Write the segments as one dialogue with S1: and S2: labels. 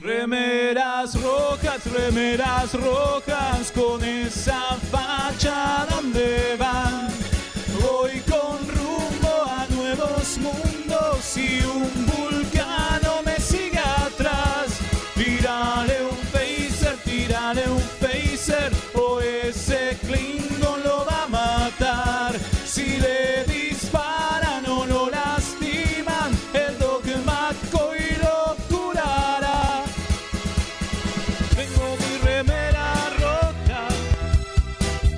S1: Remeras rojas, remeras rojas, con esa facha donde van. Voy con rumbo a nuevos mundos y un vulcano me sigue atrás. Tírale un phaser, tírale un phaser, o ese Klingon lo va a matar. Si le disparan o lo lastiman, el dogma y lo curará. Tengo mi remera rota,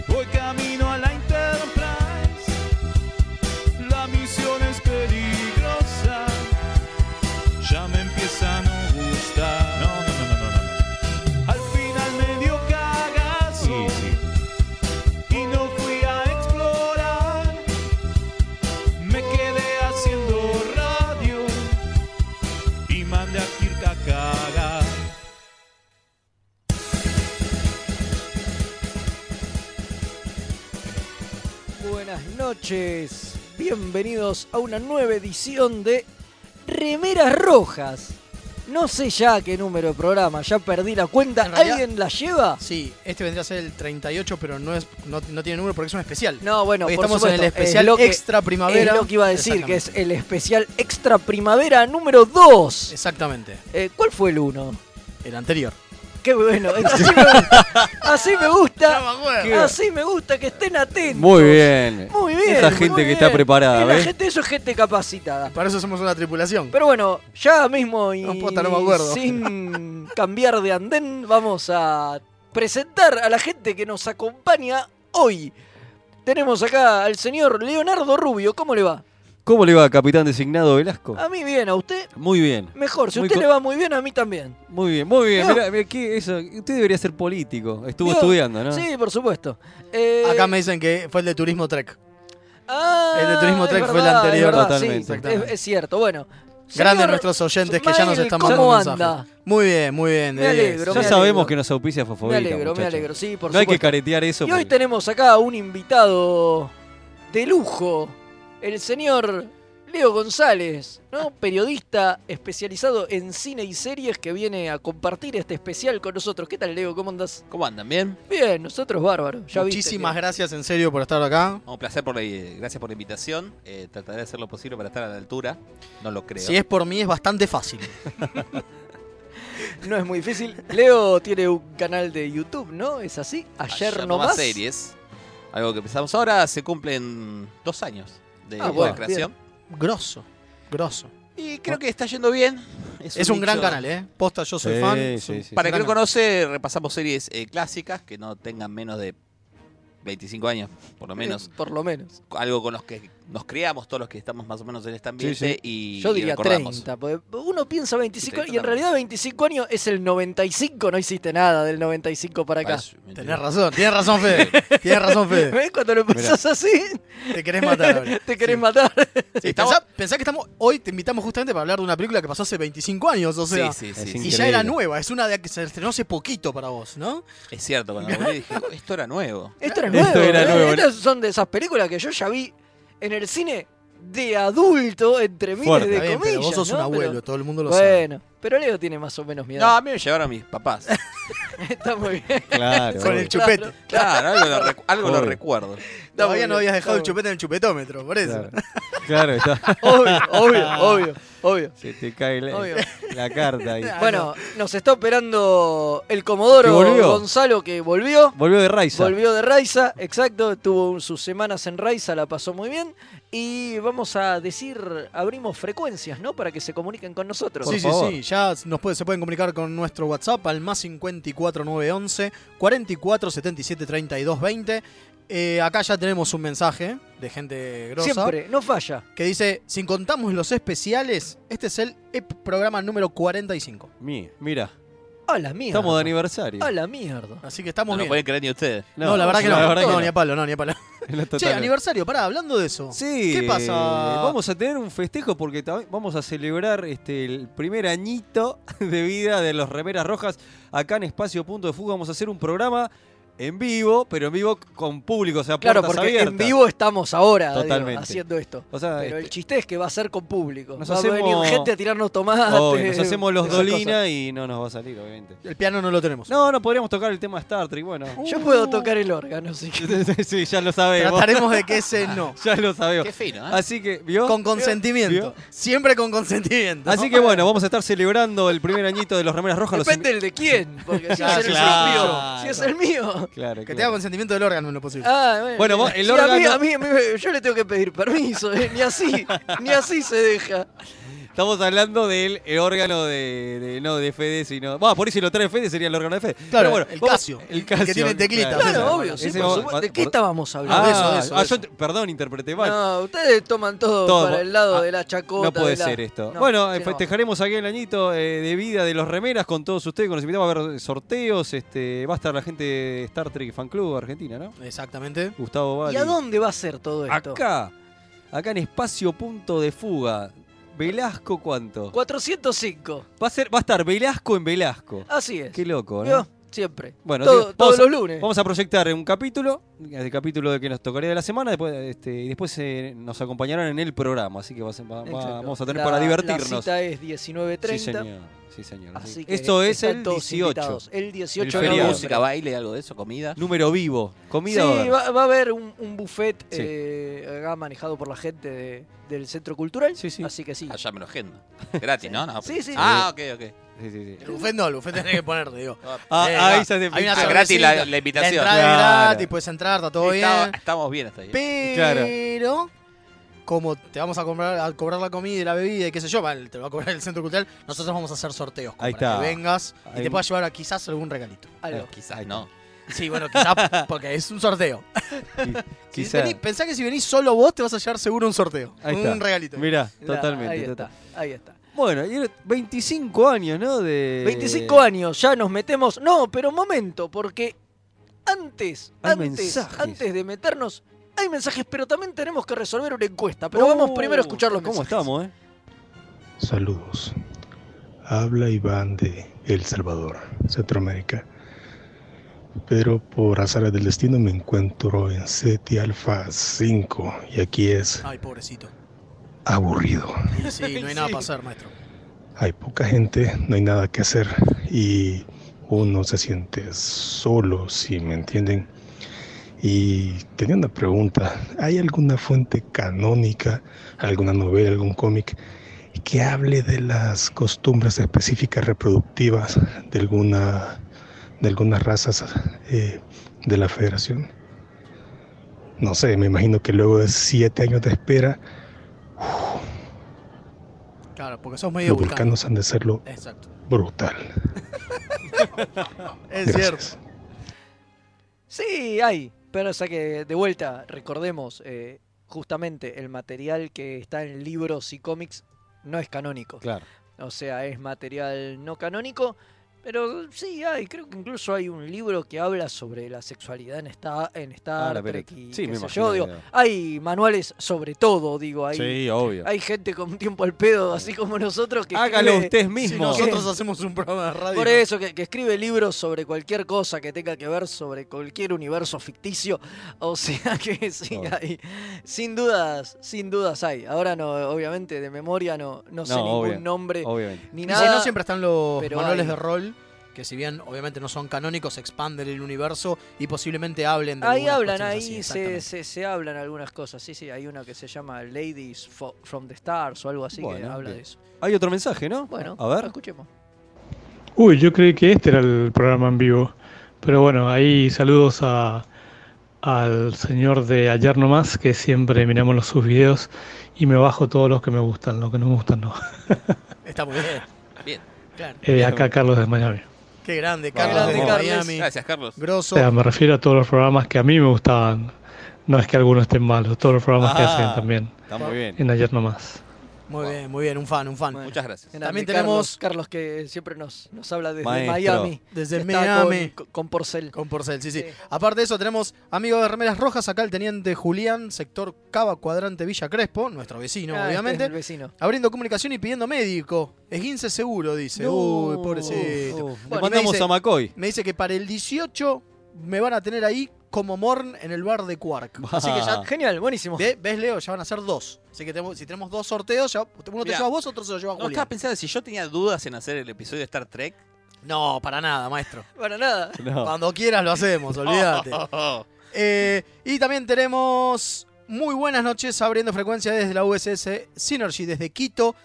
S1: voy camino a la Enterprise. La misión es peligrosa, ya me empieza a no gustar. No, no, no, no, no. Al final me dio cagazo y no fui a explorar. Me quedé haciendo radio y mandé a Kirk a cagar.
S2: Buenas noches, bienvenidos a una nueva edición de Remeras Rojas. No sé ya qué número de programa, ya perdí la cuenta.
S3: En realidad-
S2: ¿Alguien la lleva?
S3: Sí, este vendría a ser el 38, pero no, es, no, no tiene número porque es un especial.
S2: No, bueno,
S3: Hoy
S2: por
S3: estamos en
S2: supuesto,
S3: el especial
S2: es lo que-
S3: extra primavera.
S2: Es lo que iba a decir, que es
S3: Exactamente.
S2: el especial extra primavera número 2.
S3: Exactamente,
S2: ¿Cuál fue el 1?
S3: el anterior.
S2: Qué bueno, así me gusta. Así me gusta,
S3: No me acuerdo.
S2: que- así me gusta que estén atentos.
S4: Muy bien.
S2: Muy bien.
S4: Esa
S2: muy
S4: gente que
S2: bien.
S4: está preparada,
S2: Es la
S4: ¿ves?
S2: gente, eso es gente capacitada.
S3: Para eso somos una tripulación.
S2: Pero bueno, ya mismo y
S3: No, posta, no me acuerdo.
S2: sin cambiar de andén, vamos a presentar a la gente que nos acompaña hoy. Tenemos acá al señor Leonardo Rubio, ¿cómo le va?
S4: ¿Cómo le va, capitán designado Velasco?
S2: A mí bien, a usted
S4: Muy bien,
S2: mejor. Si a
S4: Muy
S2: usted
S4: co-
S2: le va muy bien, a mí también.
S4: muy bien, muy bien.
S2: Mirá.
S4: Mirá, mirá, ¿qué es eso? Usted debería ser político. Estuvo
S2: Digo,
S4: estudiando, ¿no?
S2: Sí, por supuesto. Eh,
S3: Acá me dicen que fue el de Turismo Trek.
S2: ah,
S3: el de Turismo
S2: es
S3: Trek fue el
S2: verdad, es
S3: anterior.
S2: verdad, sí,
S4: Totalmente.
S2: es,
S3: Exactamente.
S2: es cierto, bueno.
S3: Grandes
S2: Señor
S3: nuestros oyentes que ya nos
S2: Mael,
S3: están
S2: ¿cómo
S3: mandando mensajes.
S2: anda?
S3: Muy bien, muy bien. de
S2: Me
S3: 10.
S2: alegro,
S4: ya
S2: me
S4: sabemos
S2: alegro.
S4: que nos auspicia
S2: Me
S4: Fofobita,
S2: alegro, me
S4: muchacho.
S2: alegro, sí, por
S4: No hay que
S2: supuesto.
S4: caretear eso.
S2: Y hoy
S4: porque-
S2: tenemos acá un invitado de lujo, el señor Leo González,
S4: Ah.
S2: ¿no? periodista especializado en cine y series que viene a compartir este especial con nosotros. ¿Qué tal, Leo? ¿Cómo andas?
S5: ¿Cómo andan? ¿Bien?
S2: Bien, nosotros bárbaro. Ya
S3: Muchísimas
S2: viste,
S3: gracias en serio por estar acá.
S5: Un placer, por la, eh, gracias por la invitación. Eh, trataré de hacer lo posible para estar a la altura. No lo creo.
S3: Si es por mí es bastante fácil.
S2: Leo. No es muy difícil. Leo tiene un canal de YouTube, ¿no? ¿Es así? Ayer,
S5: Ayer
S2: no más.
S5: series. Algo que empezamos ahora, se cumplen dos años de,
S2: Ah,
S5: de
S2: bueno,
S5: creación.
S3: Grosso, grosso.
S5: Y creo que está yendo bien. Es
S3: Es un, gran
S5: nicho-
S3: canal, ¿eh? Posta, yo soy
S4: Sí,
S3: fan.
S4: sí,
S3: Es un-
S4: sí, sí.
S5: Para el que no
S3: gran-
S5: conoce, repasamos series eh, clásicas que no tengan menos de 25 años, por lo menos.
S2: Eh, por lo menos.
S5: Algo con los que nos creamos todos los que estamos más o menos en este ambiente
S4: sí.
S5: y
S2: Yo
S5: y
S2: diría
S5: recordamos.
S2: 30, porque uno piensa 25
S5: 30
S2: y en realidad 25 años es el 95, no hiciste nada del 95 para
S4: Ah,
S2: acá.
S5: Parece-
S3: Tenés razón, tienes razón, Fede. Tienes razón, Fede.
S2: ¿Ves? Cuando lo pensás así,
S3: Te querés matar ahora.
S2: te querés
S3: Sí.
S2: matar.
S3: Sí,
S5: Estamos-
S3: pensá, pensá que estamos. Hoy te invitamos justamente para hablar de una película que pasó hace 25 años, o sea.
S5: sí, sí,
S4: Es
S5: sí, sí.
S3: Y ya era
S4: Increíble.
S3: nueva, es una de que se estrenó hace poquito para vos, ¿no?
S5: Es cierto, cuando lo volví dije, esto era nuevo.
S2: Esto era
S4: Esto
S2: nuevo.
S4: era
S2: ¿eh?
S4: nuevo,
S2: Estas son de esas películas que yo ya vi en el cine de adulto, entre miles
S4: Fuerte.
S2: de
S3: Está bien,
S2: comillas.
S3: pero vos sos un
S2: ¿no?
S3: abuelo,
S2: Pero-
S3: todo el mundo lo sabe.
S2: bueno, pero Leo tiene más o menos mi
S5: No,
S2: edad.
S5: a mí me llevaron mis papás.
S2: Está muy bien.
S4: Claro.
S3: Con el chupete.
S5: Claro, algo lo, recu- algo lo
S4: Obvio.
S5: recuerdo.
S3: Todavía no
S2: Está muy bien,
S3: habías dejado el
S2: está muy
S3: chupete en el chupetómetro, por eso.
S4: Claro, Claro, está.
S2: Obvio, obvio,
S3: Ah.
S2: obvio, obvio.
S4: Se te cae la,
S2: Obvio.
S4: la carta ahí.
S3: Ah,
S2: Bueno,
S3: no.
S2: nos está operando el Comodoro
S4: ¿Que volvió?
S2: Gonzalo que volvió.
S4: Volvió de Raiza.
S2: Volvió de Raiza, exacto, tuvo un- sus semanas en Raiza, la pasó muy bien. Y vamos a decir, abrimos frecuencias, ¿no? Para que se comuniquen con nosotros.
S4: Por
S3: sí,
S4: favor.
S3: sí, sí, ya nos puede- se pueden comunicar con nuestro WhatsApp al más 54911 44 77 32 20. Eh, acá ya tenemos un mensaje de gente grosa
S2: Siempre, no falla.
S3: que dice, si contamos los especiales, este es el ep- programa número 45.
S4: Mí, Mira,
S2: A la mierda.
S4: estamos de aniversario.
S2: A la mierda.
S3: Así que estamos
S5: No lo
S3: bien.
S5: pueden creer ni ustedes.
S3: No, la verdad que no.
S4: la verdad
S3: no,
S4: que
S3: ni a palo, no, ni a palo.
S4: En la
S3: Che,
S4: totalidad.
S3: aniversario, pará, hablando de eso.
S4: Sí.
S3: ¿Qué pasa?
S4: Vamos a tener un festejo porque tam- vamos a celebrar este, el primer añito de vida de los Remeras Rojas acá en Espacio Punto de Fuga. Vamos a hacer un programa en vivo, pero en vivo con público, o sea,
S2: Claro,
S4: puertas
S2: porque
S4: abiertas.
S2: en vivo estamos ahora digo,
S4: Totalmente.
S2: haciendo esto.
S4: O sea,
S2: Pero el
S4: este,
S2: chiste es que va a ser con público.
S4: Nos
S2: va a venir
S4: hacemos-
S2: gente a tirarnos tomates.
S4: obvio, nos hacemos los
S2: esas
S4: Dolina y no nos va a salir, obviamente.
S3: El piano no lo tenemos.
S4: No, no podríamos tocar el tema Star Trek, bueno.
S2: cosas. Yo puedo tocar el órgano, sí.
S4: sí, ya lo sabemos.
S3: Trataremos de que ese no.
S4: Ya lo
S5: Qué
S4: sabemos.
S5: fino, ¿eh?
S4: Así que, ¿vio?
S3: Con consentimiento. Siempre con consentimiento.
S4: Así que bueno, vamos a estar celebrando el primer añito de los Remeras Rojas. Los
S2: Depende el de quién. Porque si
S3: Ah,
S2: es el
S4: claro.
S2: propio, si es el mío.
S4: invi- Claro,
S3: Que tenga
S4: claro.
S3: consentimiento del órgano en lo posible.
S2: Ah, bueno,
S4: Bueno, vos,
S2: mira.
S4: el
S2: Sí, a mí-
S4: órgano-
S2: a mí- a mí- yo le tengo que pedir permiso, eh, ni así, ni así se deja.
S4: Estamos hablando del el órgano de, de- no de Fede, sino. Bueno, por ahí si lo trae Fede sería el órgano de Fede. Pero bueno,
S3: el
S4: vamos-
S3: Casio.
S4: El Casio.
S3: Que tiene teclita.
S4: claro.
S2: Claro,
S3: Ese-
S2: obvio, sí,
S4: ese
S2: por
S4: va-
S2: supuesto.
S4: va-
S2: ¿De qué
S4: por-
S2: estábamos
S4: Ah,
S2: hablando?
S3: de eso, de eso,
S4: ah,
S3: de
S4: yo
S3: eso.
S4: te- perdón, interpreté mal.
S2: No, ustedes toman todo,
S4: Todo,
S2: para el lado
S4: ah,
S2: de la chacota.
S4: No puede
S2: de la-
S4: ser esto.
S2: No,
S4: bueno,
S2: sí,
S4: eh,
S2: no.
S4: festejaremos aquí el añito eh, de vida de los remeras con todos ustedes, que nos invitamos a ver sorteos. Este, va a estar la gente de Star Trek Fan Club Argentina, ¿no?
S3: Exactamente.
S4: Gustavo Bali.
S2: ¿Y a dónde va a ser todo esto?
S4: Acá, acá en Espacio Punto de Fuga. Velasco, ¿cuánto?
S2: 405.
S4: Va a, ser, va a estar Velasco en Velasco.
S2: Así es.
S4: Qué loco, ¿no?
S2: Yo, siempre.
S4: Bueno,
S2: Todo-
S4: digo,
S2: todos
S4: vamos a-
S2: los lunes.
S4: Vamos a proyectar un capítulo, el capítulo de que nos tocaría de la semana, después, este, y después eh, nos acompañarán en el programa, así que va a ser- va- va-
S2: Exacto.
S4: vamos a tener
S2: La-
S4: para divertirnos.
S2: La cita es
S4: sí,
S2: 19.30.
S4: señor. Sí, señor.
S2: así
S4: Así
S2: que
S4: Esto es
S2: están
S4: el
S2: todos
S4: 18.
S2: invitados. El 18
S4: El
S2: de
S4: feriado.
S2: noviembre.
S5: Música, baile, algo de eso, comida.
S4: Número vivo. Comida. va a
S2: Sí,
S4: haber.
S2: va, va a haber un, un buffet
S4: Sí.
S2: eh, acá manejado por la gente de- del Centro Cultural.
S4: Sí, sí.
S2: Así que sí.
S5: Allá me lo agendo. Gratis, ¿no? No,
S2: Sí,
S5: pero-
S2: sí.
S5: Ah, ok, ok.
S4: Sí, sí, sí.
S3: El buffet no, el buffet tenés que poner, digo.
S4: Ah,
S3: Eh,
S4: ahí
S3: va.
S4: ya se
S3: Hay una
S4: pinchó.
S5: Ah,
S3: sorpresita.
S5: gratis la, la
S3: La
S5: invitación.
S3: entrada es
S4: Claro.
S3: gratis,
S2: pues,
S3: puedes entrar, está todo
S5: Está-
S3: bien.
S5: estamos bien hasta ahí.
S3: Pero, como te vamos a cobrar, a cobrar la comida y la bebida y qué sé yo, vale, te lo va a cobrar el centro cultural, nosotros vamos a hacer sorteos.
S4: Ahí
S3: para
S4: está.
S3: Que vengas y
S4: Ahí-
S3: te puedas llevar a quizás algún regalito.
S2: Algo.
S5: Quizás no.
S3: Sí, bueno, quizás porque es un sorteo. Si
S4: Quizá.
S3: venís- pensá que si venís solo vos te vas a llevar seguro un sorteo.
S4: Ahí
S3: un
S4: está.
S3: regalito.
S4: Mirá,
S2: La-
S4: totalmente.
S2: Ahí
S4: total.
S2: está. Ahí está.
S4: Bueno, y era 25 años, ¿no? De... Eh,
S2: 25 años, ya nos metemos. No, pero momento, porque antes,
S4: Hay
S2: antes,
S4: mensajes.
S2: antes de meternos, hay mensajes, pero también tenemos que resolver una encuesta. Pero vamos
S4: Oh,
S2: primero a escuchar los
S4: ¿Cómo
S2: mensajes.
S4: estamos, eh?
S6: Saludos. Habla Iván de El Salvador, Centroamérica. Pero por azares del destino me encuentro en SETI Alpha 5 y aquí es
S3: Ay, pobrecito.
S6: aburrido.
S3: Y sí, no hay nada para hacer, maestro.
S6: Hay poca gente, no hay nada que hacer y uno se siente solo, si me entienden. Y tenía una pregunta, ¿hay alguna fuente canónica, alguna novela, algún cómic que hable de las costumbres específicas reproductivas de alguna de algunas razas eh, de la Federación? No sé, me imagino que luego de siete años de espera,
S3: Claro, porque sos medio
S6: los
S3: vulcano.
S6: vulcanos han de serlo
S3: Exacto.
S6: brutal.
S3: Es cierto.
S6: Gracias.
S2: Sí, hay. Pero o sea que, de vuelta, recordemos, eh, justamente el material que está en libros y cómics no es canónico.
S4: Claro.
S2: O sea, es material no canónico. Pero sí, hay, creo que incluso hay un libro que habla sobre la sexualidad en Star, en Star
S4: Ah, la
S2: Trek
S4: pelota.
S2: y
S4: Sí,
S2: qué
S4: me
S2: sé
S4: imagino
S2: yo.
S4: que
S2: Digo,
S4: era.
S2: hay manuales sobre todo, digo, hay,
S4: Sí, obvio.
S2: hay gente con tiempo al pedo, así como nosotros que
S4: Hágalo
S2: escribe-
S4: usted
S3: Si
S4: mismo.
S3: nosotros hacemos un programa de radio.
S2: Por eso, que, que escribe libros sobre cualquier cosa que tenga que ver sobre cualquier universo ficticio. O sea que sí,
S4: Obvio.
S2: hay. Sin dudas, sin dudas hay. Ahora no, obviamente, de memoria no, no sé
S4: No,
S2: ningún
S4: obvio,
S2: nombre
S4: Obviamente.
S2: ni
S3: Y
S2: nada.
S3: si no, siempre están los
S2: pero
S3: manuales
S2: hay.
S3: de rol, que si bien obviamente no son canónicos, expanden el universo y posiblemente hablen de
S2: Ahí
S3: algunas cuestiones
S2: hablan, ahí
S3: así,
S2: se,
S3: exactamente.
S2: se, se hablan algunas cosas. Sí, sí, hay uno que se llama Ladies Fo- from the Stars o algo así que
S4: Bueno,
S2: habla de
S4: bien.
S2: eso.
S4: Hay otro mensaje, ¿no?
S2: Bueno,
S4: a ver.
S2: escuchemos.
S7: Uy, yo creí que este era el programa en vivo. Pero bueno, ahí saludos a, al señor de ayer nomás, que siempre miramos los, sus videos y me bajo todos los que me gustan, los que no me gustan no.
S3: Está muy bien.
S5: Bien.
S3: Claro.
S7: Eh, acá Carlos de Miami.
S3: Qué grande,
S4: Vamos.
S3: Carlos de
S2: Grande, Carles.
S3: Miami.
S5: Gracias, Carlos.
S7: O
S3: Grosso.
S7: sea, me refiero a todos los programas que a mí me gustaban. No es que algunos estén malos, todos los programas que
S4: Ah.
S7: hacen también
S4: Está muy bien.
S7: en ayer nomás.
S3: Muy bien, muy bien, un fan, un fan.
S2: Bueno.
S5: Muchas gracias.
S2: Grande,
S3: También
S2: Carlos,
S3: tenemos-
S2: Carlos que siempre nos, nos habla desde
S4: Maestro.
S2: Miami.
S3: Desde
S2: que está con-
S3: Miami.
S2: Con, con Porcel.
S3: Con Porcel, sí, sí,
S2: Sí.
S3: Aparte de eso, tenemos amigos de Remeras Rojas, acá el teniente Julián, sector Cava Cuadrante Villa Crespo, nuestro vecino,
S2: Ah, este es
S3: obviamente,
S2: el vecino.
S3: abriendo comunicación y pidiendo médico. Esguince seguro, dice. Uy, pobrecito.
S4: Uf, uf. Oh, Le
S3: Bueno,
S4: mandamos
S3: dice-
S4: a Macoy.
S3: Me dice que para el 18 me van a tener ahí como Morn en el bar de Quark. Así que ya.
S2: Genial, buenísimo.
S3: ¿Ve- ¿Ves, Leo? Ya van a ser dos. Así que tenemos- si tenemos dos sorteos, ya, uno te
S5: Mirá.
S3: lleva vos, otro se lo lleva
S5: No,
S3: Julián.
S5: estaba pensando si yo tenía dudas en hacer el episodio de Star Trek.
S3: No, para nada, maestro.
S2: Para nada.
S4: No.
S3: Cuando quieras lo hacemos, olvídate.
S5: Oh, oh, oh.
S3: Eh, y también tenemos muy buenas noches abriendo frecuencia desde la USS Synergy, desde Quito,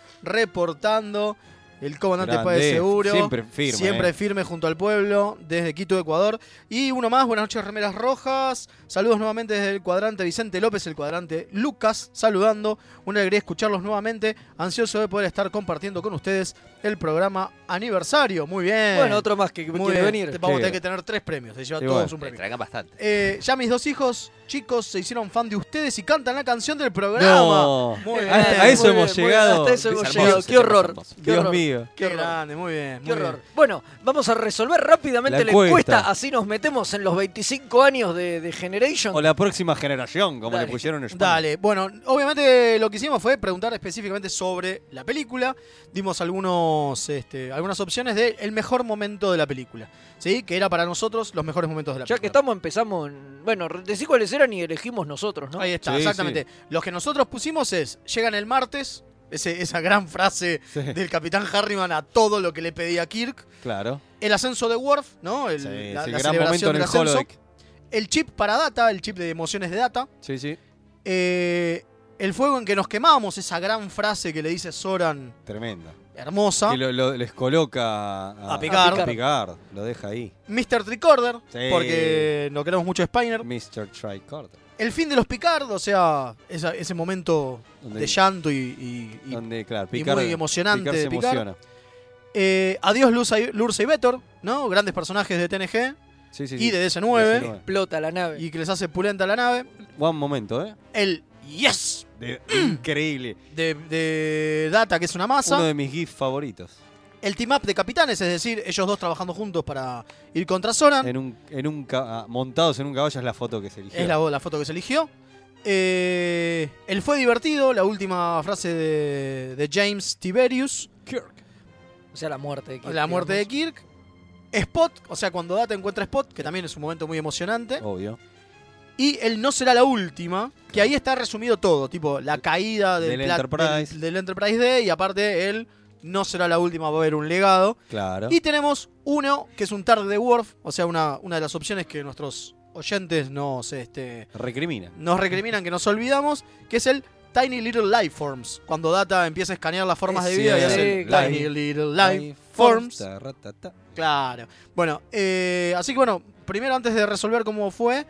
S3: reportando el comandante
S4: Grande.
S3: Páez Seguro.
S4: Siempre firme.
S3: Siempre
S4: eh.
S3: firme junto al pueblo, desde Quito, Ecuador. Y uno más, buenas noches, remeras rojas. Saludos nuevamente desde el cuadrante Vicente López, el cuadrante Lucas, saludando. Una alegría escucharlos nuevamente. Ansioso de poder estar compartiendo con ustedes el programa aniversario. Muy bien.
S2: Bueno, otro más que
S3: Muy
S2: quiere
S3: bien.
S2: venir.
S3: Vamos a tener
S4: Chévere.
S3: que tener tres premios. Se lleva
S4: Sí,
S3: todos
S4: bueno.
S5: Me
S3: un premio.
S5: tragan bastante.
S3: Eh, ya mis dos hijos, chicos, se hicieron fan de ustedes y cantan la canción del programa.
S4: No.
S3: Muy
S2: Eh,
S3: bien.
S4: A, a eso
S2: Muy bien, muy
S4: hemos
S2: bien,
S4: llegado.
S2: Hasta eso hemos
S5: Es
S2: llegado.
S5: hermoso,
S2: Qué horror.
S5: hermoso.
S2: Qué horror.
S4: Dios mío.
S3: Qué,
S2: Qué horror.
S3: grande, muy bien.
S2: Qué
S3: muy bien.
S2: horror. Bueno, vamos a resolver rápidamente la
S4: La
S2: encuesta.
S4: encuesta.
S2: Así nos metemos en los 25 años de, de Generation.
S4: O la próxima generación, como
S2: Dale.
S4: le pusieron en España.
S3: Dale, bueno, obviamente lo que hicimos fue preguntar específicamente sobre la película. Dimos algunos, este, algunas opciones de el mejor momento de la película, ¿sí? Que era para nosotros los mejores momentos de la
S2: Ya que
S3: película.
S2: estamos, empezamos. en- Bueno, re- decí cuáles eran y elegimos nosotros, ¿no?
S3: Ahí está,
S4: Sí,
S3: exactamente. Los que nosotros pusimos es, llegan el martes, ese- esa gran frase
S4: Sí,
S3: del capitán Harriman a todo lo que le pedía Kirk.
S4: claro.
S3: El ascenso de Worf, ¿no? El,
S4: Sí,
S3: la,
S4: sí,
S3: la
S4: gran momento
S3: celebración
S4: en
S3: del
S4: el
S3: ascenso.
S4: holodeck.
S3: El chip para data, el chip de emociones de data.
S4: Sí, sí.
S3: Eh, el fuego en que nos quemamos, esa gran frase que le dice Soran,
S4: Tremendo.
S3: hermosa.
S4: Que lo- lo- les coloca a,
S3: A Picard.
S4: a Picard. Lo deja ahí.
S3: Mr. Tricorder,
S4: Sí.
S3: porque no queremos mucho a Spiner.
S4: Mr. Tricorder.
S3: El fin de los Picard, o sea, esa- ese momento
S4: Donde-
S3: de llanto y, y- y-
S4: Donde, claro,
S3: y
S4: Picard,
S3: muy emocionante
S4: Picard
S3: de
S4: se
S3: Picard.
S4: emociona.
S3: eh, adiós Lursa y, Lursa y Vetor, ¿no? Grandes personajes de TNG
S4: Sí, sí,
S3: y
S4: sí.
S3: de DC9
S4: DC9.
S2: Explota la nave.
S3: y que les hace pulenta la nave.
S4: Buen momento, ¿eh?
S3: El Yes
S4: De- increíble.
S3: de, de Data, que es una masa.
S4: Uno de mis GIFs favoritos.
S3: El team up de capitanes, es decir, ellos dos trabajando juntos para ir contra Soran.
S4: En un, en un ca- ah, montados en un caballo es la foto que se eligió.
S3: Es la, la foto que se eligió. Eh, el fue divertido, la última frase de, de James Tiberius,
S2: O sea, la muerte de Kirk,
S3: la muerte de
S2: digamos.
S3: Kirk. Spot, o sea, cuando Data encuentra Spot, que también es un momento muy emocionante.
S4: Obvio.
S3: Y el no será la última, que ahí está resumido todo, tipo la caída del,
S4: Del
S3: pla-
S4: Enterprise.
S3: del- del Enterprise D y aparte el no será la última, va a haber un legado.
S4: Claro.
S3: Y tenemos uno que es un tarde de Worf, o sea, una, una de las opciones que nuestros oyentes nos, este,
S4: Recrimina.
S3: nos recriminan que nos olvidamos, que es el Tiny Little Life Forms. Cuando Data empieza a escanear las formas de
S4: Sí,
S3: vida y
S4: sí,
S3: hace el
S4: claro.
S3: Tiny Little Life Forms.
S4: Ta, ra, ta, ta.
S3: Claro. Bueno, eh, así que bueno, primero antes de resolver cómo fue,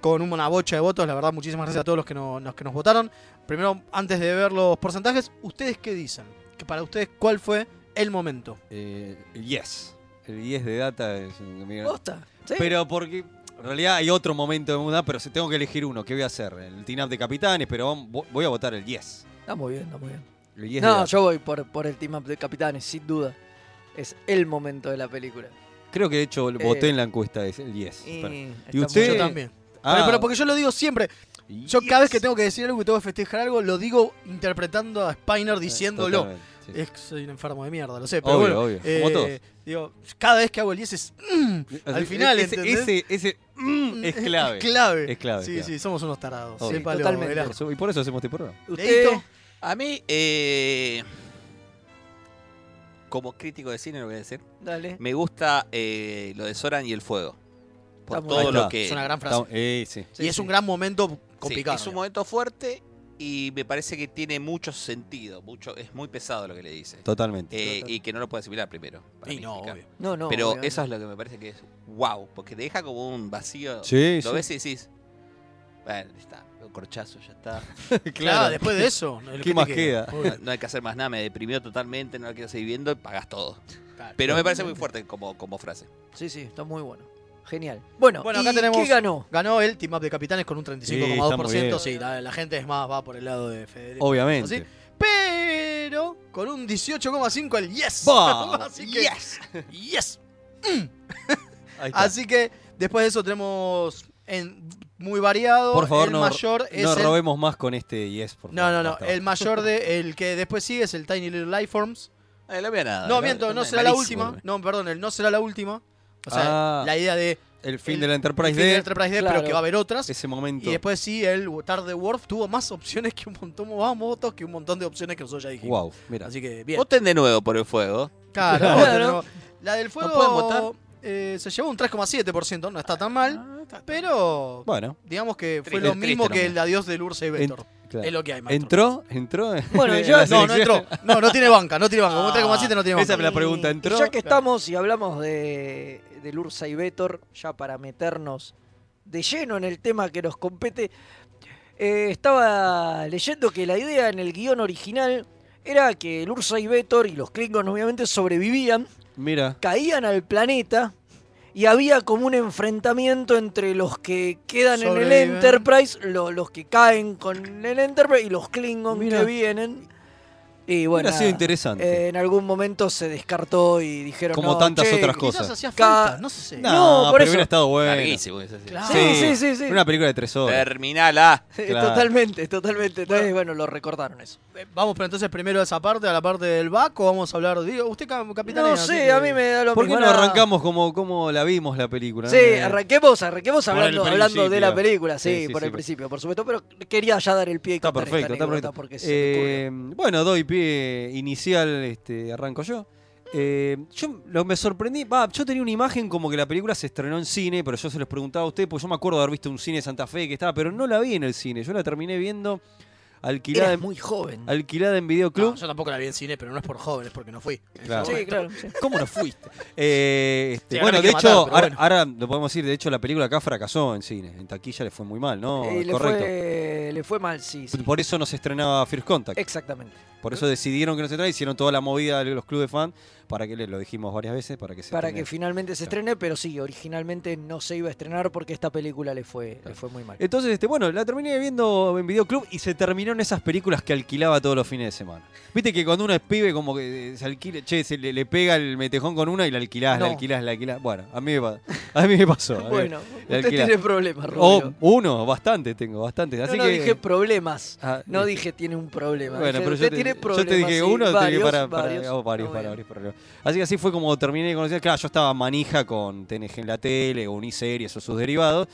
S3: con una bocha de votos, la verdad, muchísimas gracias a todos los que, no- los que nos votaron. Primero, antes de ver los porcentajes, ¿ustedes qué dicen? Que para ustedes, ¿cuál fue el momento?
S4: Eh, el yes. El yes de data es un- mira.
S2: Posta, ¿sí?
S4: Pero porque en realidad hay otro momento de muda, pero si tengo que elegir uno, ¿qué voy a hacer? El team up de capitanes, pero vam- vo- voy a votar el yes.
S2: Está muy bien, está muy bien.
S4: El yes de
S2: No,
S4: data.
S2: yo voy por, por el team up de capitanes, sin duda. Es el momento de la película.
S4: Creo que de hecho lo voté
S2: Eh,
S4: en la encuesta, es el yes.
S2: está
S4: Perfecto. usted? Ah.
S2: muy
S3: Yo
S4: Sí.
S2: bien.
S3: también. Pero- pero porque yo lo digo siempre, yo cada vez que tengo que decir algo y tengo que festejar algo, lo digo interpretando a Spiner diciéndolo. Es que soy un enfermo de mierda, lo sé, pero
S4: Eh, Obvio,
S3: bueno. eh,
S4: obvio, como todos.
S3: Digo, cada vez que hago el 10 es mm, al final,
S4: ese,
S3: ¿entendés?
S4: ese, ese, mm, es clave.
S3: Es clave.
S4: Es clave,
S3: Sí,
S4: claro. Oh,
S3: sí, somos unos tarados.
S4: Obvio.
S3: Sépalo,
S2: Totalmente.
S3: Velasco.
S4: Por eso- Y por eso hacemos este programa.
S2: Usted,
S3: Leito.
S5: A mí, eh, como crítico de cine, lo voy a decir,
S2: dale.
S5: me gusta eh, lo de Soran y el fuego. Por
S2: Está muy
S5: todo
S4: bien.
S5: lo
S4: Ahí
S5: que.
S3: Es una gran frase.
S4: Estamos- eh, sí.
S3: y es un gran momento
S5: Sí,
S3: complicado.
S5: es un momento fuerte y me parece que tiene mucho sentido. mucho Es muy pesado lo que le dice.
S4: Totalmente.
S5: Eh, y que no lo puede asimilar primero. para
S3: Y
S5: mí,
S3: no,
S5: explicar.
S3: obvio.
S2: No, no.
S5: Pero
S2: obviamente.
S5: eso es lo que me parece que es wow, porque te deja como un vacío.
S4: Sí,
S5: lo
S4: sí.
S5: ves y decís, bueno, está, un corchazo, ya está.
S3: Claro, después de eso. ¿no?
S4: ¿Qué
S3: te
S4: más
S5: No, no hay que hacer más nada, me deprimió totalmente, no la quiero seguir viendo y pagás todo. Pero me parece muy fuerte como, como frase.
S2: Sí, sí, está muy bueno. Genial. Bueno,
S3: Bueno, acá
S2: ¿y
S3: tenemos-
S2: ¿qué ganó?
S3: Ganó el Team Up de Capitanes con un
S4: Sí, está
S3: 35,2%.
S4: muy
S3: Sí, la, la gente es más va por el lado de Federico.
S4: Obviamente.
S3: Así. Pero con un 18,5 el yes.
S4: Vamos,
S3: Así que, yes. Yes.
S4: Mm. Ahí está.
S3: Así que después de eso tenemos en muy variado.
S4: Por favor,
S3: el
S4: no-
S3: mayor es
S4: no
S3: el-
S4: robemos más con este yes, por favor.
S3: No, no, no.
S4: Basta.
S3: El mayor de el que después sigue es el Tiny Little Lifeforms.
S5: Eh, no veo nada.
S3: No, miento, no será la
S5: malísimo.
S3: última. No, perdón, el no será la última. O sea,
S4: Ah.
S3: la idea de
S4: El fin
S3: el-
S4: de la Enterprise
S3: el fin de la
S4: D,
S3: Enterprise D,
S2: claro.
S3: pero que va a haber otras.
S4: ese momento.
S3: Y después sí, el Tarde Worf tuvo más opciones que un montón, más motos que un montón de opciones que nosotros ya dijimos.
S4: wow, mira.
S3: Así que bien.
S5: Voten de nuevo por el fuego.
S3: Claro,
S2: Claro.
S3: voten, ¿no? La del fuego
S5: pueden votar?
S3: eh, se llevó un 3,7%, no está tan mal, pero
S4: Ah, Bueno,
S3: digamos que fue
S5: Triste,
S3: lo mismo
S5: triste
S3: que
S5: nomás.
S3: el adiós del Ursa y Vector.
S4: claro.
S3: Es lo que hay, maestro.
S4: entró, entró.
S2: Bueno, y
S4: en
S2: yo-
S4: la
S3: No, no
S4: selección.
S3: entró. No, no tiene banca, no tiene banca. Con un
S5: Ah,
S3: 3,7 no tiene banca.
S4: Esa es la pregunta,
S2: Y-
S4: ¿entró?
S2: y ya que estamos y hablamos de, del Ursa y Vetor, ya para meternos de lleno en el tema que nos compete, eh, estaba leyendo que la idea en el guión original era que el Ursa y Vetor y los Klingons obviamente sobrevivían,
S4: Mira,
S2: caían al planeta y había como un enfrentamiento entre los que quedan en el
S3: Sobreviven.
S2: Enterprise, lo- los que caen con el Enterprise y los Klingons
S4: Mira.
S2: que vienen. Y bueno,
S4: hubiera
S2: nada.
S4: sido interesante.
S2: Eh, en algún momento se descartó y dijeron.
S4: Como
S2: "No,
S4: tantas
S2: che, quizás
S4: otras cosas.
S3: Quizás hacía
S2: Ca-
S3: falta, no sé.
S2: No, por
S4: pero
S2: eso.
S4: hubiera estado bueno.
S5: Larguísimo. es así.
S2: Claro.
S4: Ah. Sí,
S2: Sí, sí, sí.
S4: Era Una película de tres horas.
S5: Terminala.
S4: Claro.
S2: Eh, Totalmente, totalmente. Entonces, bueno, lo recordaron eso.
S3: Eh, Vamos, pero entonces primero a esa parte, a la parte del back, o vamos a hablar. Digo, usted, ca- capitán.
S2: No
S3: era, así
S2: sé,
S3: que-
S2: a mí me da lo
S4: ¿Por qué
S2: mismo.
S4: no
S2: nada.
S4: arrancamos como, como la vimos la película?
S2: Sí,
S4: Eh,
S2: arranquemos, arranquemos
S4: Por el
S2: hablando, hablando de la
S4: principio.
S2: película, sí,
S4: Sí, sí,
S2: por
S4: sí.
S2: el principio, por supuesto, pero quería ya dar el pie y
S4: Está
S2: contar esta
S4: perfecto, está
S2: anécdota
S4: perfecto.
S2: porque se me ocurrió.
S4: Eh, bueno, doy pie inicial, este, arranco yo. Eh, yo lo, me sorprendí, va, yo tenía una imagen como que la película se estrenó en cine, pero yo se los preguntaba a ustedes, porque yo me acuerdo de haber visto un cine de Santa Fe que estaba, pero no la vi en el cine, yo la terminé viendo alquilada,
S2: Eras
S4: en,
S2: muy joven.
S4: Ah, alquilada en videoclub.
S3: No, yo tampoco la vi en cine, pero no es por jóvenes, porque no fui.
S4: Claro.
S2: Sí, claro. sí.
S4: ¿Cómo no fuiste? Eh, este,
S3: Sí, ahora
S4: bueno,
S3: me
S4: de
S3: quiero matar,
S4: hecho,
S3: pero
S4: ahora,
S3: bueno.
S4: ahora lo podemos decir, de hecho la película acá fracasó en cine, en taquilla le fue muy mal, ¿no?
S2: Eh, le,
S4: Correcto.
S2: fue, le fue mal, sí, sí.
S4: Por eso no se estrenaba First Contact.
S2: Exactamente.
S4: Por eso decidieron que no se trae, hicieron toda la movida de los clubes fan para que le- lo dijimos varias veces para que se
S2: Para que
S4: estrene.
S2: finalmente se estrene, pero sí, originalmente no se iba a estrenar porque esta película le fue, le fue muy mal.
S4: Entonces, este, bueno, la terminé viendo en videoclub y se terminaron esas películas que alquilaba todos los fines de semana. Viste que cuando uno es pibe como que eh, se alquila, che, se le, le pega el metejón con una y la alquilás, la
S2: No.
S4: alquilás, la alquilás. Bueno, a mí me, pa- a mí me pasó. a mí-
S2: Bueno, usted
S4: alquila.
S2: tiene problemas,
S4: O
S2: Rubio.
S4: Oh, uno, bastante tengo, bastante. Así
S2: no, no,
S4: que,
S2: dije problemas.
S4: Ah,
S2: No
S4: este.
S2: dije tiene un problema.
S4: Bueno,
S2: Dije,
S4: pero yo
S2: usted
S4: te,
S2: tiene
S4: yo te
S2: problemas.
S4: dije
S2: sí,
S4: uno, te dije
S2: varios,
S4: para, para-
S2: varios.
S4: hago varios,
S2: Ah,
S4: para
S2: bueno.
S4: varios problemas. Así que así fue como terminé de conocer. Claro, yo estaba manija con TNG en la tele, uniseries o sus derivados.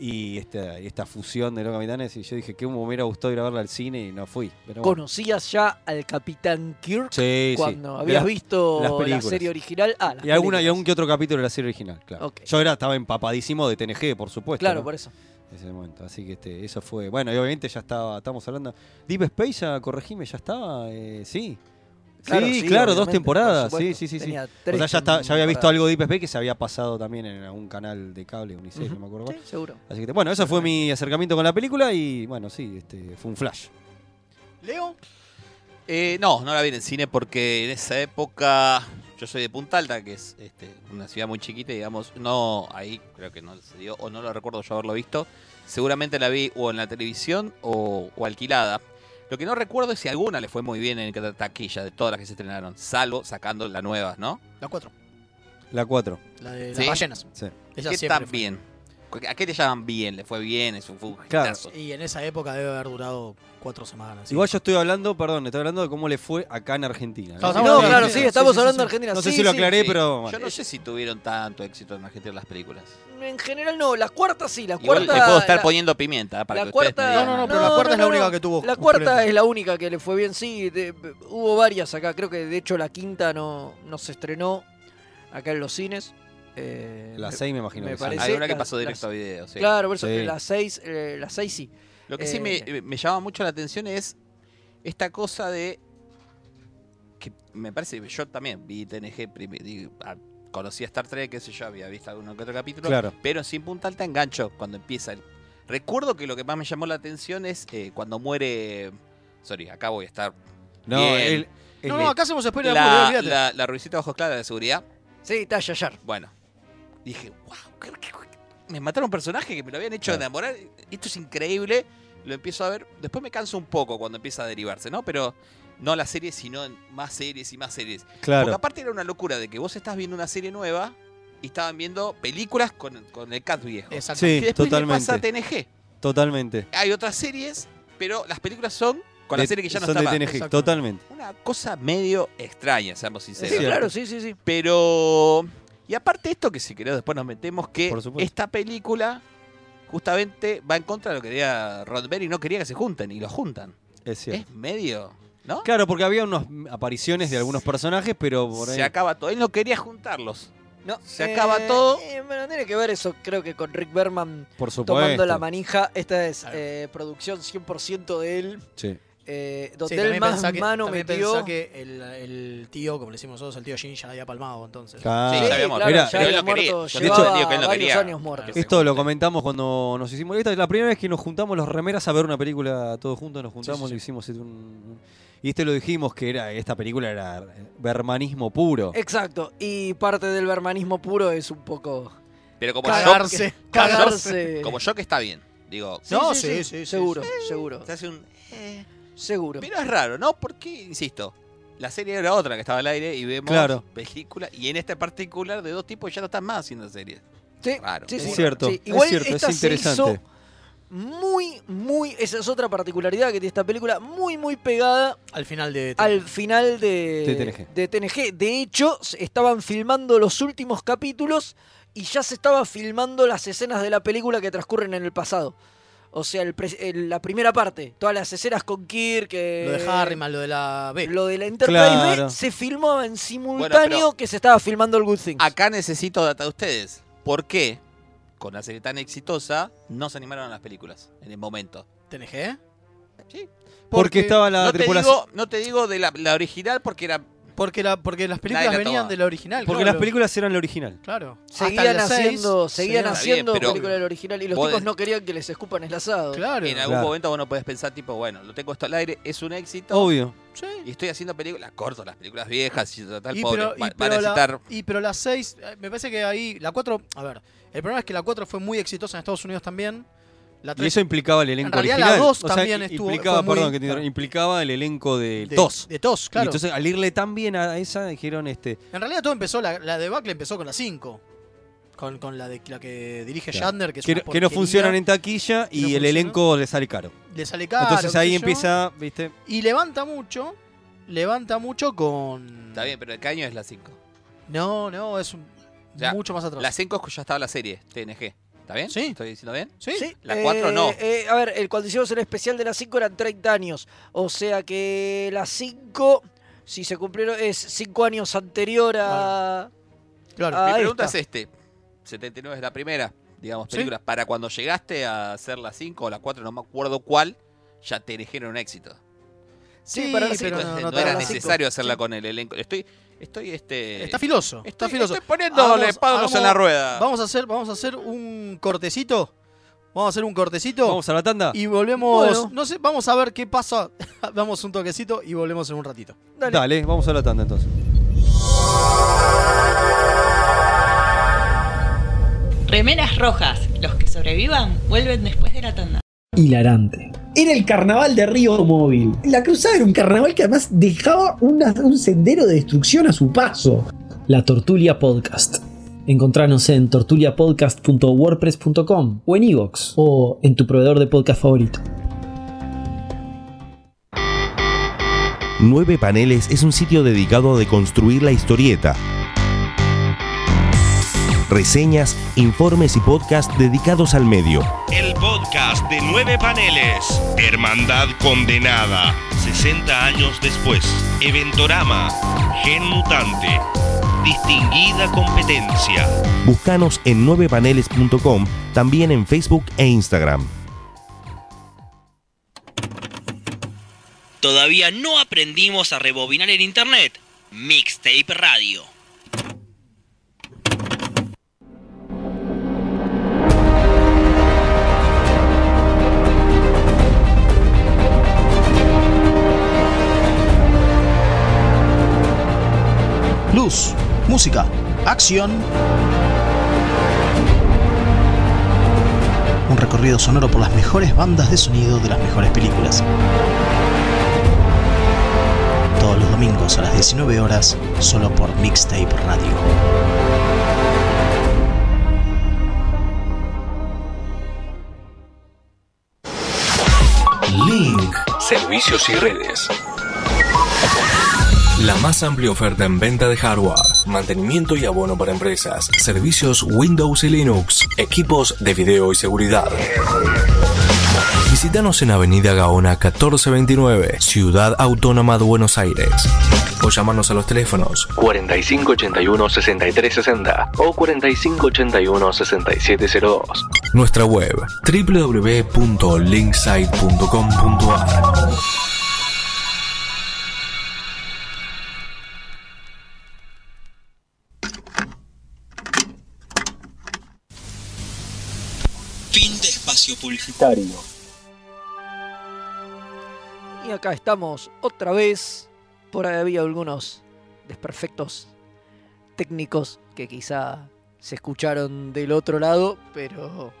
S4: Y esta, esta fusión de los capitanes. Y yo dije que me hubiera gustado ir a verla al cine y no fui. Pero bueno.
S2: ¿Conocías ya al Capitán Kirk
S4: Sí,
S2: cuando
S4: sí.
S2: habías
S4: Las- las
S2: visto la
S4: películas.
S2: serie original? Ah, las
S4: Y, alguna, y
S2: películas.
S4: algún que otro capítulo de la serie original, claro.
S2: Ok.
S4: Yo era, estaba empapadísimo de TNG, por supuesto.
S2: Claro,
S4: ¿no?
S2: por eso.
S4: En ese momento. Así que este, eso fue. Bueno, y obviamente ya estaba, estamos hablando. Deep Space, ya, corregime, ya estaba. eh, sí.
S2: Claro,
S4: sí, claro,
S2: obviamente,
S4: dos
S2: por
S4: temporadas. Sí,
S2: supuesto.
S4: sí, sí. sí.
S2: Tenía
S4: O
S2: tres
S4: sea, ya, está- ya había visto
S2: temporadas.
S4: algo de Deep Space que se había pasado también en algún canal de cable, Unicef, no me acuerdo. cuál.
S2: Sí, seguro.
S4: Así que, bueno, ese fue mi acercamiento con la película y, bueno, sí, este, fue un flash.
S3: Leo,
S5: Eh, no, no la vi en el cine porque en esa época yo soy de Punta Alta, que es este, una ciudad muy chiquita, digamos, no, ahí creo que no se dio, o no lo recuerdo yo haberlo visto. Seguramente la vi o en la televisión o, o alquilada. Lo que no recuerdo es si alguna le fue muy bien en ta- taquilla de todas las que se estrenaron, salvo sacando la nueva, ¿no?
S3: la 4,
S4: La 4.
S3: la de Eh, las
S5: Sí.
S3: ballenas.
S4: Sí.
S3: Ella
S5: ¿Qué
S3: siempre
S5: tan
S3: fue.
S5: bien? ¿A qué le llaman bien? ¿Le fue bien? ¿Es un, fue un
S4: Claro.
S5: hitazo.
S3: Y en esa época debe haber durado cuatro semanas. sí.
S4: Igual yo estoy hablando, perdón, estoy hablando de cómo le fue acá en
S3: Claro,
S4: Argentina. No,
S2: No,
S3: estamos hablando de
S2: claro,
S3: Argentina.
S2: sí,
S3: Sí,
S2: estamos
S3: sí, sí,
S2: hablando de
S3: sí.
S2: Argentina.
S4: No sé
S2: Sí,
S4: si lo
S2: sí.
S4: aclaré,
S5: Sí.
S4: pero...
S5: Yo
S4: bueno.
S5: no sé si tuvieron tanto éxito en Argentina las películas.
S2: En general no, la cuarta sí, la
S5: Igual
S2: cuarta...
S5: le puedo estar
S2: la-
S5: poniendo pimienta ¿eh? para
S2: la
S5: que ustedes
S2: cuarta-
S5: me
S3: No,
S5: digan.
S3: no, no, pero la
S2: No,
S3: cuarta
S2: no,
S3: es la
S2: no,
S3: única
S2: no.
S3: que tuvo.
S2: La cuarta es la única que le fue bien, sí. de- hubo varias acá. Creo que de hecho la quinta no, no se estrenó acá en los cines. Eh,
S4: La
S2: me-
S4: 6 me imagino
S2: me
S4: que sí.
S2: parece-
S5: Hay una que
S2: las-
S5: pasó directo
S2: las-
S5: a video. sí.
S2: Claro, por eso
S4: Sí.
S2: que la 6 eh, la seis sí.
S5: Lo que sí me,
S2: Eh.
S5: me llama mucho la atención es esta cosa de. que me parece que yo también vi TNG, primi- di- a- conocía Star Trek, qué sé yo, había visto alguno que otro capítulo,
S4: Claro.
S5: pero sin punta alta engancho cuando empieza el. Recuerdo que lo que más me llamó la atención es eh, cuando muere. Sorry, acá voy a estar.
S4: No,
S5: Bien.
S4: él- él-
S3: No, no, acá hacemos spoiler a full,
S5: La,
S3: olvídate.
S5: la, la rubiecita de ojos claros de seguridad.
S2: Sí, Tasha Yar.
S5: Bueno, dije, wow, qué- qué- qué- me mataron un personaje que me lo habían hecho enamorar. Esto es increíble. Lo empiezo a ver. Después me canso un poco cuando empieza a derivarse, ¿no? Pero no la serie, sino en más series y más series. Porque
S4: Claro.
S5: aparte era una locura de que vos estás viendo una serie nueva y estaban viendo películas con, con el cat viejo.
S3: Exacto.
S5: Que
S4: Sí,
S5: después le pasa a
S4: totalmente.
S5: TNG.
S4: Totalmente.
S5: Hay otras series, pero las películas son con la
S4: De-
S5: serie que ya no
S4: Son
S5: está
S4: de
S5: más.
S4: TNG,
S3: Exacto.
S4: totalmente.
S5: Una cosa medio extraña, seamos
S2: Sí,
S5: sinceros.
S4: cierto.
S2: claro, sí, sí, sí.
S5: Pero Y aparte esto que si querés después nos metemos que
S4: Por supuesto.
S5: esta película justamente va en contra de lo que quería Roddenberry y no quería que se junten y lo juntan.
S4: Es cierto.
S5: Es medio,
S2: ¿Eh?
S5: ¿no?
S4: Claro, porque había unas apariciones de algunos personajes, pero por ahí.
S5: Se acaba todo. Él no quería juntarlos.
S2: No,
S5: se acaba todo.
S2: eh, bueno, tiene que ver eso, creo que con Rick Berman
S4: por supuesto.
S2: tomando la manija. Esta es eh, producción 100% de él.
S4: Sí.
S2: eh,
S3: Sí,
S2: donde él
S3: también
S2: más
S3: pensá que-
S2: mano
S3: también
S2: metió.
S3: pensá que el, el tío, como le decimos nosotros, el tío Jin ya la había palmado entonces.
S5: Sí,
S2: Sí,
S5: ya habíamos-
S2: claro,
S4: Mirá,
S2: ya
S5: pero él
S2: había
S5: lo quería.
S2: muerto,
S5: Yo
S4: tengo
S2: llevaba
S5: entendido que él lo
S2: varios
S5: quería.
S2: años muerto.
S5: Que se
S4: Esto lo
S5: junten.
S4: comentamos cuando nos hicimos. Esta es la primera vez que nos juntamos los remeras a ver una película todos juntos. Nos juntamos,
S3: sí,
S4: lo hicimos. este, un- y este lo dijimos que era esta película era eh, bermanismo puro.
S2: Exacto, y parte del bermanismo puro es un poco
S5: Pero como yo,
S3: Cagarse.
S2: cagarse.
S5: como yo que está bien. Digo,
S2: Sí,
S3: No,
S2: sí,
S3: sí,
S2: sí,
S3: sí, sí,
S2: seguro, seguro,
S5: se hace un... eh,
S2: seguro.
S5: Pero es raro, ¿no? Porque, insisto, la serie era otra que estaba al aire y vemos
S4: Claro.
S5: películas. Y en esta particular de dos tipos ya no están más haciendo series.
S2: Sí,
S5: raro.
S2: sí,
S4: es
S2: sí,
S4: cierto,
S2: sí.
S4: es cierto,
S2: esta
S4: es
S2: se hizo
S4: interesante.
S2: muy, muy, esa es otra particularidad que tiene esta película, muy, muy pegada
S3: Al final de.
S2: al final de, de TNG. De hecho, s- estaban filmando los últimos capítulos y ya se estaba filmando las escenas de la película que transcurren en el pasado. O sea, el pre- el- la primera parte, todas las escenas con Kirk, eh,
S3: Lo de Harry, más lo de la B.
S2: lo de la Enterprise B,
S4: Claro.
S2: se filmaba en simultáneo
S5: pero-
S2: que se estaba filmando el Good Things.
S5: Acá necesito data de ustedes. ¿Por qué, con la serie tan exitosa, no se animaron a las películas en el momento?
S3: ¿TNG?
S5: Sí.
S4: Porque,
S3: Porque
S4: estaba la
S5: no, te
S4: tripulación.
S5: digo, no te digo de la, la original porque era.
S3: Porque, la, porque las películas
S5: Nadie la
S3: venían
S5: toma.
S3: de la original.
S4: Porque
S3: claro.
S4: las películas eran la original.
S3: Claro. Hasta
S2: seguían
S3: las seis,
S2: haciendo, seguían
S3: seguían-
S5: Está bien,
S2: haciendo
S5: pero-
S2: película del original y los
S5: Vos
S2: tipos
S5: de-
S2: no querían que les escupan el asado.
S3: Claro.
S5: en algún
S4: Claro.
S5: momento vos no podés pensar, tipo, bueno, lo tengo esto al aire, es un éxito.
S4: Obvio.
S5: Y estoy haciendo películas, corto las películas viejas y total,
S3: Y
S5: pobre.
S3: pero, y
S5: va- van
S3: pero
S5: a necesitar.
S3: la, y pero las 6, me parece que ahí, la 4, a ver, el problema es que la 4 fue muy exitosa en Estados Unidos también. La
S4: Y
S3: 3
S4: eso implicaba el elenco
S3: realidad la
S4: original.
S3: dos
S4: o sea,
S3: también
S4: i-
S3: estuvo-
S4: implicaba,
S3: fue muy-
S4: perdón, que te-
S3: claro.
S4: implicaba el elenco de,
S3: de
S4: TOS.
S3: De TOS, claro.
S4: Y entonces al irle tan bien a esa dijeron este
S3: en realidad todo empezó, la, la debacle empezó con la 5. Con, con la, de, la que dirige
S4: Claro.
S3: Shatner, que, es
S4: que,
S3: una
S4: no- que no
S3: porquería,
S4: funcionan en
S3: no
S4: taquilla y el
S3: funcionó.
S4: elenco le sale caro.
S3: Le sale caro.
S4: entonces
S3: qué sé
S4: ahí
S3: yo,
S4: empieza, ¿viste?
S3: Y levanta mucho, levanta mucho con.
S5: Está bien, pero el caño es la 5.
S3: No, no, es un-
S5: Ya,
S3: mucho más atrás.
S5: La 5 ya estaba la serie, TNG. ¿Está bien?
S3: Sí.
S5: ¿Estoy diciendo bien?
S3: Sí,
S2: Sí,
S5: La cuatro no.
S2: eh, a ver, el, cuando hicimos el especial de las 5 eran 30 años. O sea que las 5, si se cumplieron, es 5 años anterior a.
S3: claro.
S2: Ah,
S5: Mi
S2: ahí
S5: pregunta
S2: está.
S5: es este. 79 es la primera, digamos,
S3: Sí.
S5: película. Para cuando llegaste a hacer la 5 o la 4, no me acuerdo cuál, ya te eligieron un éxito.
S3: sí,
S2: para la
S3: pero
S2: cinco,
S3: no,
S5: Entonces,
S3: no
S5: no,
S3: te
S2: para
S5: era
S3: la
S2: la cinco.
S5: necesario hacerla con el elenco. Estoy, estoy este.
S3: Está filoso, está
S5: estoy,
S3: filoso.
S5: estoy poniéndole
S3: Hagamos-
S5: palos en la
S3: hagamos-
S5: rueda.
S3: Vamos a hacer, vamos a hacer un cortecito. Vamos a hacer un cortecito
S4: Vamos a la tanda.
S3: y volvemos.
S2: Bueno.
S3: No sé, vamos a ver qué pasa. Damos un toquecito y volvemos en un ratito.
S4: Dale. vamos a la tanda entonces.
S8: Remeras rojas, los que sobrevivan vuelven después de la tanda.
S9: hilarante. Era el carnaval de Río Móvil. La cruzada era un carnaval que además dejaba una- un sendero de destrucción a su paso. La Tortulia Podcast. Encontranos en tortuliapodcast.wordpress.com o en iVoox o en tu proveedor de podcast favorito.
S10: Nueve Paneles es un sitio dedicado a deconstruir la historieta. Reseñas, informes y podcast dedicados al medio.
S11: El podcast de nueve paneles. Hermandad condenada. 60 años después. Eventorama. Gen mutante. Distinguida competencia.
S10: Búscanos en 9paneles.com, también en Facebook e Instagram.
S12: Todavía no aprendimos a rebobinar el internet. Mixtape Radio.
S3: Luz, música, acción. Un recorrido sonoro por las mejores bandas de sonido de las mejores películas. Todos los domingos a las 19 horas, solo por Mixtape Radio.
S9: Link.
S12: Servicios y redes.
S13: La más amplia oferta en venta de hardware, mantenimiento y abono para empresas, servicios Windows y Linux, equipos de video y seguridad. Visítanos en Avenida Gaona 1429, Ciudad Autónoma de Buenos Aires. O llámanos a los teléfonos
S14: 4581-6360 o 4581-6702.
S13: Nuestra web www.linksite.com.ar
S12: Fin de espacio publicitario.
S2: Y acá estamos otra vez. Por ahí había algunos desperfectos técnicos que quizá se escucharon del otro lado, pero.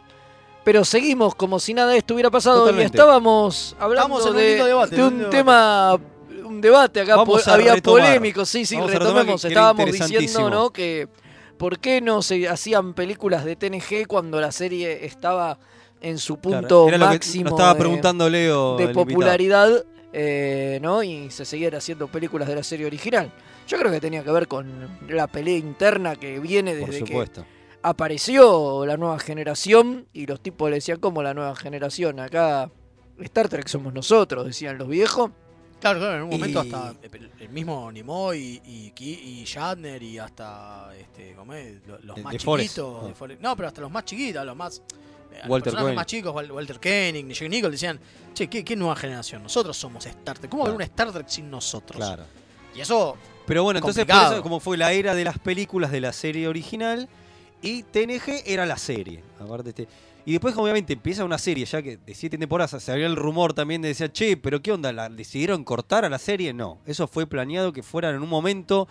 S2: Pero seguimos como si nada de esto hubiera pasado y
S4: Totalmente.
S2: estábamos hablando
S3: Estamos en un
S2: de,
S3: lindo debate,
S2: de
S3: un
S2: un,
S3: lindo
S2: tema, un debate acá,
S4: Vamos
S2: po-
S4: a
S2: había
S4: retomar.
S2: polémico, sí, sí,
S4: Vamos a retomar
S2: retomemos,
S4: que era
S2: estábamos diciendo,
S4: interesantísimo.
S2: ¿no? Que por qué no se hacían películas de TNG cuando la serie estaba en su
S4: Claro,
S2: punto
S4: era lo que
S2: máximo
S4: nos estaba
S2: de-
S4: preguntando Leo. el
S2: de
S4: invitado.
S2: popularidad, eh, ¿no? Y se seguían haciendo películas de la serie original. Yo creo que tenía que ver con la pelea interna que viene
S4: Por
S2: desde que
S4: supuesto.
S2: apareció la nueva generación y los tipos le decían, ¿cómo la nueva generación? Acá Star Trek somos nosotros, decían los viejos.
S3: Claro, claro, en un momento
S2: Y-
S3: hasta el- el mismo Nimoy y, y, Ki- y Shatner y hasta este, ¿cómo es? Lo- los
S4: De-
S3: más
S4: de Forrest.
S3: chiquitos. de
S4: Ah.
S3: Forrest. No, pero hasta los más chiquitos, los más. eh, a los
S4: Walter
S3: personajes
S4: Koenig.
S3: más chicos, Wal- Walter Koenig, Jack Nichols, decían, che, ¿qué, qué nueva generación? Nosotros somos Star Trek. ¿Cómo va a haber una Star Trek sin nosotros?
S4: Claro.
S3: Y eso.
S4: Pero bueno, entonces por
S3: complicado.
S4: eso, como fue la era de las películas de la serie original y TNG era la serie. Aparte este. Y después, obviamente, empieza una serie ya que de siete temporadas. Se había el rumor también de decir, che, pero ¿qué onda? ¿La decidieron cortar a la serie? No. Eso fue planeado que fueran en un momento.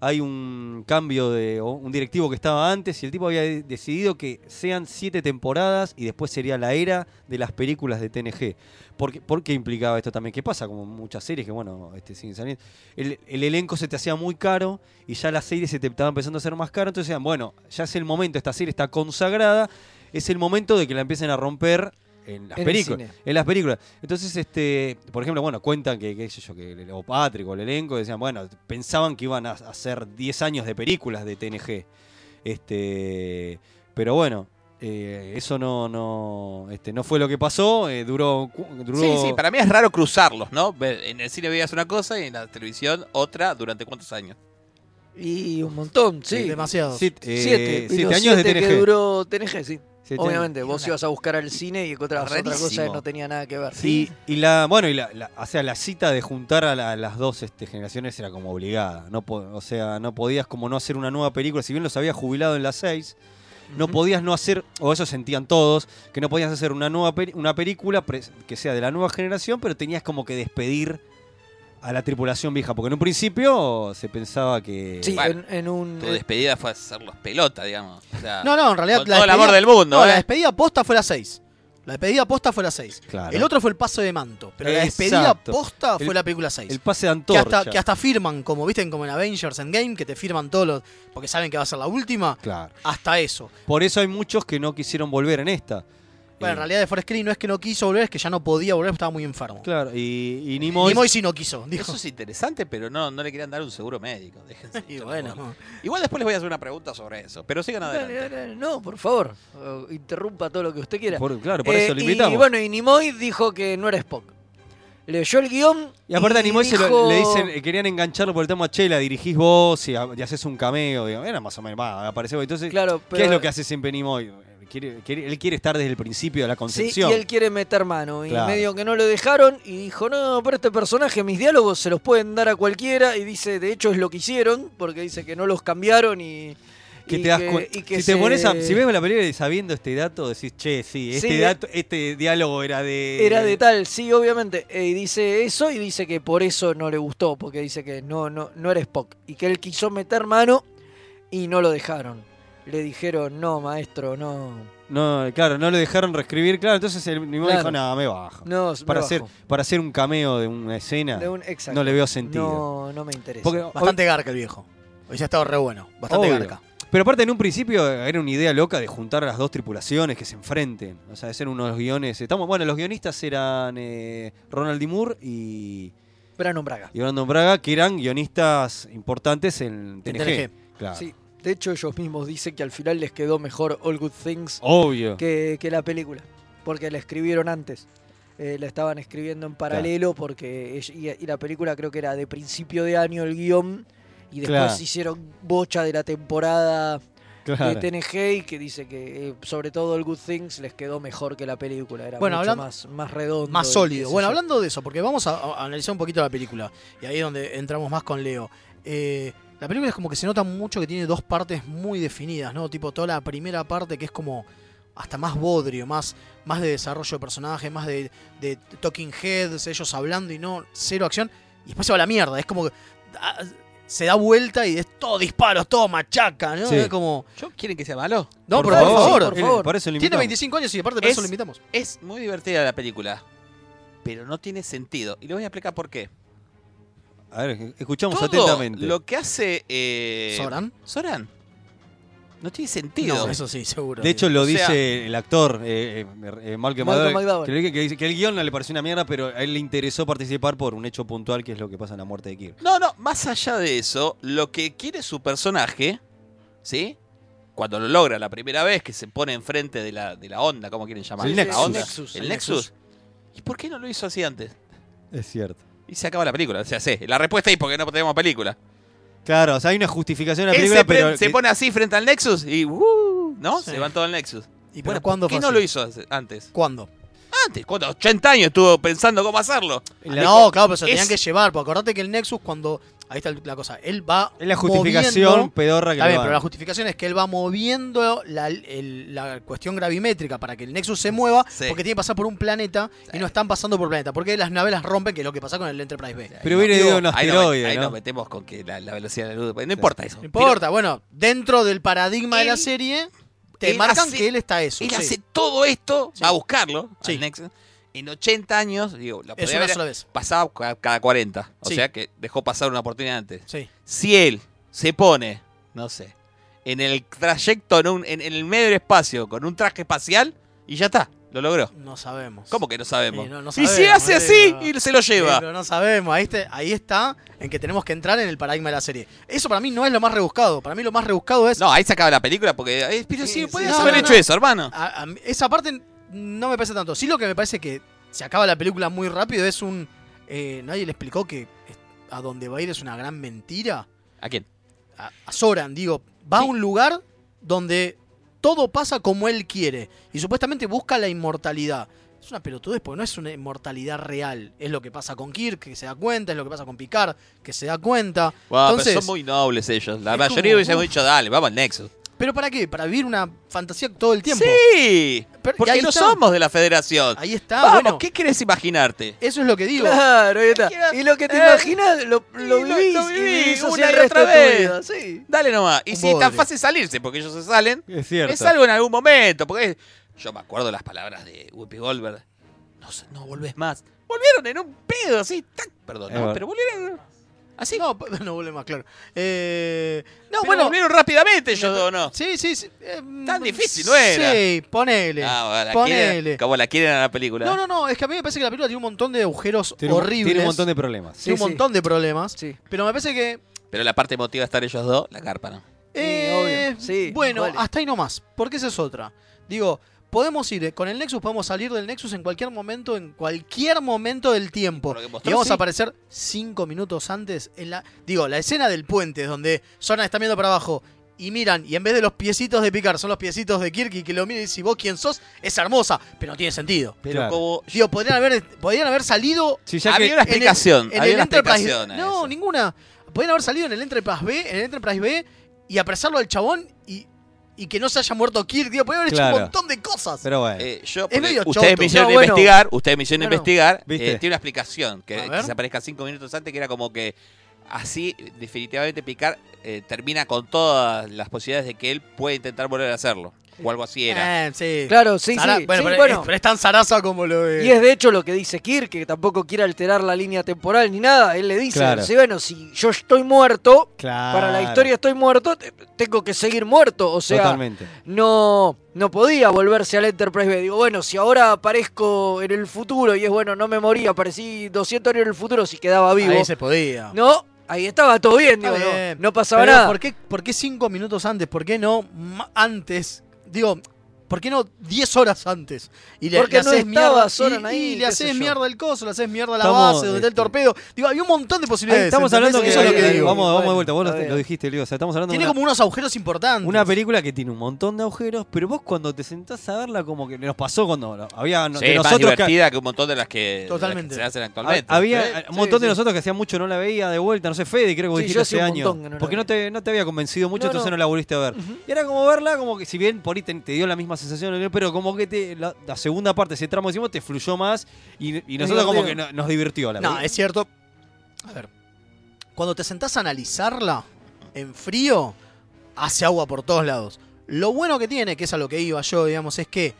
S4: Hay un cambio de o un directivo que estaba antes y el tipo había de- decidido que sean siete temporadas y después sería la era de las películas de TNG. ¿Por qué, por qué implicaba esto también? Que pasa como muchas series que, bueno, este, siguen saliendo. El, el elenco se te hacía muy caro y ya la serie se te estaba empezando a hacer más caro. Entonces decían, bueno, ya es el momento, esta serie está consagrada, es el momento de que la empiecen a romper en las
S2: En el
S4: películas.
S2: cine.
S4: En las películas. Entonces, este, por ejemplo, bueno, cuentan que, qué sé yo, que el- o Patrick o el elenco decían, bueno, pensaban que iban a hacer 10 años de películas de TNG. Este, pero bueno, eh, eso no, no, este, no fue lo que pasó. eh, duró, cu- duró.
S5: Sí, sí, para mí es raro cruzarlos, ¿no? Ve- En el cine veías una cosa y en la televisión otra durante cuántos años.
S2: Y un montón, sí.
S3: Sí, demasiados.
S4: Sí, eh,
S2: siete,
S4: siete
S2: los
S4: años de
S2: siete que
S4: TNG.
S2: duró TNG, sí.
S4: Siete
S2: Obviamente,
S4: años.
S2: vos ibas a buscar al cine y encontrabas otra cosa que
S4: Rarísimo.
S2: no tenía nada que ver.
S4: Y, y la, bueno, y la, la- o sea, la cita de juntar a, la- a las dos este, generaciones era como obligada. No po- o sea, no podías como no hacer una nueva película. Si bien los había jubilado en las seis, no podías no hacer, o eso sentían todos, que no podías hacer una nueva peri- una película pres- que sea de la nueva generación, pero tenías como que despedir a la tripulación vieja. Porque en un principio se pensaba que.
S2: Sí, en, en un...
S5: Eh, Tu despedida fue hacerlos pelota, digamos. O sea,
S3: eh, No, no, en realidad.
S5: Con todo el amor del mundo.
S3: No,
S5: ¿eh?
S3: la despedida posta fue la 6. La despedida posta fue la 6.
S4: Claro.
S3: El otro fue el paso de manto. Pero la despedida
S4: Exacto.
S3: posta fue
S4: El-
S3: la película 6.
S4: El pase de
S3: Que
S4: antorcha.
S3: hasta, que hasta firman, como viste, como en Avengers Endgame, que te firman todos los. Porque saben que va a ser la última.
S4: Claro.
S3: Hasta eso.
S4: Por eso hay muchos que no quisieron volver en esta.
S3: Bueno,
S4: Eh,
S3: en realidad de Forest Green no es que no quiso volver, es que ya no podía volver, estaba muy enfermo.
S4: Claro, y, y
S3: Ni
S4: Nimoy.
S3: Nimoy sí no quiso, dijo.
S5: Eso es interesante, pero no, no le querían dar un seguro médico. Déjense.
S3: y bueno.
S5: Igual después les voy a hacer una pregunta sobre eso, pero sigan adelante.
S2: Dale, dale, No, por favor, eh, interrumpa todo lo que usted quiera. Eh,
S4: Por- claro, por eso lo invitamos.
S2: Y bueno, y Nimoy dijo que no era Spock. Leyó el guión.
S4: Y aparte a Nimoy se lo-
S2: dijo-
S4: le dicen, eh, querían engancharlo por el tema Chela, dirigís vos y, ha- y haces un cameo, digamos. era más o menos, va, apareció. Entonces,
S2: Claro,
S4: ¿qué
S2: pero-
S4: es lo que hace siempre Nimoy? Eh, Quiere- quiere- él quiere estar desde el principio de la
S2: Sí,
S4: concepción.
S2: y él quiere meter mano. Y
S4: Claro.
S2: medio que no lo dejaron. Y dijo, no, pero este personaje, mis diálogos se los pueden dar a cualquiera. Y dice, de hecho es lo que hicieron, porque dice que no los cambiaron y.
S4: que
S2: y
S4: te das
S2: que-
S4: cuen-
S2: y que
S4: si
S2: se-
S4: te pones a- si ves la película y sabiendo este dato, decís, che, sí, este
S2: Sí, eh.
S4: dato, este diálogo era de.
S2: Era de tal, sí, obviamente. Eh, Y dice eso y dice que por eso no le gustó, porque dice que no, no, no era Spock. Y que él quiso meter mano y no lo dejaron. Le dijeron, no, maestro, no.
S4: No, claro, no lo dejaron reescribir, claro. Entonces el Nimoy
S2: Claro.
S4: dijo, no, me bajo.
S2: No, me
S4: para
S2: bajo.
S4: hacer, para hacer un cameo de una escena.
S2: De un- exacto.
S4: No le veo sentido.
S2: No, no me interesa.
S4: Porque-
S3: Bastante garca el viejo. Hoy ya estaba re bueno. Bastante
S4: Obvio.
S3: garca.
S4: Pero aparte, en un principio eh, era una idea loca de juntar a las dos tripulaciones que se enfrenten. O sea, de ser unos guiones. Estamos, bueno, los guionistas eran eh, Ronald D. Moore y.
S2: Brandon Braga.
S4: y Brandon Braga, que eran guionistas importantes en TNG.
S2: TNG.
S4: Claro.
S2: Sí. De hecho, ellos mismos dicen que al final les quedó mejor All Good Things
S4: Obvio.
S2: que, que la película. Porque la escribieron antes. Eh, la estaban escribiendo en paralelo porque ella- y, y la película creo que era de principio de año el guión y después
S4: Claro.
S2: hicieron bocha de la temporada
S4: Claro.
S2: de TNG y que dice que eh, sobre todo All Good Things les quedó mejor que la película. Era
S3: Bueno,
S2: mucho
S3: hablando-
S2: más, más redondo.
S3: Más
S2: y qué
S3: sólido.
S2: sé
S3: Bueno,
S2: yo.
S3: hablando de eso, porque vamos a, a analizar un poquito la película. Y ahí es donde entramos más con Leo. Eh, la película es como que se nota mucho que tiene dos partes muy definidas, ¿no? Tipo toda la primera parte que es como hasta más bodrio, más, más de desarrollo de personaje, más de, de talking heads, ellos hablando y no cero acción. Y después se va a la mierda. Es como que ah, se da vuelta y es todo disparos, todo machaca, ¿no?
S4: Sí.
S3: Es como...
S5: ¿Yo quieren que sea malo?
S3: No,
S4: Por
S3: pero por
S4: favor,
S3: favor.
S4: por favor. Para eso lo
S3: Tiene
S4: invitamos.
S3: 25 años y aparte por eso
S5: Es-
S3: lo invitamos.
S5: Es muy divertida la película, pero no tiene sentido. Y les voy a explicar por qué.
S4: A ver, escuchamos
S5: Todo
S4: atentamente.
S5: lo que hace... eh,
S3: ¿Soran?
S5: Soran. No tiene sentido.
S3: No, eso sí, seguro.
S4: De hecho, lo
S5: O sea-
S4: dice el actor, eh, eh, eh, Malcolm
S2: Malcolm
S4: McDowell,
S2: McDowell.
S4: que, le- que dice que el guión no le pareció una mierda, pero a él le interesó participar por un hecho puntual que es lo que pasa en la muerte de Kirk.
S5: No, no, más allá de eso, lo que quiere su personaje, ¿sí? Cuando lo logra la primera vez que se pone enfrente de la, de la onda, ¿cómo quieren llamar?
S4: El
S5: La
S4: Nexus.
S5: onda.
S4: El Nexus.
S5: El
S4: El
S5: Nexus.
S4: Nexus.
S5: ¿Y por qué no lo hizo así antes?
S4: Es cierto.
S5: Y se acaba la película. O sea, sí, la respuesta es porque no tenemos película.
S4: Claro, o sea, hay una justificación de la
S5: Él
S4: película,
S5: se, pre-
S4: pero.
S5: se
S4: que-
S5: pone así frente al Nexus y ¡uh! ¿No?
S3: Sí.
S5: Se van todos al Nexus.
S3: ¿Y
S5: Bueno,
S3: pero cuándo
S5: ¿Por qué
S3: fue
S5: no
S3: así?
S5: lo hizo hace- antes?
S3: ¿Cuándo?
S5: Antes, cuando 80 años estuvo pensando cómo hacerlo.
S4: La-
S3: no, claro, pero se lo tenían
S5: es-
S3: que llevar. Porque acordate que el Nexus, cuando. Ahí está la cosa. Él va.
S4: Es la justificación
S3: moviendo-
S4: pedorra que
S3: Está
S4: le
S3: bien,
S4: dan.
S3: pero la justificación es que él va moviendo la, el- la cuestión gravimétrica para que el Nexus se mueva.
S5: Sí.
S3: Porque tiene que pasar por un planeta y no están pasando por planeta. Porque las naves las rompen, que es lo que pasa con el Enterprise B.
S4: Pero hubiera
S5: Digo,
S4: ido a un
S5: ahí nos-
S4: asteroide,
S5: ahí
S4: ¿no?
S5: nos metemos con que la, la velocidad de la luz. No importa eso.
S3: No importa, bueno, dentro del paradigma de la serie, te
S5: él
S3: marcan
S5: hace-
S3: que él está eso.
S5: Él
S3: sí.
S5: hace todo esto,
S3: Sí.
S5: va a buscarlo. al
S3: Sí.
S5: Nexus. En 80 años, digo, la
S3: Es
S5: podía
S3: una
S5: haber
S3: sola vez.
S5: pasado ca- cada 40. O
S3: Sí.
S5: sea que dejó pasar una oportunidad antes.
S3: Sí.
S5: Si él se pone, no sé, en el trayecto, en, un- en- en el medio del espacio, con un traje espacial, y ya está, lo logró.
S3: No sabemos.
S5: ¿Cómo que no sabemos?
S3: Sí, no- no
S5: y si
S3: sabemos,
S5: hace
S3: eh,
S5: así,
S3: pero-
S5: y se lo lleva.
S3: Sí, pero no sabemos, ahí, te- ahí está en que tenemos que entrar en el paradigma de la serie. Eso para mí no es lo más rebuscado, para mí lo más rebuscado es...
S5: No, ahí se acaba la película porque. eh, pero sí,
S3: Sí,
S5: podías
S3: sí, no,
S5: haber
S3: no,
S5: hecho
S3: no.
S5: eso, hermano.
S3: A- a mí- esa parte no me parece tanto. Sí lo que me parece que se acaba la película muy rápido es un... eh, Nadie le explicó que es- a donde va a ir es una gran mentira.
S5: ¿A quién?
S3: A, a Soran, digo, va a un lugar donde todo pasa como él quiere y supuestamente busca la inmortalidad. Es una pelotudez porque no es una inmortalidad real. Es lo que pasa con Kirk, que se da cuenta, es lo que pasa con Picard, que se da cuenta.
S5: Bueno,
S3: Entonces,
S5: pero son muy nobles ellos. La
S3: es
S5: mayoría
S3: como,
S5: hubiesen
S3: uf.
S5: dicho, dale, vamos al Nexus.
S3: ¿Pero para qué? Para vivir una fantasía todo el tiempo.
S5: Sí,
S3: Pero- y
S5: porque
S3: ahí
S5: no
S3: está.
S5: somos de la federación.
S3: Ahí está,
S5: Vamos,
S3: bueno.
S5: ¿qué quieres imaginarte?
S3: Eso es lo que digo.
S2: Claro, ahí está. Y lo que te
S5: Eh,
S2: imaginas lo,
S5: y lo-
S2: lo
S5: lo
S2: vivís, y
S5: viví
S2: vivís
S5: una
S2: así
S5: y
S2: el resto
S5: otra
S2: de tu
S5: vez.
S2: vida, sí.
S5: Dale nomás. Y
S3: Un
S5: si es tan
S3: bodrio.
S5: fácil salirse, porque ellos se salen,
S4: Es cierto.
S5: es algo en algún momento. Porque yo me acuerdo las palabras de Whoopi Goldberg. No, sé, no volvés más. Volvieron en un pedo así. tac. Perdón,
S4: Es
S5: no,
S4: verdad.
S5: pero volvieron. Así.
S3: No, p- no vuelve más claro. Eh, no,
S5: Pero
S3: bueno.
S5: volvieron rápidamente ellos dos, ¿no?
S3: Sí, sí, sí. eh,
S5: Tan difícil no era.
S3: Sí, ponele.
S5: Ah, bueno, la
S3: ponele.
S5: quieren- como la quieren a la película.
S3: No, no, no. Es que a mí me parece que la película tiene un montón de agujeros
S4: Tiene un-
S3: horribles.
S4: Tiene un montón de problemas.
S3: Tiene un
S2: Sí, sí.
S3: montón de problemas.
S2: Sí.
S3: Pero me parece que.
S5: Pero la parte emotiva de estar ellos dos, la carpa, ¿no?
S3: eh,
S2: obvio. Sí,
S3: bueno,
S2: vale.
S3: hasta ahí nomás. Porque esa es otra. Digo, podemos ir. eh, Con el Nexus podemos salir del Nexus en cualquier momento, en cualquier momento del tiempo.
S5: Por lo que
S3: Y
S5: mostró,
S3: vamos
S5: sí.
S3: a aparecer cinco minutos antes en la. Digo, la escena del puente donde Sona está viendo para abajo. Y miran, y en vez de los piecitos de Picard, son los piecitos de Kirk y que lo mira y dice, vos quién sos, es hermosa, pero no tiene sentido.
S5: Pero
S4: Claro.
S5: como.
S3: Digo, podrían haber, podrían haber salido
S4: Sí, ya
S5: había
S4: que-
S5: una
S3: en el-
S5: explicación.
S3: en
S5: había
S3: el
S5: una
S3: Enterprise-
S5: explicación. a
S3: No,
S5: eso.
S3: ninguna. Podían haber salido en el Enterprise B, en el Enterprise B y apresarlo al chabón y, y que no se haya muerto Kirk, tío. Podían haber hecho
S4: Claro.
S3: un montón de cosas.
S4: Pero bueno.
S5: Eh, yo, porque
S3: medio
S5: ustedes
S3: choto.
S5: me hicieron
S2: No, bueno.
S5: investigar, ustedes me hicieron
S3: Claro.
S5: investigar,
S4: ¿Viste?
S5: eh, tiene una explicación, que,
S3: A
S5: que
S3: ver.
S5: se aparezca cinco minutos antes, que era como que así definitivamente Picard eh, termina con todas las posibilidades de que él puede intentar volver a hacerlo. o algo así era.
S3: Eh, sí.
S2: Claro, sí,
S3: Sara-
S2: sí,
S3: Bueno,
S2: sí,
S3: pero,
S2: bueno.
S3: Es, pero es tan zaraza como lo de.
S2: Y es de hecho lo que dice Kirk, que tampoco quiere alterar la línea temporal ni nada. Él le dice,
S4: Claro.
S2: sí, bueno, si yo estoy muerto,
S4: Claro.
S2: para la historia estoy muerto, te- tengo que seguir muerto. O sea,
S4: Totalmente.
S2: no, no podía volverse al Enterprise B. Digo, bueno, si ahora aparezco en el futuro y es bueno, no me morí, aparecí 200 años en el futuro si quedaba vivo.
S3: Ahí se podía.
S2: No, ahí estaba todo bien,
S3: Está
S2: digo, no-
S3: bien.
S2: No, pasaba
S3: Pero
S2: nada.
S3: ¿por qué, ¿Por qué cinco minutos antes? ¿Por qué no ma- antes? Digo, ¿por qué no 10 horas antes? Y
S2: Porque no
S3: haces
S2: estaba
S3: mierda-
S2: Soran
S3: y-
S2: ahí,
S3: y le
S2: qué
S3: haces
S2: sé yo.
S3: mierda el coso, le haces mierda la
S4: Estamos,
S3: base, donde está el
S4: este,
S3: torpedo. Digo, había un montón de
S4: Ahí
S3: posibilidades.
S4: estamos
S3: ¿entendés?
S4: hablando que,
S3: Eso es lo que digo.
S4: vamos, vamos de
S2: Bueno,
S4: vuelta, vos lo,
S2: está bien.
S4: lo dijiste, Leo. O sea, estamos hablando de
S3: Tiene
S4: una,
S3: como unos agujeros importantes.
S4: una película que tiene un montón de agujeros, pero vos cuando te sentás a verla como que nos pasó cuando lo- había no-
S5: Sí,
S4: de
S5: es más
S4: nosotros que-
S5: divertida que un montón de las que, de las que
S3: Totalmente.
S5: se hacen actualmente.
S4: Había
S5: ¿Eh?
S4: un montón
S3: Sí,
S4: de
S3: sí.
S4: nosotros que hacía mucho no la veía de vuelta, no sé, Fede, creo que vos
S2: Sí,
S4: dijiste
S2: yo hace
S4: ese
S2: un
S4: año.
S2: montón que no la
S4: porque no te, no te había convencido mucho,
S2: No,
S4: entonces
S2: no.
S4: no. la volviste a ver. Y era como verla, como que si bien por ahí te, te dio la misma sensación, ¿no? pero como que te, la, la segunda parte, ese tramo encima, te fluyó más y, y nosotros como que
S2: divertido.
S4: no- nos divirtió la
S3: No,
S4: película.
S3: es cierto. A ver, cuando te sentás a analizarla en frío, hace agua por todos lados. Lo bueno que tiene, que es a lo que iba yo, digamos, es que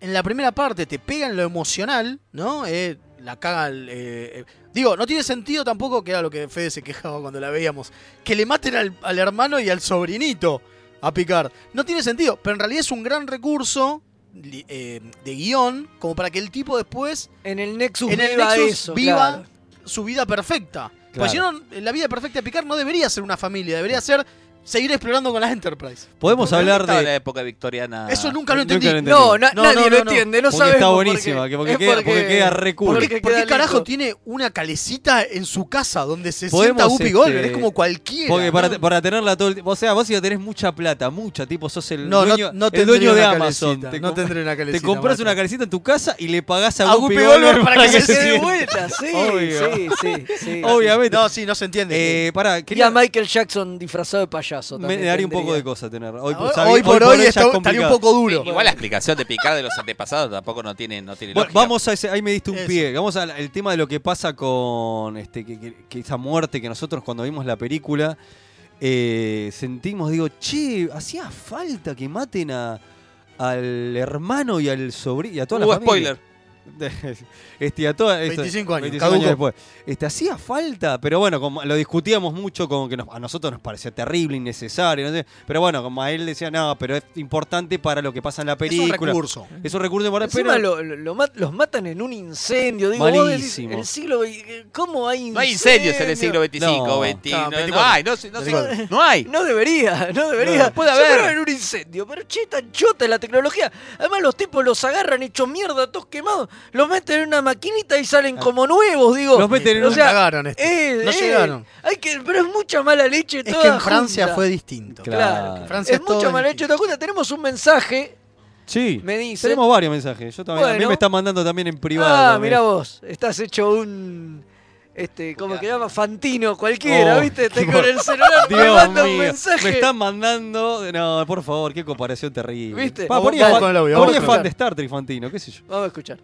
S3: en la primera parte te pega en lo emocional, ¿no? Eh, la caga. el, eh, eh, digo, no tiene sentido tampoco, que era lo que Fede se quejaba cuando la veíamos, que le maten al, al hermano y al sobrinito a Picard. No tiene sentido, pero en realidad es un gran recurso li- eh, de guión, como para que el tipo después
S2: En el Nexus
S3: en el
S2: viva
S3: Nexus
S2: eso,
S3: viva
S2: claro.
S3: su vida perfecta. Pues
S4: Claro.
S3: si no, la vida perfecta de Picard no debería ser una familia, debería ser seguir explorando con las Enterprise.
S4: Podemos
S5: ¿Dónde
S4: hablar
S5: estaba la
S4: de...
S5: época victoriana.
S3: Eso nunca lo entendí.
S4: Nunca lo entendí.
S2: No, na-
S3: No,
S2: nadie
S3: no,
S2: lo
S3: no, no.
S2: entiende, no
S4: Porque
S2: sabemos
S4: está
S2: por qué.
S4: buenísima, que porque
S2: Es
S4: queda- porque queda re cool.
S3: ¿Por
S2: porque
S3: qué,
S2: queda
S3: por qué
S2: lindo.
S3: carajo tiene una calecita en su casa donde se sienta
S4: Podemos,
S3: Guppy
S4: este,
S3: Goldberg? Es como cualquiera.
S4: Porque para,
S3: ¿no?
S4: te- para tenerla todo el tiempo... O sea, vos si tenés mucha plata, mucha, tipo, sos el
S3: no, no,
S4: dueño,
S3: no
S4: el
S3: tendré
S4: dueño
S3: una
S4: de
S3: calecita,
S4: Amazon. Te
S3: no
S4: com-
S3: tendré una calecita.
S4: Te compras
S3: Marta.
S4: una calecita en tu casa y le pagás a,
S3: A
S4: Guppy
S3: Guppy
S4: Goldberg
S3: Goldberg para que se
S2: Se
S4: siente.
S2: de vuelta, sí,
S4: Obvio.
S2: sí, sí, sí.
S4: Obviamente.
S3: No, sí, no se entiende.
S4: Eh, pará,
S2: Y a
S4: quería
S2: Michael Jackson disfrazado de payaso.
S4: me
S2: también
S4: daría un poco
S2: tendría.
S4: de cosa tener. Hoy,
S3: hoy,
S4: sabí-
S3: hoy por hoy,
S4: ya es
S3: está- estaría
S4: complicado.
S3: un poco duro.
S5: Igual la explicación de Picard de los antepasados tampoco no tiene, no tiene
S4: Bueno,
S5: lógica.
S4: vamos a ese, ahí me diste un
S3: Eso.
S4: pie. Vamos al al tema de lo que pasa con este, que, que- que esa muerte que nosotros cuando vimos la película eh, sentimos, digo, che, hacía falta que maten a, al hermano y al sobrino y a toda la
S5: Hubo
S4: familia.
S5: spoiler.
S4: este, a toda, esto-
S3: 25 años,
S4: 25 años
S3: caduco.
S4: después. Este, hacía falta, pero bueno, como lo discutíamos mucho, como que nos- a nosotros nos parecía terrible, innecesario. no sé, pero bueno, como a él decía, no, pero es importante para lo que pasa en la
S3: Es un
S4: película.
S3: recurso.
S4: Es un recurso importante,
S2: Encima
S4: pero-
S2: lo- lo- lo mat- los matan en un incendio. Digo, vos decís,
S4: Malísimo.
S2: el siglo ve- ¿Cómo hay incendios?
S5: No hay incendios en el siglo XXV,
S4: No.
S5: XXI.
S3: No,
S5: No,
S3: 24.
S5: hay, no, se- no, se-
S3: 24.
S5: no hay.
S2: No debería, no debería.
S5: No, puede
S2: Se
S5: haber.
S2: fueron en un incendio, pero che, tan chota la tecnología. Además, los tipos los agarran hechos mierda, todos quemados, los meten en una maquinita y salen como nuevos, digo.
S4: Los meten en
S2: o
S4: un
S2: sea,
S3: cagaron esto.
S2: eh,
S3: No
S2: eh,
S3: llegaron.
S2: Hay que, pero es mucha mala leche
S3: Es que
S2: toda
S3: en Francia
S2: junta.
S3: fue distinto.
S4: Claro.
S2: Claro.
S3: En Francia
S2: es
S3: todo
S2: mucha mala leche
S3: distinto.
S2: toda junta. Tenemos un mensaje.
S4: Sí.
S2: Me dice-
S4: Tenemos varios mensajes. Yo también, A mí
S2: Bueno.
S4: me están mandando también en privado.
S2: Ah,
S4: también.
S2: mira vos, estás hecho un. Este, ¿Cómo que llama? Fantino, cualquiera,
S4: Oh,
S2: ¿viste?
S4: qué
S2: Te con el celular, me
S4: Dios
S2: manda un
S4: mío,
S2: mensaje.
S4: Me están mandando. No, por favor, qué comparación terrible.
S2: ¿Viste?
S4: Pa, por
S3: Vamos
S4: ahí es fan-
S3: con el audio,
S4: por ahí
S3: vamos
S4: es
S3: con el
S4: fan de Star Trek, Fantino, qué sé yo.
S2: Vamos a escuchar.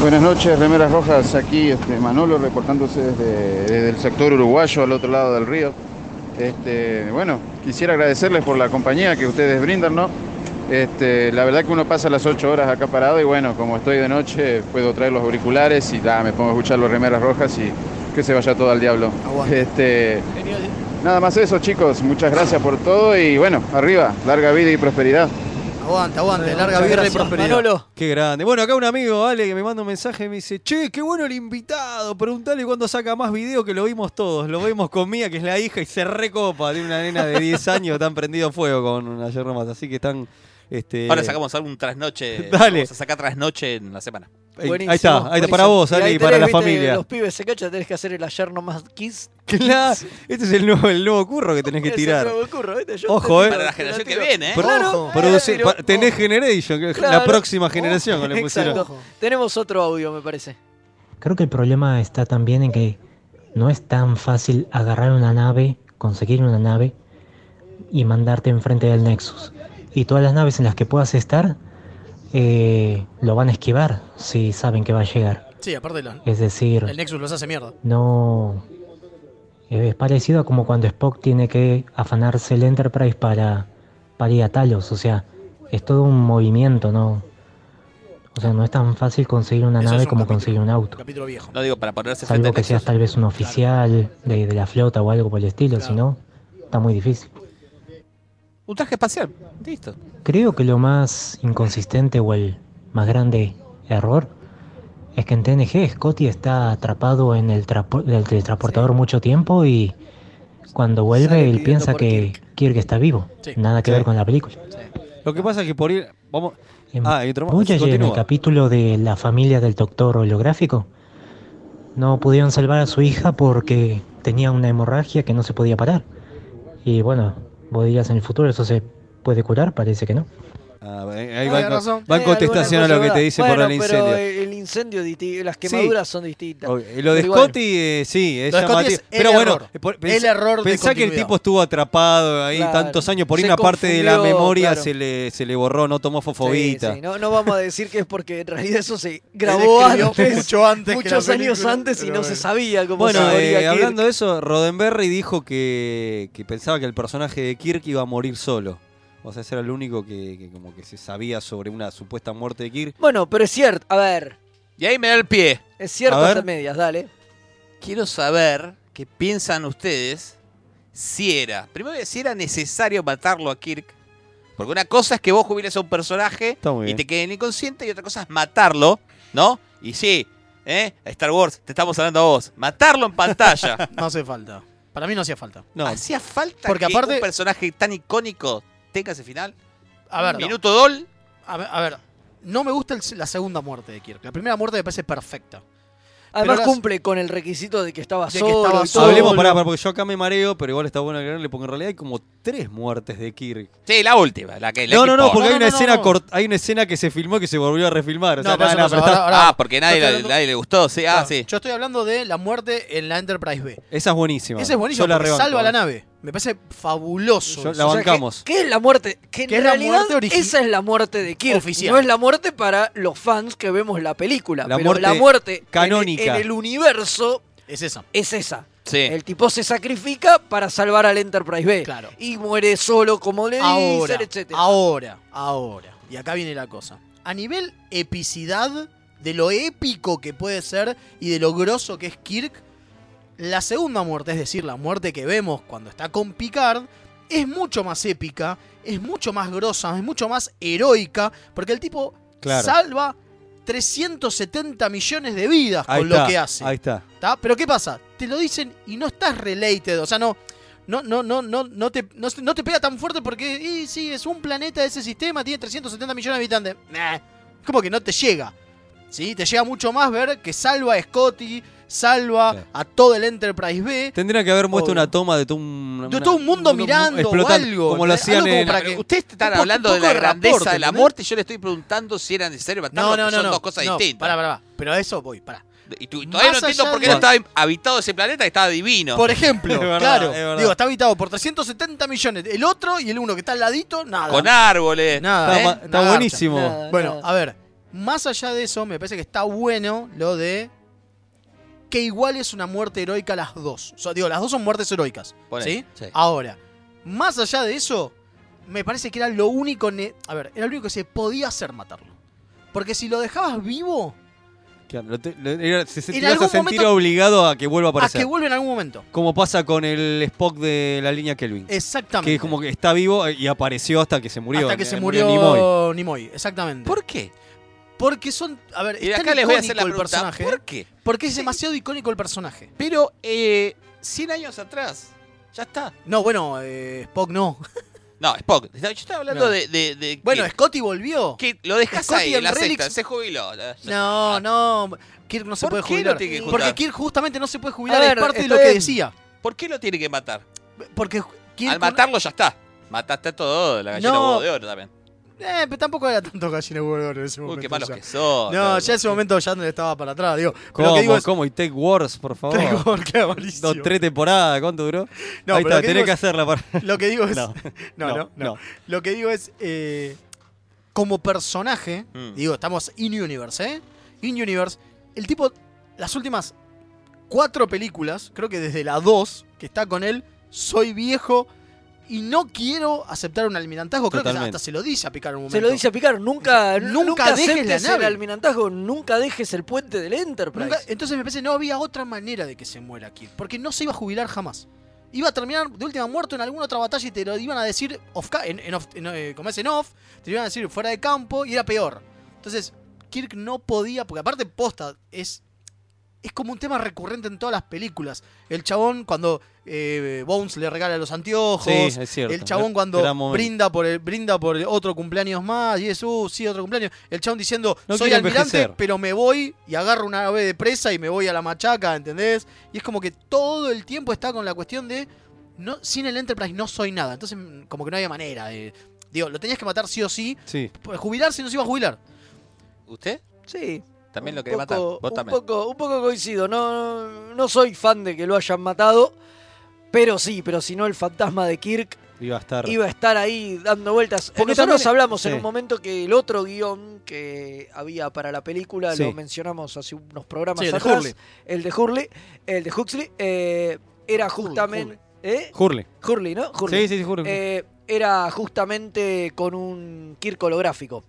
S14: Buenas noches, Remeras Rojas, aquí este, Manolo reportándose desde, desde el sector uruguayo al otro lado del río. Este, bueno, quisiera agradecerles por la compañía que ustedes brindan, ¿no? Este, la verdad que uno pasa las 8 horas acá parado y bueno, como estoy de noche, puedo traer los auriculares y da, me pongo a escuchar los Remeras Rojas y que se vaya todo al diablo.
S3: Aguante.
S14: Este, nada más eso, chicos, muchas gracias por todo y bueno, arriba, larga vida y prosperidad.
S3: Aguante, aguante. Larga
S2: Muchas
S3: vida y
S2: gracias,
S3: prosperidad.
S2: Manolo.
S4: Qué grande. Bueno, acá un amigo, Ale, que me manda un mensaje y me dice, che, qué bueno el invitado. Preguntale cuándo saca más video que lo vimos todos. Lo vimos con Mía, que es la hija, y se recopa. Tiene una nena de 10 años tan prendido a fuego con una yerno más. Así que están. Este,
S5: Ahora sacamos algún trasnoche.
S4: Dale.
S5: Vamos a sacar trasnoche en la semana.
S4: Ahí, ahí
S2: Buenísimo,
S4: está, ahí está. Para
S2: buenísimo.
S4: vos,
S2: Y
S4: Ale,
S2: ahí
S4: y para
S2: tenés,
S4: la
S2: viste,
S4: familia.
S2: Los pibes se cachan, tenés que hacer el ayer nomás kiss.
S4: Claro, este es el nuevo, el nuevo curro que tenés que
S2: Ese
S4: tirar.
S2: nuevo curro, ¿viste? Yo
S4: Ojo,
S2: te
S4: eh.
S2: tiro,
S5: Para la
S2: te
S5: generación que
S2: tiro.
S5: viene, ¿eh?
S4: Pro-
S2: Claro,
S4: produce-
S2: pero-
S4: pa- tenés Generation, que es la
S2: Claro.
S4: próxima generación que le pusieron.
S2: Exacto. Tenemos otro audio, me parece.
S15: Creo que el problema está también en que no es tan fácil agarrar una nave, conseguir una nave y mandarte enfrente del Nexus. Y todas las naves en las que puedas estar eh, lo van a esquivar si saben que va a llegar.
S3: Sí, aparte la-
S15: Es
S3: el
S15: decir,
S3: Nexus los hace mierda.
S15: no... Es parecido a como cuando Spock tiene que afanarse el Enterprise para, para ir a Talos. O sea, es todo un movimiento, ¿no? O sea, no es tan fácil conseguir una nave como conseguir un auto.
S5: No digo para ponerse
S15: Salvo
S5: frente al
S15: que seas
S5: Nexus.
S15: tal vez un oficial de, de la flota o algo por el estilo, si no, está muy difícil.
S5: Un traje espacial. Listo.
S15: Creo que lo más inconsistente o el más grande error es que en TNG Scotty está atrapado en el, trapo- el teletransportador mucho tiempo y cuando vuelve él piensa que Kirk está vivo. Nada que ver con la película.
S4: Lo que pasa es que por ir. Vamos. Ah, hay otro más.
S15: Muchas en el
S4: Continúa.
S15: capítulo de la familia del doctor holográfico. No pudieron salvar a su hija porque tenía una hemorragia que no se podía parar. Y bueno, vos dirás en el futuro eso se puede curar, parece que no.
S4: Ah, ahí
S2: Tiene
S4: van,
S2: razón.
S4: van
S2: Eh,
S4: contestación a
S2: alguna
S4: lo que
S2: cosa
S4: te dice
S2: verdad.
S4: por el
S2: Bueno,
S4: incendio.
S2: Pero eh, el incendio, disti- las quemaduras son distintas.
S4: Ok, y Lo de
S2: Pero igual,
S4: Scotty, eh, sí, es
S2: Lo de Scotty
S4: llamativo.
S2: es el
S4: pero bueno,
S2: error.
S4: eh, por-
S2: El error de
S4: pensá que el
S2: continuidad.
S4: tipo estuvo atrapado ahí
S2: Claro.
S4: tantos años, por ahí
S2: Se
S4: una parte de la
S2: confundió,
S4: memoria
S2: claro.
S4: se, le, se le borró, no tomó
S2: sí,
S4: fofobita.
S2: sí, no, no vamos a decir que es porque en realidad eso se grabó
S3: escribió
S2: antes,
S3: mucho antes que la
S2: muchos años
S3: película,
S2: antes y
S3: pero
S2: no se
S3: bueno.
S2: sabía cómo
S4: Bueno,
S2: se
S4: eh,
S2: moría Kirk.
S4: hablando de eso, Roddenberry dijo que, que pensaba que el personaje de Kirk iba a morir solo. O sea, ese era el único que, que como que se sabía sobre una supuesta muerte de Kirk.
S2: Bueno, pero es cierto, a ver,
S5: Y ahí me da el pie.
S2: es cierto
S4: A ver.
S2: hasta medias, dale.
S5: Quiero saber qué piensan ustedes si era. Primero, si era necesario matarlo a Kirk. Porque una cosa es que vos jubiles a un personaje
S4: Está muy
S5: y
S4: bien.
S5: te queden inconsciente, y otra cosa es matarlo, ¿no? Y sí, ¿eh? Star Wars, te estamos hablando a vos. Matarlo en pantalla.
S3: No hace falta. Para mí no hacía falta.
S5: ¿Hacía falta
S3: Porque
S5: que
S3: aparte-
S5: un personaje tan icónico tenga ese final?
S3: A ver, no.
S5: Minuto Dol.
S3: A ver, a ver, no me gusta el- la segunda muerte de Kirk. La primera muerte me parece perfecta. Pero
S2: Además
S3: las-
S2: cumple con el requisito de que estaba
S3: De que
S2: solo.
S3: estaba
S2: y todo.
S4: Hablemos, pará, pará, porque yo acá me mareo, pero igual está bueno aclararle, porque en realidad hay como tres muertes de Kirk.
S5: Sí, la última. La que, la
S4: No,
S5: que
S4: no, no,
S5: importa.
S4: porque hay, una escena cort- hay una escena que se filmó que se volvió a refilmar. O sea,
S3: pero
S4: nada,
S3: eso
S4: nada,
S3: no se-
S4: pero está-
S3: ahora- ahora-
S5: Ah, porque nadie,
S3: Yo
S5: la-
S3: estoy hablando-
S5: nadie le
S4: Oh,
S5: gustó. Sí, ah,
S3: Claro,
S5: sí.
S3: Yo estoy hablando de la muerte en la Enterprise B.
S4: Esa es buenísima.
S3: Ese es buenísimo.
S4: Yo la
S3: porque
S4: rebanco.
S3: salva la nave. Me parece fabuloso.
S4: Yo-
S3: eso.
S4: la
S3: O sea, que-
S4: bancamos.
S2: ¿Qué es la muerte? Que en
S3: Que es la
S2: realidad
S3: muerte origi-
S2: esa es la muerte de Kirk.
S3: Oficial.
S2: No es la muerte para los fans que vemos la película.
S4: La
S2: pero la
S4: muerte
S2: muerte en- e-,
S4: canónica.
S2: en el universo
S3: Es esa.
S2: es esa.
S5: Sí.
S2: El tipo se sacrifica para salvar al Enterprise B.
S3: Claro.
S2: Y muere solo como le
S3: Ahora,
S2: dicen, etc.
S3: ahora, ahora. Y acá viene la cosa. A nivel epicidad, de lo épico que puede ser y de lo grosso que es Kirk, la segunda muerte, es decir, la muerte que vemos cuando está con Picard, es mucho más épica, es mucho más grosa, es mucho más heroica, porque el tipo
S4: Claro.
S3: salva 370 millones de vidas
S4: Ahí
S3: con
S4: está,
S3: lo que hace.
S4: Ahí está.
S3: ¿Tá? Pero ¿qué pasa? Te lo dicen y no estás related, o sea, no no no no no no te no, se- no te pega tan fuerte porque y sí, es un planeta de ese sistema, tiene 370 millones de habitantes. Nah, como que no te llega. Sí, te llega mucho más ver que salva a Scotty, salva a todo el Enterprise B.
S4: Tendría que haber muerto
S3: Obvio.
S4: una toma de todo un.
S3: De todo un mundo mirando o
S4: explotando,
S3: algo,
S4: Como lo
S3: ¿no?
S4: hacían
S3: Algo como
S4: en.
S3: para
S5: Pero
S3: que-
S5: Ustedes están
S3: un po-
S5: hablando
S3: un
S5: de
S3: poco
S5: la
S3: de
S5: grandeza
S3: reporte,
S5: de la
S3: ¿entendés?
S5: muerte. Yo le estoy preguntando si era necesario matarlo.
S3: No, no,
S5: que
S3: no,
S5: son
S3: no.
S5: dos cosas
S3: no,
S5: distintas.
S3: Pará, pará, pará. Pero a eso voy, pará.
S5: Y tú- y todavía no
S3: Más
S5: entiendo
S3: allá
S5: por qué
S3: de-
S5: no estaba habitado ese planeta que estaba divino.
S3: Por ejemplo,
S4: Es verdad,
S3: claro,
S4: es verdad.
S3: digo, está habitado por 370 millones, el otro y el uno que está al ladito, nada.
S5: Con árboles.
S3: Nada,
S5: ¿eh?
S4: Está, ma- está
S3: Nada,
S4: buenísimo.
S2: nada.
S3: Bueno, a ver, más allá de eso, me parece que está bueno lo de que igual es una muerte heroica las dos. O sea, digo, las dos son muertes heroicas.
S5: Por ahí,
S3: ¿sí?
S5: sí.
S3: Ahora, más allá de eso, me parece que era lo único. ne- a ver, era lo único que se podía hacer matarlo. Porque si lo dejabas vivo,
S4: Claro, lo te- lo- era- se, se-
S3: En
S4: te ibas a
S3: algún
S4: sentir
S3: momento-
S4: obligado a que vuelva a
S3: a
S4: aparecer.
S3: que vuelva en algún momento.
S4: Como pasa con el Spock de la línea Kelvin.
S3: Exactamente.
S4: que es como que está vivo y apareció hasta que se murió.
S3: Hasta que
S4: eh,
S3: se murió
S4: Nimoy.
S3: Nimoy. exactamente.
S5: ¿Por qué?
S3: Porque son. A ver,
S5: Y
S3: es tan
S5: acá les voy a hacer la
S3: icónico el
S5: pregunta.
S3: personaje.
S5: ¿Por qué?
S3: Porque es demasiado icónico el personaje.
S5: Pero eh, 100 años atrás. Ya está.
S3: No, bueno, eh, Spock no.
S5: No, Spock. Yo estaba hablando
S3: No.
S5: de, de- de
S3: Bueno,
S5: que-
S3: Scotty volvió.
S5: que lo dejas
S3: Scotty
S5: ahí en
S3: en
S5: la
S3: Relics-
S5: sexta. Se jubiló. Ya está.
S3: No, no. Kirk no se
S5: ¿Por
S3: puede
S5: qué lo
S3: jubilar.
S5: tiene que
S3: porque
S5: juntar?
S3: Kirk justamente no se puede jubilar.
S2: A ver,
S3: es parte de
S2: está
S3: lo que
S2: bien.
S3: decía.
S5: ¿Por qué lo tiene que matar?
S3: Porque Kirk.
S5: Al matarlo ya está. Mataste a todo. La gallina
S3: No.
S5: huevo de oro también.
S3: Eh, pero tampoco era tanto gallina de huevo de oro en ese
S5: Uy,
S3: momento.
S5: qué malos
S3: ya.
S5: que son.
S3: No,
S5: loco.
S3: ya en ese momento ya no le estaba para atrás. Digo, pero lo
S4: ¿Cómo?
S3: que digo es.
S4: ¿Cómo? Y Take Wars, por favor.
S3: Trek War, queda malísimo.
S4: Dos, tres temporadas, ¿cuánto duró?
S3: No,
S4: Ahí
S3: pero lo que
S4: está, tenés
S3: digo
S4: que
S3: es-
S4: hacerla para.
S3: Lo que digo es.
S4: No,
S3: no, no, no. Lo que digo es. eh, como personaje,
S5: Mm.
S3: digo, estamos in universe, ¿eh? In universe. El tipo, las últimas cuatro películas, creo que desde la 2, que está con él, soy viejo, y no quiero aceptar un almirantazgo. Creo que
S2: Totalmente.
S3: hasta se lo dice a Picard en un momento.
S2: Se lo dice a Picard, nunca, nunca,
S3: dejes la
S2: aceptes el
S3: nave.
S2: almirantazgo, nunca dejes el puente del Enterprise.
S3: Nunca- entonces me parece que no había otra manera de que se muera Kirk, porque no se iba a jubilar jamás. Iba a terminar de última muerto en alguna otra batalla y te lo iban a decir off ca- en, en off- en, eh, como es en off, te lo iban a decir fuera de campo y era peor. Entonces, Kirk no podía, porque aparte posta, es, es como un tema recurrente en todas las películas. El chabón cuando eh, Bones le regala los anteojos,
S4: Sí, es cierto.
S3: el chabón
S4: Gran-
S3: cuando
S4: gran momento.
S3: brinda por, el, brinda por el otro cumpleaños más y es, uh, sí, otro cumpleaños. El chabón diciendo,
S4: No
S3: soy
S4: quiero
S3: almirante,
S4: envejecer.
S3: pero me voy y agarro una ave de presa y me voy a la machaca, ¿entendés? Y es como que todo el tiempo está con la cuestión de no, sin el Enterprise no soy nada. Entonces, mm, como que no había manera de. Digo, lo tenías que matar sí o sí.
S4: Sí.
S3: Pues, Jubilarse no se iba a jubilar.
S5: ¿Usted?
S2: Sí.
S5: También lo
S2: un
S5: quería matar.
S2: poco-
S5: Vos
S2: un
S5: también.
S2: Poco, un poco coincido. No, no soy fan de que lo hayan matado. Pero sí, pero si no, el fantasma de Kirk
S4: Iba a estar.
S2: iba a estar ahí dando vueltas. Eh,
S4: Porque
S2: Nosotros
S4: también-
S2: hablamos en
S4: sí.
S2: un momento que el otro guión que había para la película,
S4: Sí.
S2: lo mencionamos hace unos programas
S4: Sí, el de
S2: atrás,
S4: Hurley.
S2: el de Hurley, el de Huxley, eh, era justamente... ¿eh?
S4: Hurley.
S2: Hurley, ¿no?
S4: Sí, sí, sí, Hurley.
S2: Eh, era justamente con un Kirk holográfico.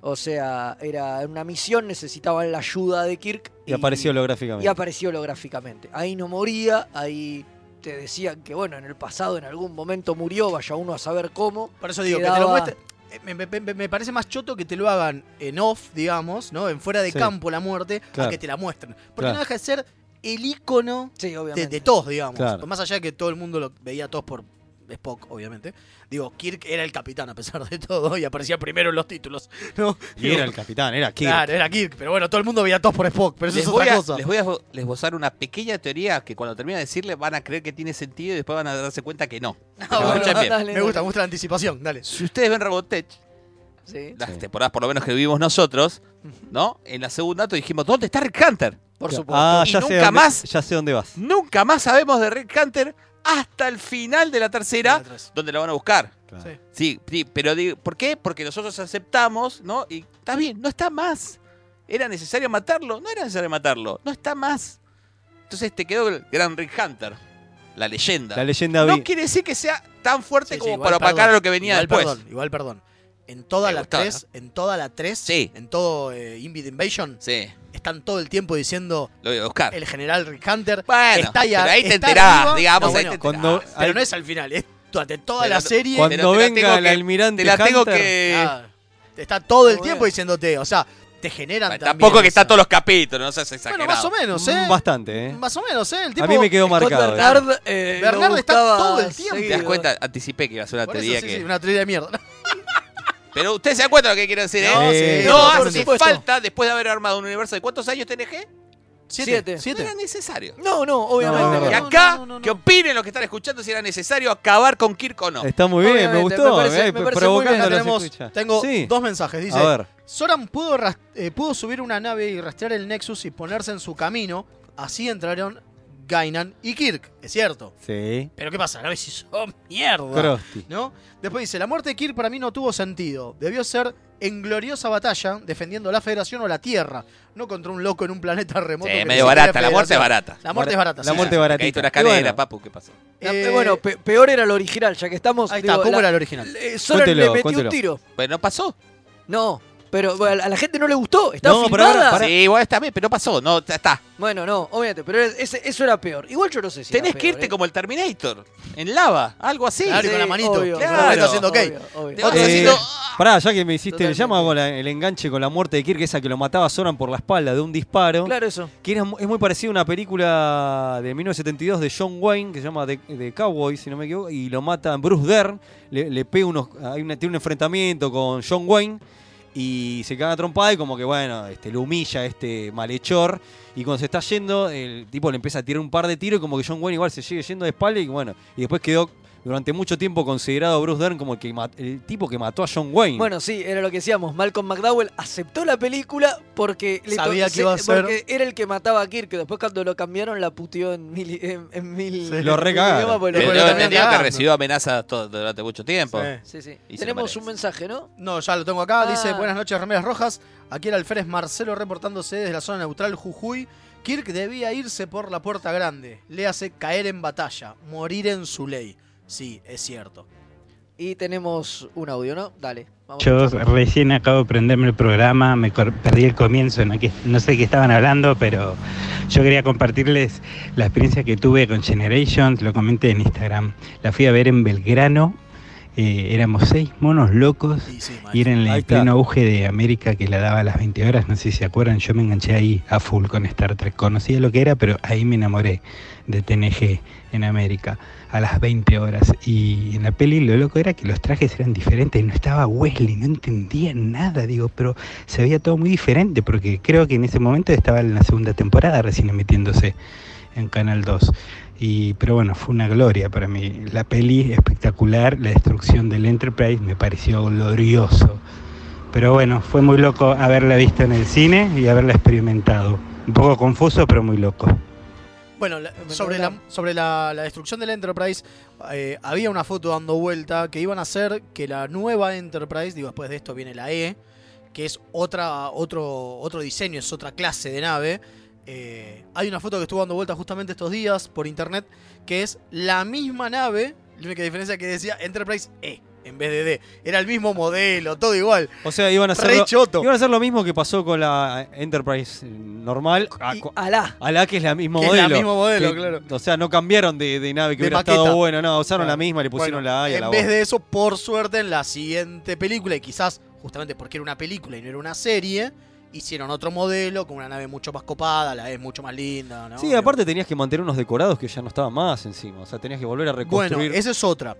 S2: O sea, era una misión, necesitaban la ayuda de Kirk.
S4: Y apareció holográficamente.
S2: Y apareció holográficamente. Ahí no moría, ahí te decían que, bueno, en el pasado en algún momento murió, vaya uno a saber cómo.
S3: Por eso digo, que te lo
S2: Quedaba-
S3: muestre- eh, Me, me- me- me parece más choto que te lo hagan en off, digamos, ¿no? En fuera de
S4: Sí.
S3: campo la muerte, a
S4: Claro.
S3: que te la muestren. Porque
S4: Claro.
S3: no deja de ser el ícono de,
S2: obviamente.
S3: de todos, digamos.
S4: Claro.
S3: Más allá de que todo el mundo lo veía todos por Spock, obviamente. Digo, Kirk era el capitán a pesar de todo y aparecía primero en los títulos. ¿no?
S4: Y
S3: Digo,
S4: era el capitán, era Kirk.
S3: Claro, era Kirk, pero bueno, todo el mundo veía a todos por Spock, pero eso
S5: les
S3: es
S5: voy
S3: otra
S5: a,
S3: cosa.
S5: Les voy a esbo- esbozar una pequeña teoría que cuando termine de decirle van a creer que tiene sentido y después van a darse cuenta que no.
S4: Ah,
S5: Pero
S3: Ah, bueno,
S5: escuchen bien.
S3: me gusta, me gusta la anticipación, dale.
S5: Si ustedes ven Robotech,
S2: Sí.
S5: las temporadas por lo menos que vivimos nosotros, ¿no? En la segunda dato dijimos, ¿dónde está Rick Hunter? Por
S4: Claro.
S5: supuesto.
S4: Ah,
S5: y
S4: ya sé
S5: nunca
S4: dónde-
S5: más,
S4: Ya sé dónde vas.
S5: nunca más sabemos de Rick Hunter hasta el final de la tercera, donde la van a buscar.
S3: Sí.
S5: Sí, sí, pero digo, ¿por qué? Porque nosotros aceptamos, ¿no? Y está bien, no está más. ¿Era necesario matarlo? No era necesario matarlo, no está más. Entonces te quedó el gran Rick Hunter, la leyenda.
S4: La leyenda
S5: No
S4: vi-
S5: quiere decir que sea tan fuerte
S3: Sí, sí,
S5: como
S3: igual
S5: para opacar
S3: perdón,
S5: a lo que venía
S3: igual
S5: después.
S3: Perdón, igual perdón. En toda la
S5: gustaba,
S3: 3, en toda la 3, en todo eh, Invid Invasion, están todo el tiempo diciendo
S5: Lo voy a buscar.
S3: el general Rick Hunter
S5: Bueno, pero
S3: está ahí,
S5: ahí te
S3: está
S5: enterás,
S3: arriba".
S5: digamos,
S3: No,
S5: ahí
S3: bueno,
S5: te enterás.
S4: Ah,
S5: Cuando-
S3: pero
S5: ahí-
S3: no es al final, es durante toda la
S5: Pero-
S3: serie.
S4: Cuando
S3: Pero te la
S4: venga
S3: tengo
S4: el
S3: que-
S4: almirante
S3: te la tengo
S4: Hunter.
S5: que-
S3: Ah, está todo el tiempo diciéndote, o sea, te generan también
S5: Tampoco que
S3: esa-
S5: está todos los capítulos, no seas exagerado.
S3: más o menos, ¿eh?
S4: Mm, Bastante, ¿eh?
S3: Más o menos, ¿eh? El tipo,
S4: A mí me quedó
S5: Scott
S4: marcado. ¿eh?
S5: Bernard,
S2: eh,
S3: Bernard
S2: lo
S3: está
S2: buscaba
S3: todo el tiempo.
S5: ¿Te das cuenta? Anticipé que iba a ser una
S3: Por eso,
S5: teoría
S3: sí,
S5: que...
S3: sí, una teoría de mierda.
S5: Pero ustedes se dan cuenta de lo que quiero decir, ¿eh?
S3: No,
S5: No,
S3: sí, sí, por
S5: hace
S3: supuesto.
S5: falta, después de haber armado un universo de cuántos años TNG,
S2: Siete.
S5: no era necesario.
S2: No, no, obviamente.
S5: y acá, que opinen los que están escuchando si era necesario acabar con Kirk o no.
S4: Está muy bien, me
S3: Obviamente,
S4: gustó.
S3: parece-
S4: eh,
S3: me parece
S4: provocando
S3: muy bien.
S4: los
S3: Tenemos-
S4: escucha.
S3: Tengo
S4: Sí. Ah,
S3: dos mensajes. Dice,
S4: A ver.
S3: Eh, Soran pudo, ras- eh, pudo subir una nave y rastrear el Nexus y ponerse en su camino. Así entraron Gainan y Kirk. Es cierto.
S4: Sí.
S3: Pero ¿qué pasa? La nave se hizo mierda.
S4: Crosti.
S3: ¿No? Después dice, la muerte de Kirk para mí no tuvo sentido. Debió ser en gloriosa batalla defendiendo la Federación o la Tierra. No contra un loco en un planeta remoto.
S5: Sí,
S3: que
S5: medio
S3: ni siquiera
S5: barata,
S3: es
S5: la muerte es
S3: Federación.
S5: barata.
S3: La muerte es barata.
S5: La
S3: sí,
S5: muerte
S3: sí.
S5: es baratita. Caíste una escalera, papu, ¿qué pasó?
S2: La- eh, bueno, pe- peor era el original, ya que estamos.
S3: Ahí está, ¿cómo era el original?
S2: eh, Soren
S4: Cuéntelo,
S2: le metió
S4: cuéntelo.
S2: un tiro.
S5: Pero no pasó.
S2: No, pero bueno, a la gente no le gustó. Estaba
S5: no, pero
S2: filmada.
S5: ahora- Sí, igual está bien, pero no pasó. No, ya está.
S2: Bueno, no, obviamente, pero era- ese- eso era peor. Igual yo no sé si.
S5: Tenés
S2: era
S5: que
S2: peor,
S5: irte
S2: ¿eh?
S5: como el Terminator. En lava, algo así.
S3: Claro, y con la manito.
S2: obvio,
S5: Claro.
S2: obvio,
S3: haciendo ok.
S2: obvio, obvio.
S5: Te vas
S4: Eh,
S5: haciendo-
S4: Pará, ya que me hiciste el llama hago la- el enganche con la muerte de Kirk, esa que lo mataba Soran por la espalda de un disparo.
S2: Claro, eso.
S4: Que era mu- es muy parecida a una película de 1972 de John Wayne, que se llama The, The Cowboy, si no me equivoco, y lo mata Bruce Dern, le, le pega unos, hay una- tiene un enfrentamiento con John Wayne y se caga trompada y como que bueno, este, lo humilla a este malhechor y cuando se está yendo, el tipo le empieza a tirar un par de tiros y como que John Wayne igual se sigue yendo de espalda y bueno, y después quedó durante mucho tiempo considerado Bruce Dern como el, que ma- el tipo que mató a John Wayne.
S2: Bueno, sí, era lo que decíamos. Malcolm McDowell aceptó la película porque le to-
S3: Sabía que
S2: se-
S3: iba a ser-
S2: porque era el que mataba a Kirk. que Después, cuando lo cambiaron, la puteó en mil. En, en mil
S4: Sí. Lo recagaron.
S2: idiomas, porque
S5: Pero
S2: lo- porque
S5: tengo
S2: lo
S5: entendido
S2: terminaron
S5: que
S2: cagando.
S5: recibió amenazas todo- durante mucho tiempo.
S2: Sí, sí.
S5: Y se lo
S2: Tenemos
S5: merece.
S2: un mensaje, ¿no?
S3: No, ya lo tengo acá.
S2: Ah.
S3: Dice, buenas noches, Remeras Rojas. Aquí el alférez Marcelo reportándose desde la zona neutral Jujuy. Kirk debía irse por la puerta grande. Le hace caer en batalla, morir en su ley. Sí, es cierto.
S2: Y tenemos un audio, ¿no? Dale, vamos.
S16: Yo recién acabo de prenderme el programa, me cor- perdí el comienzo, no, que- no sé qué estaban hablando, pero yo quería compartirles la experiencia que tuve con Generations, lo comenté en Instagram. La fui a ver en Belgrano, eh, éramos seis monos locos y era en
S4: Ahí
S16: el
S4: está.
S16: pleno auge de América que la daba a las 20 horas, no sé si se acuerdan, yo me enganché ahí a full con Star Trek, conocía lo que era, pero ahí me enamoré de TNG en América a las 20 horas. Y en la peli lo loco era que los trajes eran diferentes, no estaba Wesley, no entendía nada, digo, pero se veía todo muy diferente, porque creo que en ese momento estaba en la segunda temporada recién emitiéndose en Canal 2. Y, pero bueno, fue una gloria para mí. La peli espectacular, la destrucción del Enterprise me pareció glorioso. Pero bueno, fue muy loco haberla visto en el cine y haberla experimentado. Un poco confuso, pero muy loco.
S3: Bueno, la- sobre, la, sobre la, la destrucción del Enterprise, eh, había una foto dando vuelta que iban a hacer que la nueva Enterprise, digo, después de esto viene la E, que es otra, otro, otro diseño, es otra clase de nave. Eh, hay una foto que estuvo dando vuelta justamente estos días por internet, que es la misma nave, la única diferencia que decía Enterprise E en vez de D. Era el mismo modelo, todo igual.
S4: O sea, iban a hacer,
S3: Re
S4: lo,
S3: choto.
S4: iban a hacer lo mismo que pasó con la Enterprise eh, normal. Ah,
S2: Alá.
S4: Alá, que es la misma
S3: Que es la
S4: modelo.
S3: mismo modelo,
S4: Que-
S3: claro.
S4: O sea, no cambiaron de, de nave
S3: De
S4: que hubiera
S3: maqueta.
S4: estado bueno. pues No, usaron
S3: Claro.
S4: la misma, le pusieron
S3: Bueno,
S4: la A y a
S3: En
S4: la
S3: vez
S4: O.
S3: de eso, por suerte, en la siguiente película, y quizás justamente porque era una película y no era una serie, hicieron otro modelo con una nave mucho más copada, la es mucho más linda, ¿no?
S4: Sí, aparte tenías que mantener unos decorados que ya no estaban más encima. O sea, tenías que volver a reconstruir.
S3: Bueno, esa es otra.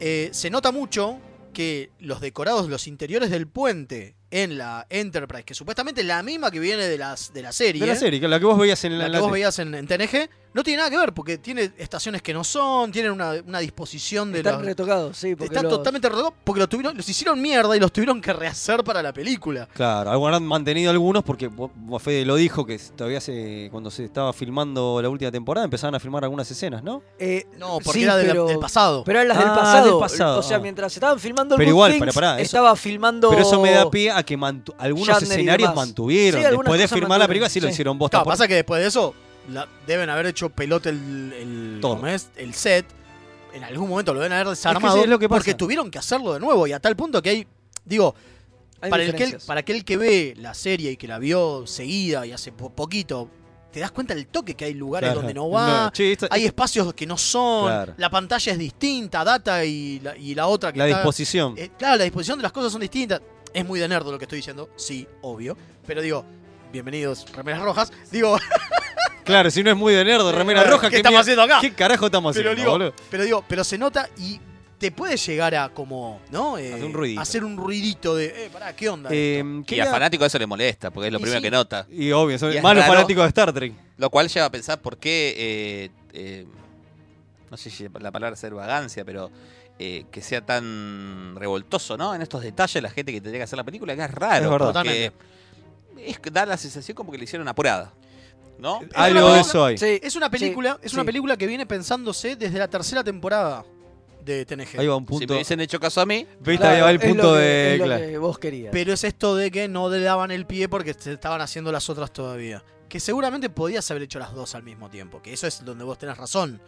S3: Eh, se nota mucho que los decorados, los interiores del puente en la Enterprise, que supuestamente es la misma que viene de, las, de la serie.
S4: De la serie, que la que vos veías en
S3: la
S4: la-
S3: que
S4: la
S3: vos
S4: te-
S3: veías en, en TNG, no tiene nada que ver, porque tiene estaciones que no son, tienen una, una disposición de
S2: Están
S3: los-
S2: retocados, sí, porque
S3: Está
S2: los-
S3: totalmente roto porque lo tuvieron, los hicieron mierda y los tuvieron que rehacer para la película.
S4: Claro, algunos han mantenido algunos porque bo- bo- Fede lo dijo que todavía se, cuando se estaba filmando la última temporada empezaban a filmar algunas escenas, ¿no?
S2: Eh,
S3: No, porque era de la- del pasado.
S2: Pero eran las del
S4: Ah,
S2: pasado.
S4: del pasado,
S2: O sea,
S4: ah.
S2: mientras estaban filmando el
S4: Pero
S2: Good
S4: igual,
S2: Things,
S4: para pará, eso-
S2: estaba filmando.
S4: Pero eso me da pie a que mantu- algunos
S2: Shatner y
S4: escenarios
S2: demás.
S4: mantuvieron.
S2: Sí, algunas
S4: Después de
S2: cosas
S4: firmar la
S2: mantuvieron,
S4: película sí, lo
S2: sí.
S4: hicieron vos.
S3: Claro,
S4: tampoco.
S3: pasa que después de eso la- deben haber hecho pelota el, el, ¿cómo es? el set. En algún momento lo deben haber desarmado
S4: sí, es lo que pasa.
S3: porque tuvieron que hacerlo de nuevo y a tal punto que hay, digo,
S2: Hay
S3: para, el que,
S2: diferencias.
S3: para aquel que ve la serie y que la vio seguida y hace po- poquito, te das cuenta del toque que hay lugares
S4: Claro.
S3: donde no va,
S4: No, sí, esto-
S3: hay espacios que no son,
S4: Claro.
S3: la pantalla es distinta, data y la, y la otra que
S4: La
S3: está-
S4: disposición.
S3: eh, claro, la disposición de las cosas son distintas. Es muy de nerdo lo que estoy diciendo, sí, obvio. Pero digo, bienvenidos, remeras rojas. Digo,
S4: Claro, si no es muy de nerd, de remera
S3: Claro,
S4: roja.
S3: ¿qué estamos
S4: mierda-
S3: haciendo acá?
S4: ¿Qué carajo estamos
S3: pero,
S4: haciendo,
S3: digo,
S4: boludo?
S3: pero digo, pero se nota y te puede llegar a como, ¿no? Eh,
S5: Hacer un ruidito.
S3: hacer un ruidito de, eh, pará, ¿qué onda?
S5: y a fanático eso le molesta, porque es lo
S3: Y
S5: primero
S3: sí.
S5: que nota.
S4: Y obvio, son
S5: Y es
S4: malos
S5: raro,
S4: fanáticos de Star Trek.
S5: Lo cual lleva a pensar por qué, eh, eh, no sé si la palabra ser vagancia, pero eh, que sea tan revoltoso, ¿no? En estos detalles la gente que tendría que hacer la película, que es raro.
S4: Es verdad.
S5: porque es que da la sensación como que le hicieron apurada, ¿no?
S3: Es una
S4: Algo de
S3: película-
S4: eso Eh, hay.
S3: Es una película, es una
S5: sí.
S3: película que viene pensándose desde la tercera temporada de TNG.
S4: Ahí va un punto.
S5: Si me hubiesen hecho caso a mí.
S4: Viste, ahí va el punto de. claro.
S2: vos querías.
S3: Pero es esto de que no le daban el pie porque se estaban haciendo las otras todavía. Que seguramente podías haber hecho las dos al mismo tiempo, que eso es donde vos tenés razón.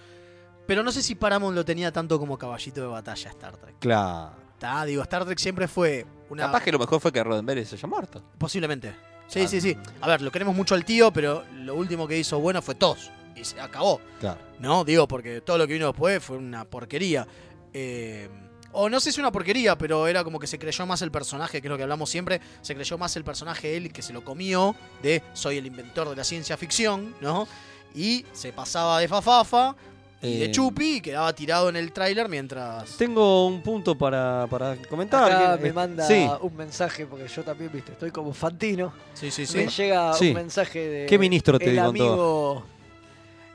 S3: Pero no sé si Paramount lo tenía tanto como caballito de batalla Star Trek.
S4: Claro.
S3: ¿Tá? Digo, Star Trek siempre fue una...
S5: Capaz que lo mejor fue que Roddenberry se haya muerto.
S3: Posiblemente. Sí, sí, sí. A ver, lo queremos mucho al tío, pero lo último que hizo bueno fue TOS. Y se acabó.
S4: Claro.
S3: No, digo, porque todo lo que vino después fue una porquería. Eh, o no sé si una porquería, pero era como que se creyó más el personaje, que es lo que hablamos siempre. Se creyó más el personaje él que se lo comió de soy el inventor de la ciencia ficción, ¿no? Y se pasaba de fafafa y
S4: Eh.
S3: de chupi y quedaba tirado en el tráiler mientras.
S4: Tengo un punto para, para comentar.
S2: Acá
S4: que-
S2: me manda
S4: Sí.
S2: un mensaje, porque yo también, viste, estoy como Fantino.
S3: Sí, sí,
S2: Me
S3: sí.
S2: llega
S4: Sí.
S2: un mensaje de.
S4: ¿Qué ministro te
S2: el
S4: contó?
S2: amigo,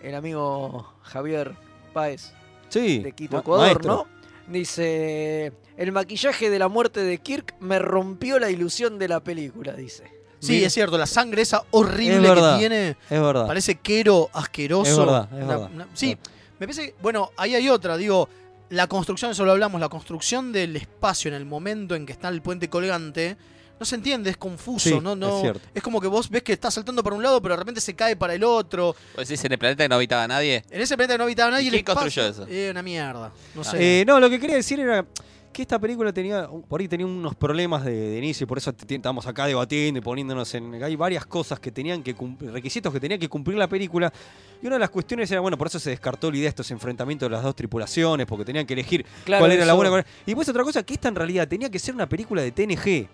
S2: El amigo Javier Páez.
S4: Sí,
S2: De Quito,
S4: ma-
S2: Ecuador,
S4: maestro.
S2: ¿no? Dice. El maquillaje de la muerte de Kirk me rompió la ilusión de la película, dice.
S3: Sí, es cierto, la sangre esa horrible
S4: Es verdad,
S3: que tiene.
S4: es verdad.
S3: Parece quero, asqueroso.
S4: Es verdad, es
S3: Una-
S4: verdad.
S3: una- sí, me parece. Bueno, ahí hay otra, digo. La construcción, eso lo hablamos, la construcción del espacio en el momento en que está el puente colgante no se entiende, es confuso.
S5: Sí,
S3: no,
S5: es
S3: no, es,
S5: cierto.
S3: como que vos ves que está saltando para un lado, pero de repente se cae para el otro.
S5: ¿Vos decís en el planeta que no habitaba nadie?
S3: En ese planeta no habitaba nadie.
S5: ¿Y
S3: el
S5: quién construyó
S3: espacio-
S5: eso?
S3: Eh, una mierda. No sé.
S4: Eh, no, lo que quería decir era que esta película tenía, por ahí tenía unos problemas de, de inicio y por eso te- estamos acá debatiendo y poniéndonos en... Hay varias cosas que tenían que cumplir, requisitos que tenía que cumplir la película. Y una de las cuestiones era, bueno, por eso se descartó la idea de estos enfrentamientos de las dos tripulaciones, porque tenían que elegir
S2: Claro,
S4: cuál era la
S2: eso.
S4: buena. cuál- Y pues otra cosa, que esta en realidad tenía que ser una película de TNG.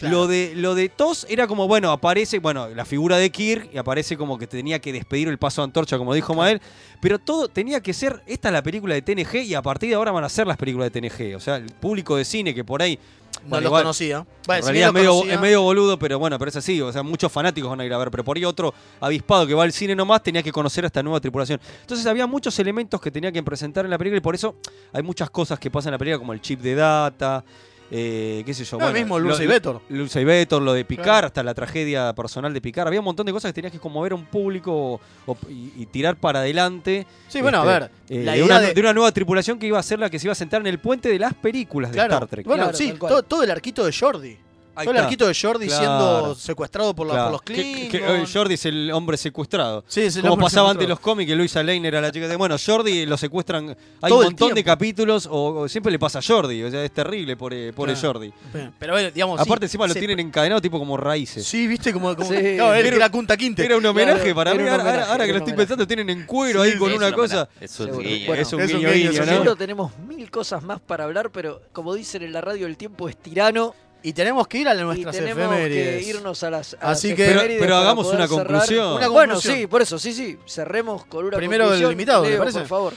S4: Lo, de, lo de Tos era como, bueno, aparece, bueno, la figura de Kirk y aparece como que tenía que despedir el paso de antorcha, como dijo Mael, pero todo tenía que ser, esta es la película de TNG y a partir de ahora van a ser las películas de TNG. O sea, el público de cine que por ahí...
S3: No
S4: bueno,
S3: lo
S4: igual-
S3: conocía.
S4: en
S3: Bueno, si bien
S4: realidad
S3: lo
S4: es medio,
S3: conocía-
S4: es medio boludo, pero bueno, pero es así. O sea, muchos fanáticos van a ir a ver. Pero por ahí otro avispado que va al cine nomás tenía que conocer a esta nueva tripulación. Entonces había muchos elementos que tenía que presentar en la película y por eso hay muchas cosas que pasan en la película, como el chip de data, eh, qué sé yo.
S3: No, mismo Lulza y
S4: lo-
S3: Vétor.
S4: Lulza y Vétor, lo de Picard,
S3: Claro.
S4: hasta la tragedia personal de Picard. Había un montón de cosas que tenías que conmover a un público o- y, y tirar para adelante.
S3: Sí, bueno, a ver, la
S4: de,
S3: idea
S4: una,
S3: de-
S4: de una nueva tripulación que iba a ser la que se iba a sentar en el puente de las películas
S3: Claro.
S4: de Star Trek.
S3: Bueno, sí, todo, todo el arquito de Jordi. todo el
S4: está.
S3: arquito de Jordi
S4: Claro.
S3: siendo secuestrado por, la- por
S4: Claro.
S3: los
S4: Que-
S3: Klingons.
S4: que- que, eh, Jordi es el hombre secuestrado.
S3: Sí, es el
S4: Como
S3: hombre
S4: pasaba antes
S3: secuestrado.
S4: los cómics, que Luisa Lane era la chica de. Bueno, Jordi lo secuestran. Hay
S3: Todo
S4: un
S3: el
S4: montón de
S3: tiempo.
S4: capítulos, o, o siempre le pasa a Jordi. O sea, es terrible, pobre, pobre
S3: Claro.
S4: Jordi.
S3: Pero, pero bueno, digamos. sí,
S4: Aparte, encima lo
S3: se-
S4: tienen encadenado, tipo como raíces.
S3: Sí, viste, como. como
S4: Sí.
S3: Claro, él
S4: Era-
S3: era Kunta Quinte.
S4: Era un homenaje
S3: Claro,
S4: para
S3: era
S4: mí.
S3: un
S4: Ahora, ahora
S3: homenaje, era un
S4: que lo estoy
S3: homenaje.
S4: pensando, tienen en cuero
S3: Sí,
S4: ahí con
S5: sí, es
S4: una
S5: un
S4: cosa.
S5: homenaje. Es un
S4: Seguro.
S5: guiño.
S4: Bueno, es un
S5: Es un
S4: guiño,
S5: guiño,
S4: guiño,
S5: es un
S4: ¿no?
S5: guiño.
S2: Seguro tenemos mil cosas más para hablar, pero como dicen en la radio, el tiempo es tirano.
S3: Y tenemos que ir a
S2: Y
S3: nuestras
S2: tenemos
S3: efemérides.
S2: que irnos a las. a
S3: Así
S2: las
S3: que-
S2: efemérides
S3: Pero- pero
S2: para
S3: hagamos
S2: poder
S3: una
S2: cerrar.
S3: conclusión. Una
S2: Bueno,
S3: conclusión.
S2: sí, por eso, sí, sí. Cerremos con una
S3: Primero el
S2: conclusión.
S3: invitado, ¿te
S2: Leo,
S3: parece?
S2: Por favor.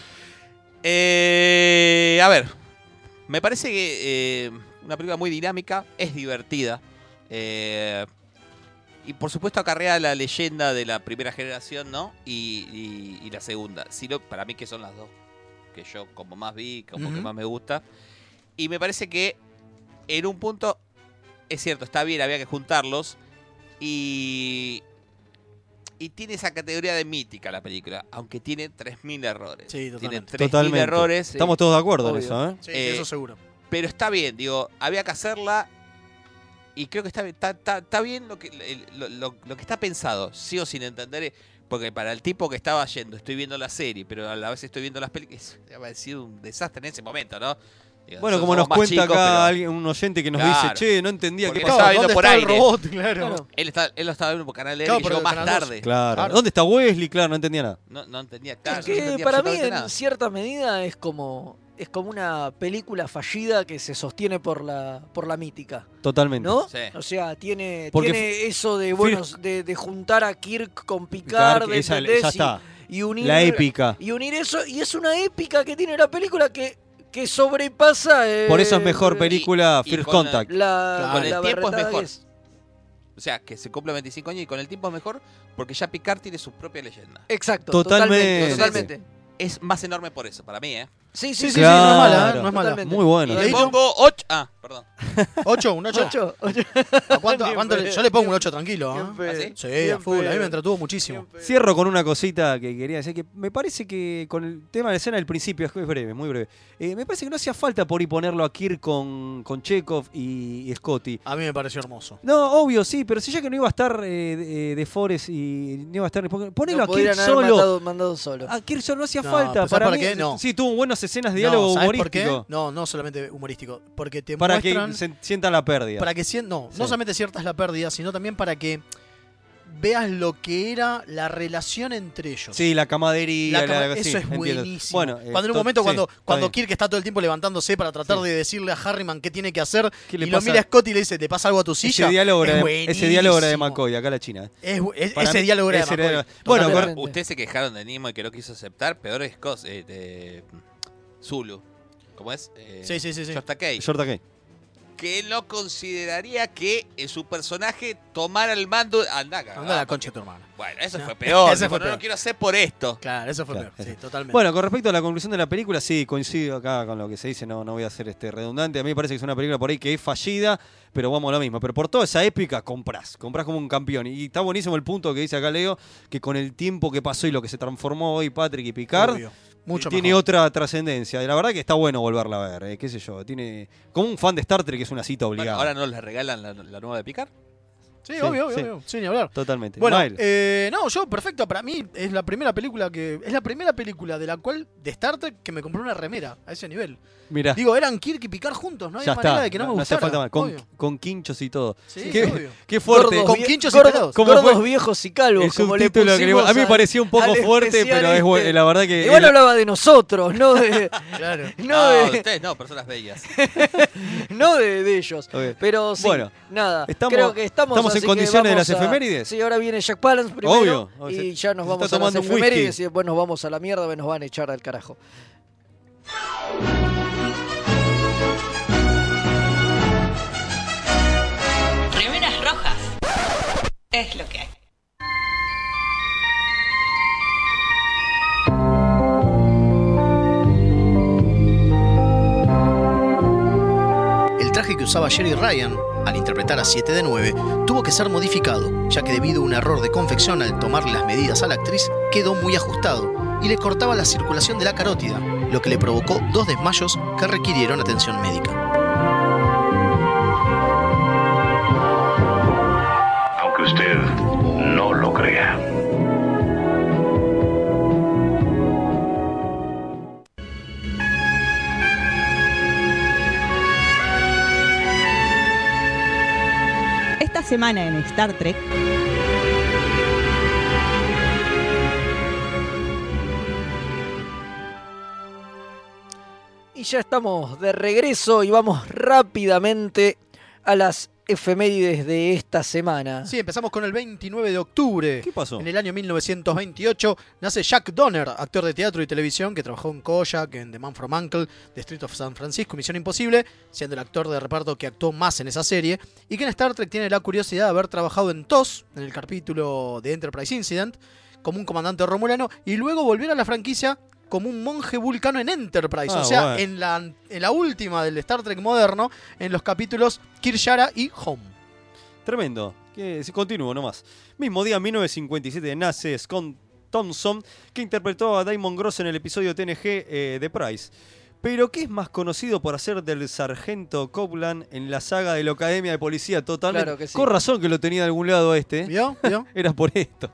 S5: Eh, a ver, me parece que eh, una película muy dinámica, es divertida. eh, y por supuesto acarrea la leyenda de la primera generación, ¿no? Y, y- y la segunda. Si no, para mí que son las dos que yo como más vi, como que
S17: Ujú.
S5: más me gusta. Y me parece que en un punto, es cierto, está bien, había que juntarlos. Y, y tiene esa categoría de mítica la película, aunque tiene 3.000 errores. Tiene
S3: Sí, totalmente.
S5: 3.000
S4: Totalmente.
S5: errores.
S4: Estamos todos de acuerdo en Obvio. eso, ¿eh?
S3: Sí, sí, eso seguro.
S5: Pero está bien, digo, había que hacerla y creo que está, bien- está, está- está bien lo que, el- lo, lo- lo que está pensado, sí o sin entender, eh, porque para el tipo que estaba yendo, estoy viendo la serie, pero a la vez estoy viendo las películas, ha sido un desastre en ese momento, ¿no? Digo,
S4: Bueno,
S5: nosotros
S4: como nos
S5: somos más
S4: cuenta
S5: chicos,
S4: acá
S5: pero-
S4: alguien, un oyente que nos dice,
S5: Claro.
S4: che, no entendía
S5: Porque
S4: qué
S5: lo
S4: pasaba.
S5: estaba viendo por aire.
S3: Claro.
S5: Él, está- él lo estaba viendo por Canal de
S4: Claro,
S5: que llegó
S4: porque
S5: más
S4: Canal dos.
S5: tarde.
S4: Claro. ¿Dónde está Wesley? Claro, no entendía nada.
S5: No, no entendía, claro. no
S2: que
S5: entendía
S2: para mí,
S5: absolutamente
S2: en
S5: nada.
S2: cierta medida, es como. Es como una película fallida que se sostiene por la, por la mítica.
S4: Totalmente.
S2: ¿No? O sea, tiene,
S4: Porque
S2: tiene eso de,
S4: Fir-
S2: bueno, de, de juntar a Kirk con Picard,
S4: Picard,
S2: de
S4: esa-
S2: ¿entendés?
S4: ya
S2: Y-
S4: está.
S2: Y, unir
S4: La épica.
S2: Y unir eso, y es una épica que tiene la película que, que sobrepasa eh,
S4: Por eso es mejor
S2: eh,
S4: película
S5: y
S4: First
S5: con la-
S4: Contact.
S2: la,
S5: con el
S2: la
S5: tiempo es
S2: berretada
S5: mejor.
S2: que es.
S5: O sea, que se cumple 25 años y con el tiempo es mejor porque ya Picard tiene su propia leyenda.
S2: Exacto,
S4: Totalmente.
S2: totalmente,
S4: totalmente.
S2: totalmente.
S5: Es más enorme por eso, para mí, ¿eh?
S2: Sí, sí, sí,
S4: Claro.
S2: sí, no es mala, ¿eh? no es mala.
S3: Totalmente.
S4: Muy bueno.
S5: Y le pongo 8. Ah, perdón.
S3: ¿Ocho? ¿Un ocho?
S2: Ocho,
S3: ¿A cuánto- a
S2: Bien
S3: cuánto le-
S2: pedo,
S3: yo le pongo un ocho tranquilo. ¿eh?
S2: Bien
S3: Sí,
S2: pedo.
S3: a full. A mí me entretuvo muchísimo.
S4: Cierro con una cosita que quería decir, que me parece que con el tema de la escena del principio, es que es breve, muy breve, eh, me parece que no hacía falta por ahí ponerlo a Kirk con, con Chekhov y, y Scotty.
S3: A mí me pareció hermoso.
S4: No, obvio, sí, pero si ya que no iba a estar eh, de, eh, de Forest y no iba a estar... Ponelo
S2: No
S4: a Kirk
S2: podrían haber
S4: solo.
S2: mandado- mandado solo.
S4: A Kirk solo no hacía
S3: No,
S4: falta.
S3: ¿sabes
S4: Para,
S3: para
S4: mí,
S3: qué? No.
S4: Sí, tuvo buenas escenas de diálogo
S3: no, ¿sabés por qué?
S4: humorístico.
S3: No, no solamente humorístico. Porque te
S4: Para
S3: muestran...
S4: que se sienta la pérdida.
S3: Para que sien- no,
S4: Sí.
S3: no solamente ciertas la pérdida, sino también para que veas lo que era la relación entre ellos.
S4: Sí, la camadería.
S3: La cama-
S4: la- sí,
S3: eso es
S4: entiendo.
S3: buenísimo.
S4: Bueno, eh,
S3: cuando en un
S4: to-
S3: momento,
S4: sí,
S3: cuando,
S4: está
S3: cuando
S4: bien.
S3: Kirk está todo el tiempo levantándose para tratar de decirle a Harriman qué tiene que hacer,
S4: ¿Qué
S3: y
S4: le
S3: lo
S4: pasa?
S3: mira a Scott y le dice, ¿te pasa algo a tu silla?
S4: Ese diálogo,
S3: es
S4: era de,
S3: buenísimo.
S4: ese diálogo era de McCoy, acá la China. ¿eh?
S3: Es bu- es-
S4: Para
S3: ese
S4: mí,
S3: diálogo era de
S4: ese
S3: McCoy.
S4: Bueno,
S5: Totalmente.
S4: cor-
S5: ustedes se quejaron de Nimoy que no quiso aceptar. Peor es Cos, eh, de Zulu. ¿Cómo es? Eh,
S3: Sí, sí, sí, sí.
S5: Shorta Kay.
S4: Short Takei.
S5: Que él no consideraría que eh, su personaje tomara el mando. Anda, cagá.
S3: Anda la concha de tu hermana.
S5: Bueno, eso
S3: No.
S5: fue peor.
S3: Ese
S5: Dijo,
S3: fue
S5: no
S3: peor.
S5: lo quiero hacer por esto.
S3: Claro, eso fue
S4: Claro,
S3: peor. Sí,
S4: ese.
S3: totalmente.
S4: Bueno, con respecto a la conclusión de la película, sí, coincido acá con lo que se dice, no, no voy a ser este redundante. A mí me parece que es una película por ahí que es fallida, pero vamos a lo mismo. Pero por toda esa épica, comprás, comprás como un campeón. Y está buenísimo el punto que dice acá Leo, que con el tiempo que pasó y lo que se transformó hoy Patrick y Picard,
S3: Obvio. Mucho
S4: tiene
S3: mejor.
S4: otra trascendencia. Y La verdad que está bueno volverla a ver, eh, qué sé yo. Tiene como un fan de Star Trek es una cita obligada.
S5: Ahora no les regalan la, la nueva de Picard.
S3: Sí, obvio, obvio,
S4: sí.
S3: obvio. Sin ni hablar.
S4: Totalmente.
S3: Bueno,
S4: Mael.
S3: eh, no, yo perfecto. Para mí es la primera película que. Es la primera película de la cual. De Star Trek que me compré una remera a ese nivel.
S4: Mirá.
S3: Digo, eran Kirk y Picard juntos. No hay
S4: ya
S3: manera
S4: está.
S3: de que no,
S4: no,
S3: me
S4: hace
S3: gustara.
S4: falta más. Con,
S3: obvio.
S4: con quinchos y todo.
S3: Sí,
S4: qué,
S3: obvio.
S4: qué fuerte.
S2: Gordos, vie-
S4: ¿Cómo
S2: gordo-
S4: fue?
S2: gordos, viejos y calvos.
S4: Es
S2: como
S4: un
S2: le
S4: título que le-
S2: pusimos
S4: a mí me
S2: al-
S4: parecía un
S2: al
S4: poco fuerte,
S2: especial
S4: pero es
S2: este.
S4: bu- la verdad que.
S2: Igual
S4: el-
S2: hablaba de nosotros, no de. No,
S5: No,
S2: de,
S5: ustedes no, personas bellas.
S2: no de, de ellos.
S4: Ok.
S2: Pero sí,
S4: Bueno,
S2: nada.
S4: estamos-
S2: creo que estamos,
S4: estamos en
S2: así que
S4: condiciones de
S2: vamos
S4: las
S2: a-
S4: efemérides.
S2: Sí, ahora viene Jack Palance primero.
S4: Obvio. O sea,
S2: Y ya nos
S4: se
S2: vamos
S4: está
S2: a las
S4: tomando un whisky.
S2: efemérides y después nos vamos a la mierda, nos van a echar al carajo.
S8: Remeras rojas. Es lo que hay.
S3: El traje que usaba Jerry Ryan al interpretar a 7 de 9 tuvo que ser modificado, ya que debido a un error de confección al tomarle las medidas a la actriz, quedó muy ajustado y le cortaba la circulación de la carótida, lo que le provocó dos desmayos que requirieron atención médica.
S17: aunque usted no lo crea.
S18: Esta semana en Star Trek.
S2: Y ya estamos de regreso y vamos rápidamente a las efemérides de esta semana.
S3: Sí, empezamos con el 29 de octubre. ¿Qué
S4: pasó?
S3: En el año 1928 nace Jack Donner, actor de teatro y televisión que trabajó en Kojak, en The Man from Uncle, The Street of San Francisco, y Misión Imposible, siendo el actor de reparto que actuó más en esa serie, y que en Star Trek tiene la curiosidad de haber trabajado en TOS, en el capítulo de Enterprise Incident, como un comandante romulano, y luego volver a la franquicia como un monje vulcano en Enterprise,
S4: Ah,
S3: o sea,
S4: bueno.
S3: en, la, en la última del Star Trek moderno, en los capítulos Kirshara y Home.
S4: Tremendo. Que, si- continúo nomás. Mismo día, 1957, nace Scott Thompson, que interpretó a Damon Gross en el episodio TNG eh, de Price. Pero que es más conocido por hacer del sargento Copeland en la saga de la Academia de Policía totalmente.
S5: Claro que sí.
S4: Con razón que lo tenía de algún lado este.
S3: ¿Vio?
S4: Era por esto.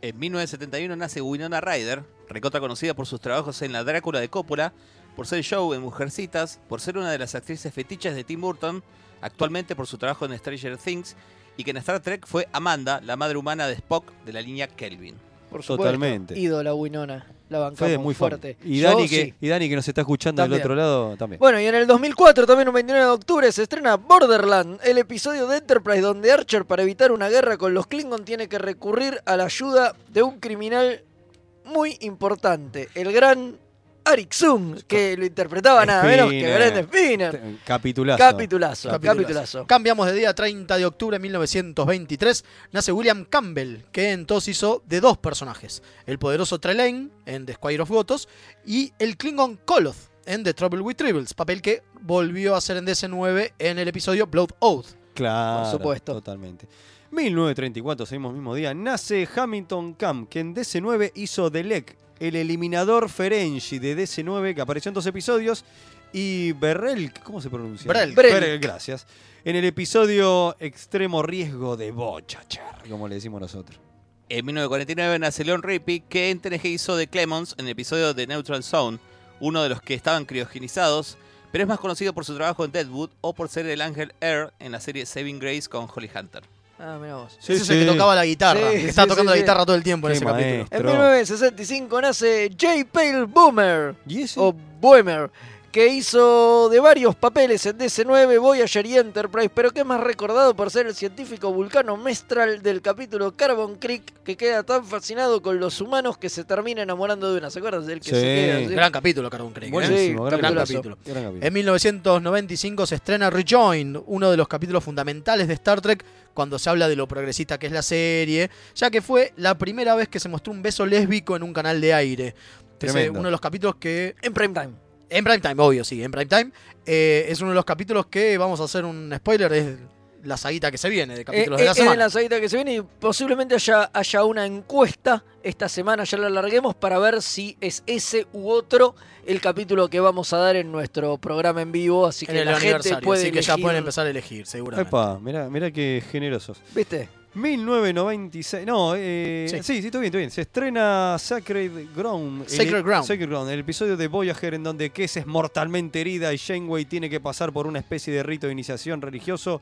S5: En 1971 nace Winona Ryder, recontra conocida por sus trabajos en La Drácula de Coppola, por ser show en Mujercitas, por ser una de las actrices fetiches de Tim Burton, actualmente por su trabajo en Stranger Things, y que en Star Trek fue Amanda, la madre humana de Spock de la línea Kelvin.
S2: Por
S4: supuesto. Totalmente.
S2: Ídola Winona. La bancamos
S4: Fue muy fan.
S2: fuerte.
S4: Y
S2: Yo
S4: Dani, que,
S2: sí.
S4: y Dani, que nos está escuchando
S2: También.
S4: del otro lado también.
S2: Bueno, y en el 2004, también un 29 de octubre, se estrena Borderland, el episodio de Enterprise donde Archer, para evitar una guerra con los Klingon, tiene que recurrir a la ayuda de un criminal muy importante, el gran Arik Zoom, que lo interpretaba nada menos que
S4: Spinner.
S2: Brent Spinner.
S4: Capitulazo.
S2: Capitulazo, capitulazo.
S3: Cambiamos de día 30 de octubre de 1923. Nace William Campbell, que entonces hizo de dos personajes: el poderoso Trelane en The Squire of Gotos y el Klingon Koloth en The Trouble with Tribbles, papel que volvió a hacer en DC9 en el episodio Blood Oath.
S4: Claro.
S3: Por supuesto.
S4: Totalmente. 1934, seguimos mismo día, nace Hamilton Camp, que en DC9 hizo Delec, el eliminador Ferengi de DC9, que apareció en dos episodios, y Berrell, ¿cómo se pronuncia?
S3: Brel.
S4: Berrell,
S3: Brel.
S4: gracias. En el episodio Extremo Riesgo de Bochacher, como le decimos nosotros.
S5: En 1949 nace Leon Rippey, que en TNG hizo de Clemons en el episodio de Neutral Zone, uno de los que estaban criogenizados, pero es más conocido por su trabajo en Deadwood o por ser el ángel Air en la serie Saving Grace con Holly Hunter.
S2: Ah, mirá vos.
S4: Sí, Ese es el que sí. tocaba la guitarra, que estaba tocando la guitarra todo el tiempo en Qué ese capítulo. maestro.
S2: En 1965 nace J. Pale Boomer, o Boomer, que hizo de varios papeles en DC9, Voyager y Enterprise, pero que es más recordado por ser el científico vulcano mestral del capítulo Carbon Creek, que queda tan fascinado con los humanos que se termina enamorando de una. ¿Se acuerdan del que se queda? así?
S3: Gran capítulo, Carbon Creek. ¿eh?
S4: Buenísimo, gran
S3: gran
S4: capítulo.
S3: capítulo.
S4: Gran capítulo.
S3: En 1995 se estrena Rejoin, uno de los capítulos fundamentales de Star Trek cuando se habla de lo progresista que es la serie, ya que fue la primera vez que se mostró un beso lésbico en un canal de aire. Es eh,
S4: Tremendo.
S3: uno de los capítulos que...
S2: En prime time.
S3: En prime time, obvio, sí, en prime time. Eh, es uno de los capítulos que, vamos a hacer un spoiler, es la saguita que se viene de
S2: Eh,
S3: capítulos
S2: eh,
S3: de la
S2: es
S3: semana.
S2: en la saguita que se viene y posiblemente haya, haya una encuesta esta semana, ya la alarguemos para ver si es ese u otro el capítulo que vamos a dar en nuestro programa en vivo, así
S3: En
S2: que
S3: el
S2: la gente
S3: aniversario,
S2: puede
S3: así que ya
S2: elegir.
S3: pueden empezar a elegir, seguramente.
S4: Epa, mirá, Ah, mirá qué generosos.
S2: ¿Viste?
S4: 1996. No, eh,
S3: Sí.
S4: sí. sí, estoy bien, estoy bien. Se estrena Sacred Ground. el-
S3: Sacred Ground.
S4: Sacred Ground, el episodio de Voyager en donde Kes es mortalmente herida y Janeway tiene que pasar por una especie de rito de iniciación religioso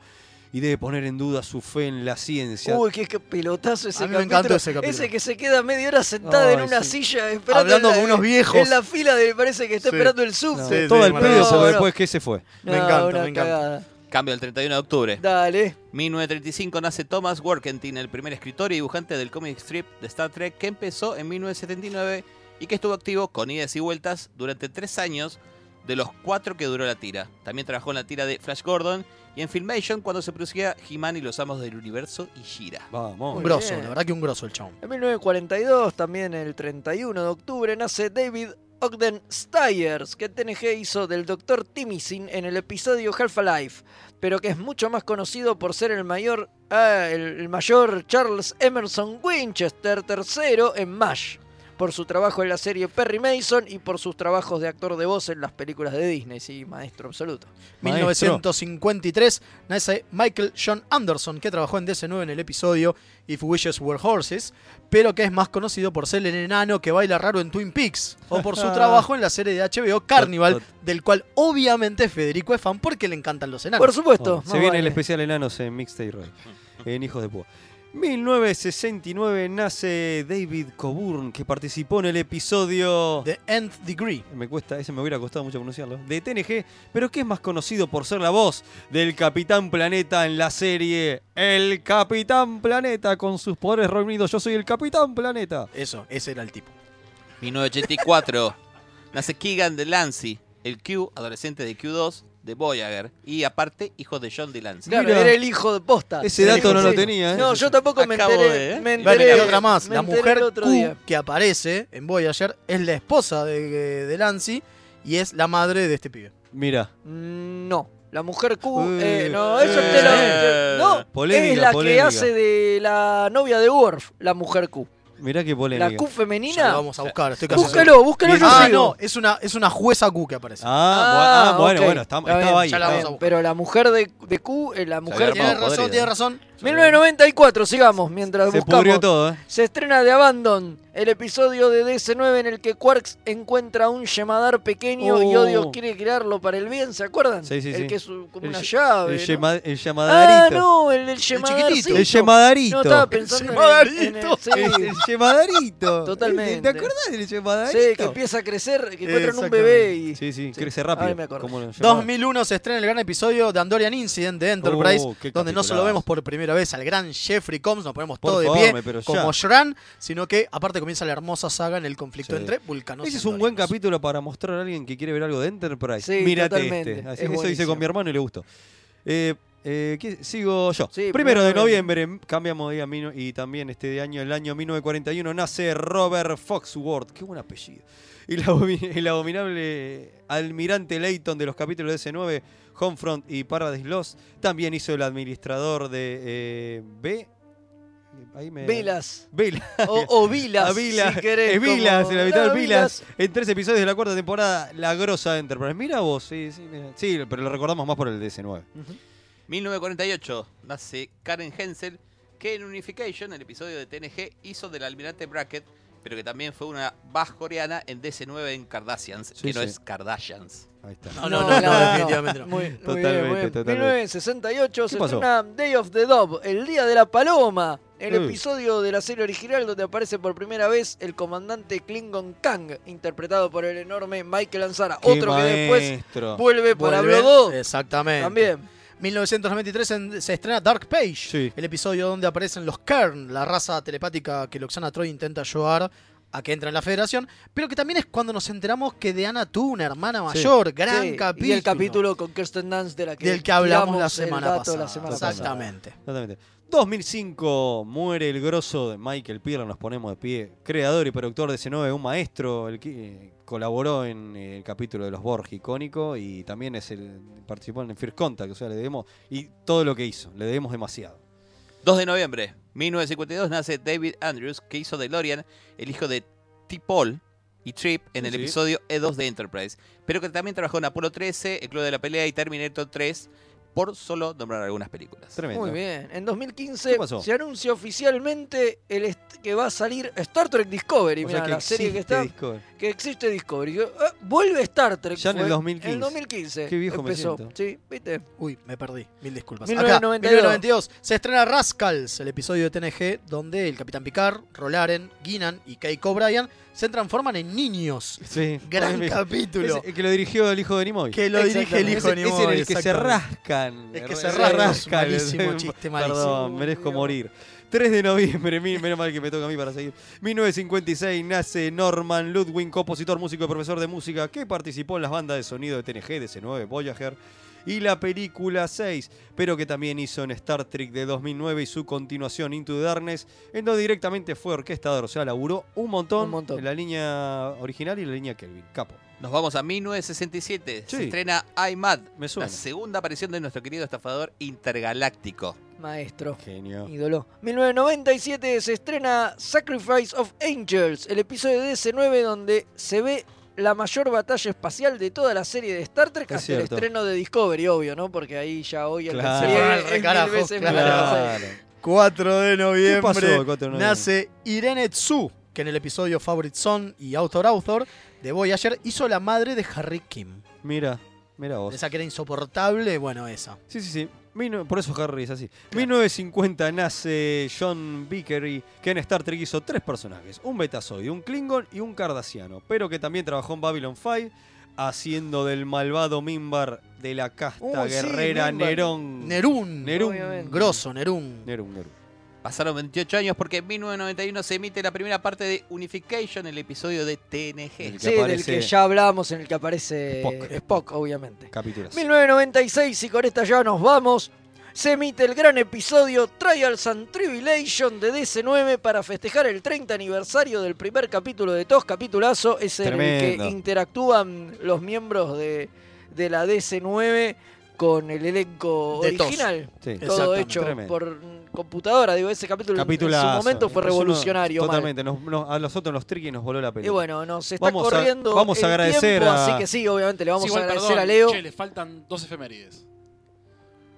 S4: y debe poner en duda su fe en la ciencia.
S2: Uy, qué, qué pelotazo ese
S3: A mí me
S2: capítulo.
S3: encantó ese capítulo.
S2: Ese que se queda media hora sentado
S4: Ay,
S2: en una
S4: sí.
S2: silla esperando.
S3: Hablando
S2: en la-
S3: con unos viejos.
S2: En la fila de, parece que está
S3: Sí.
S2: esperando el sub.
S4: No,
S3: Sí,
S4: todo
S3: sí,
S4: el pedo,
S2: maravilloso.
S4: porque después Kes se fue.
S2: No, una cagada.
S5: Cambio el 31 de octubre.
S2: Dale.
S5: 1935 nace Thomas Workentine, el primer escritor y dibujante del comic strip de Star Trek que empezó en 1979 y que estuvo activo con idas y vueltas durante tres años de los cuatro que duró la tira. También trabajó en la tira de Flash Gordon y en Filmation cuando se producía He-Man y los Amos del Universo y Shira.
S4: Vamos.
S3: Un grosso,
S2: bien.
S3: la verdad que un grosso el chabón.
S2: En 1942, también el 31 de octubre, nace David Ogden Stiers, que TNG hizo del Dr. Timisin en el episodio Half-Life, pero que es mucho más conocido por ser el mayor, ah, el, el mayor Charles Emerson Winchester III en MASH, por su trabajo en la serie Perry Mason y por sus trabajos de actor de voz en las películas de Disney, sí, maestro absoluto.
S4: Maestro.
S3: 1953 nace Michael John Anderson, que trabajó en DC9 en el episodio If Wishes Were Horses, pero que es más conocido por ser el enano que baila raro en Twin Peaks, o por su trabajo en la serie de HBO Carnival, del cual obviamente Federico es fan porque le encantan los enanos.
S2: Por supuesto.
S4: Bueno,
S2: más
S4: Oh, se viene el
S2: vale.
S4: especial enanos en Mixtape Rock, en Hijos de Púa. 1969 nace David Coburn, que participó en el episodio.
S3: The Nth Degree.
S4: Me cuesta, ese me hubiera costado mucho pronunciarlo. De TNG, pero que es más conocido por ser la voz del Capitán Planeta en la serie El Capitán Planeta con sus poderes reunidos. Yo soy el Capitán Planeta.
S3: Eso, ese era el tipo.
S5: 1984 nace Keegan Delancey, el Q, adolescente de Q2 de Voyager y aparte hijo de John Delancey.
S2: Claro, era el hijo de posta.
S4: Ese
S2: Era
S4: dato
S2: el hijo,
S4: no lo
S2: sí.
S4: tenía, ¿eh?
S2: No, yo tampoco me
S5: Acabo
S2: enteré.
S5: de, ¿eh?
S2: Me
S3: Bueno,
S2: enteré
S3: y otra más,
S2: me
S3: la
S2: enteré
S3: mujer
S2: el otro
S3: Q
S2: día.
S3: que aparece en Voyager es la esposa de, de Lancy y es la madre de este pibe.
S4: Mira.
S2: Mm, No. La mujer Q.
S4: Eh,
S2: eh, no, eso
S4: eh,
S2: te lo. te- no,
S4: polémica,
S2: es la
S4: polémica.
S2: que hace de la novia de Worf, la mujer Q.
S4: Mirá qué
S2: La
S4: polémica.
S2: Q
S3: Ya lo
S2: femenina.
S3: vamos a buscar, estoy casi
S2: Búscalo,
S3: seguro.
S2: búscalo. Yo
S3: Ah,
S2: sigo.
S3: no, es una, es una jueza Q que aparece.
S4: Ah, bu- ah, bueno,
S2: ok.
S4: bueno, está-
S2: Está
S4: estaba
S2: bien,
S4: ahí.
S3: ya la
S4: estaba
S3: vamos a
S4: ahí.
S3: buscar.
S2: Pero la mujer de, de Q, eh, la mujer.
S5: armado. No,
S3: Tiene razón,
S5: podrido.
S3: tiene razón.
S2: 1994, sigamos, mientras
S4: Se
S2: buscamos.
S4: pudrió todo, ¿eh?
S2: Se estrena The Abandon, el episodio de DC9 en el que Quarks encuentra un Yemadar pequeño y
S4: Oh.
S2: Odio quiere crearlo para el bien, ¿se acuerdan?
S4: Sí, sí,
S2: el
S4: sí.
S2: que es un- como
S4: El
S2: una
S4: ye-
S2: llave.
S4: El,
S2: ¿no?
S4: llama- el
S2: Ah,
S4: llamadarito.
S2: no, el del
S3: chiquitito.
S2: Yemadarito.
S4: El Yemadarito.
S2: No, estaba
S4: El
S2: pensando en el- en el-
S4: Yemadarito. El,
S2: sí,
S4: Yemadarito.
S2: Totalmente.
S4: ¿Te acordás del Yemadarito?
S2: Sí, que empieza a crecer, que encuentran un
S3: Exactamente.
S2: bebé y...
S4: Sí, sí, crece rápido.
S2: Ahí me acordé.
S4: como lo llamaba.
S3: 2001 se estrena el gran episodio de Andorian Incident de Enterprise,
S4: Oh, qué
S3: donde no solo
S4: capitulazo.
S3: vemos por primera vez al gran Jeffrey Combs, nos ponemos
S4: Por
S3: todo
S4: favor,
S3: de
S4: me- pero
S3: pie
S4: ya.
S3: como Shran, sino que aparte comienza la hermosa saga en el conflicto
S4: Sí.
S3: entre vulcanos.
S4: Ese
S3: y
S4: es un buen
S3: andorianos.
S4: capítulo para mostrar a alguien que quiere ver algo de Enterprise.
S2: Sí,
S4: Mírate
S2: totalmente.
S4: este.
S2: Es
S4: Así, eso hice
S2: buenísimo.
S4: con mi hermano y le gustó. Eh, eh, ¿qué- sigo yo.
S2: Sí,
S4: Primero de
S2: primero de
S4: noviembre, m- cambiamos de día mino- y también este de año, el año 1941, nace Robert Foxworth. Qué buen apellido. Y la abomi- el abominable almirante Leighton de los capítulos de S9, Homefront y Paradise Lost. También hizo el administrador de eh, B. Ahí me-
S2: Velas.
S4: Vela.
S2: O, o Vilas,
S4: A Vilas,
S2: si querés.
S4: es Vilas,
S2: como-
S4: el habitante
S2: Ah,
S4: Vilas. En tres episodios de la cuarta temporada, La Grosa de Enterprise. Mira vos, sí, sí, mira. Sí, pero lo recordamos más por el DC9.
S5: 1948 nace Karen Hensel, que en Unification, el episodio de TNG, hizo del almirante Brackett, pero que también fue una bajcoreana en DC9 en Kardashians,
S4: Sí,
S5: que no
S4: sí.
S5: es Kardashians.
S4: Ahí está.
S3: No, no, no, no, definitivamente no.
S2: Muy, muy bien, muy
S4: Totalmente,
S2: bien.
S4: totalmente.
S2: 1968 se
S4: ¿Qué pasó?
S2: estrena Day of the Dove, el Día de la Paloma, el
S4: Mm.
S2: episodio de la serie original donde aparece por primera vez el comandante Klingon Kang, interpretado por el enorme Michael Ansara,
S4: Qué
S2: otro que
S4: maestro.
S2: después vuelve por
S3: Vuelve,
S2: Hablodó
S3: Exactamente.
S2: también.
S3: 1993 en- se estrena Dark Page,
S4: Sí.
S3: el episodio donde aparecen los Kern, la raza telepática que Loxana Troy intenta ayudar a que entra en la federación, pero que también es cuando nos enteramos que Deanna tuvo una hermana mayor, gran
S2: Sí,
S3: capítulo.
S2: Y el capítulo con Kirsten Dunst de la que,
S3: Del que hablamos
S2: tiramos
S3: la
S2: el
S3: semana
S2: dato
S3: pasada.
S2: la semana
S3: Exactamente.
S2: pasada.
S4: Totalmente. 2005 muere el grosso de Michael Pierre, nos ponemos de pie. Creador y productor de C9, un maestro, el que eh, colaboró en eh, el capítulo de los Borg icónico y también es el participó en el First Contact, o sea, le debemos y todo lo que hizo, le debemos demasiado.
S5: 2 de noviembre 1952 nace David Andrews, que hizo de Lorian el hijo de T-Paul y Trip en el
S4: Sí.
S5: episodio E2 de Enterprise, pero que también trabajó en Apolo 13, El Club de la Pelea y Terminator 3, por solo nombrar algunas películas.
S4: Tremendo.
S2: Muy bien. En 2015
S5: ¿Qué pasó?
S2: se anuncia oficialmente el est- que va a salir Star Trek Discovery.
S4: O sea
S2: Mirá,
S4: que
S2: la serie que
S4: existe
S2: está.
S4: Discovery.
S2: Que existe Discovery. Yo- ah, vuelve Star Trek.
S4: Ya en el
S2: fue.
S4: 2015.
S2: En 2015.
S4: Qué viejo me
S2: empezó.
S4: siento.
S2: Sí, viste.
S3: Uy, me perdí. Mil disculpas. Acá,
S2: 1992.
S3: 1992. Se estrena Rascals, el episodio de TNG, donde el Capitán Picard, Rolaren, Guinan y Keiko O'Brien se transforman en niños.
S4: Sí.
S3: Gran
S4: Ese-
S3: capítulo.
S4: ese- que lo dirigió el hijo de Nimoy.
S3: Que lo dirige el hijo de
S4: Ese- ese
S3: Nimoy,
S4: era el que se
S3: exactamente.
S4: rascan.
S3: Es que se
S4: Re-
S3: rascan,
S4: Malísimo chiste, malísimo. Perdón, merezco morir. 3 de noviembre, mi- menos mal que me toca a mí para seguir. 1956 nace Norman Ludwig, compositor, músico y profesor de música, que participó en las bandas de sonido de TNG, DC9, Voyager y la película 6, pero que también hizo en Star Trek de 2009 y su continuación Into the Darkness, en donde directamente fue orquestador, o sea, laburó un montón, en la línea original y la línea Kelvin. Capo.
S5: Nos vamos a 1967.
S4: Sí.
S5: Se estrena iMad,
S4: suena.
S5: la segunda aparición de nuestro querido estafador intergaláctico.
S2: Maestro.
S4: Genio.
S2: Ídolo. 1997 se estrena Sacrifice of Angels, el episodio de DC9 donde se ve la mayor batalla espacial de toda la serie de Star Trek
S4: Es
S2: hasta el
S4: cierto.
S2: estreno de Discovery, obvio, ¿no? Porque ahí ya hoy el
S4: Claro.
S2: despliegue
S4: Ah,
S2: es mil
S3: recarajo,
S2: veces más
S3: claro.
S2: grande.
S3: 4 de
S4: ¿Qué pasó el
S3: noviembre
S4: 4 de noviembre?
S3: nace Irene Tsu, que en el episodio Favorite Son y Author Author de Voyager hizo la madre de Harry Kim.
S4: Mira, mira vos.
S3: Esa que era insoportable, bueno, esa.
S4: Sí, sí, sí. Mil- Por eso Harry es así. 1950 nace John Vickery, que en Star Trek hizo tres personajes: un Betazoid, un Klingon y un Cardassiano, pero que también trabajó en Babylon 5, haciendo del malvado Mimbar de la casta
S3: Uy, sí,
S4: guerrera
S3: Mimbar.
S4: Nerón.
S3: Nerún.
S4: Nerún.
S3: Obviamente. Grosso, Nerún.
S4: Nerún, Nerún.
S5: Pasaron 28 años porque en 1991 se emite la primera parte de Unification, el episodio de TNG.
S2: Sí, del que ya hablábamos, en el que aparece
S5: Spock.
S2: Spock, obviamente.
S4: Capítulos.
S2: 1996, y con esta ya nos vamos. Se emite el gran episodio Trials and Tribulation de DC9 para festejar el 30 aniversario del primer capítulo de TOS, capitulazo, es en el
S4: Tremendo.
S2: que interactúan los miembros de, de la DC9 con el elenco
S3: De TOS.
S2: original.
S4: Sí.
S2: Todo
S4: Exactamente.
S2: hecho
S4: Tremendo.
S2: por caputadora, digo, ese capítulo en- en
S4: Capitulazo.
S2: su momento fue
S4: Es uno-
S2: revolucionario. mal.
S4: Totalmente. Nos, nos- a nosotros nos triqui nos voló la pelota.
S2: Y bueno, nos está corriendo
S4: A, vamos a
S2: el
S4: agradecer
S2: tiempo,
S4: a-
S2: así que sí, obviamente le vamos
S19: Sí, igual,
S2: a agradecer
S19: perdón,
S2: a Leo.
S19: Che, le faltan dos efemérides.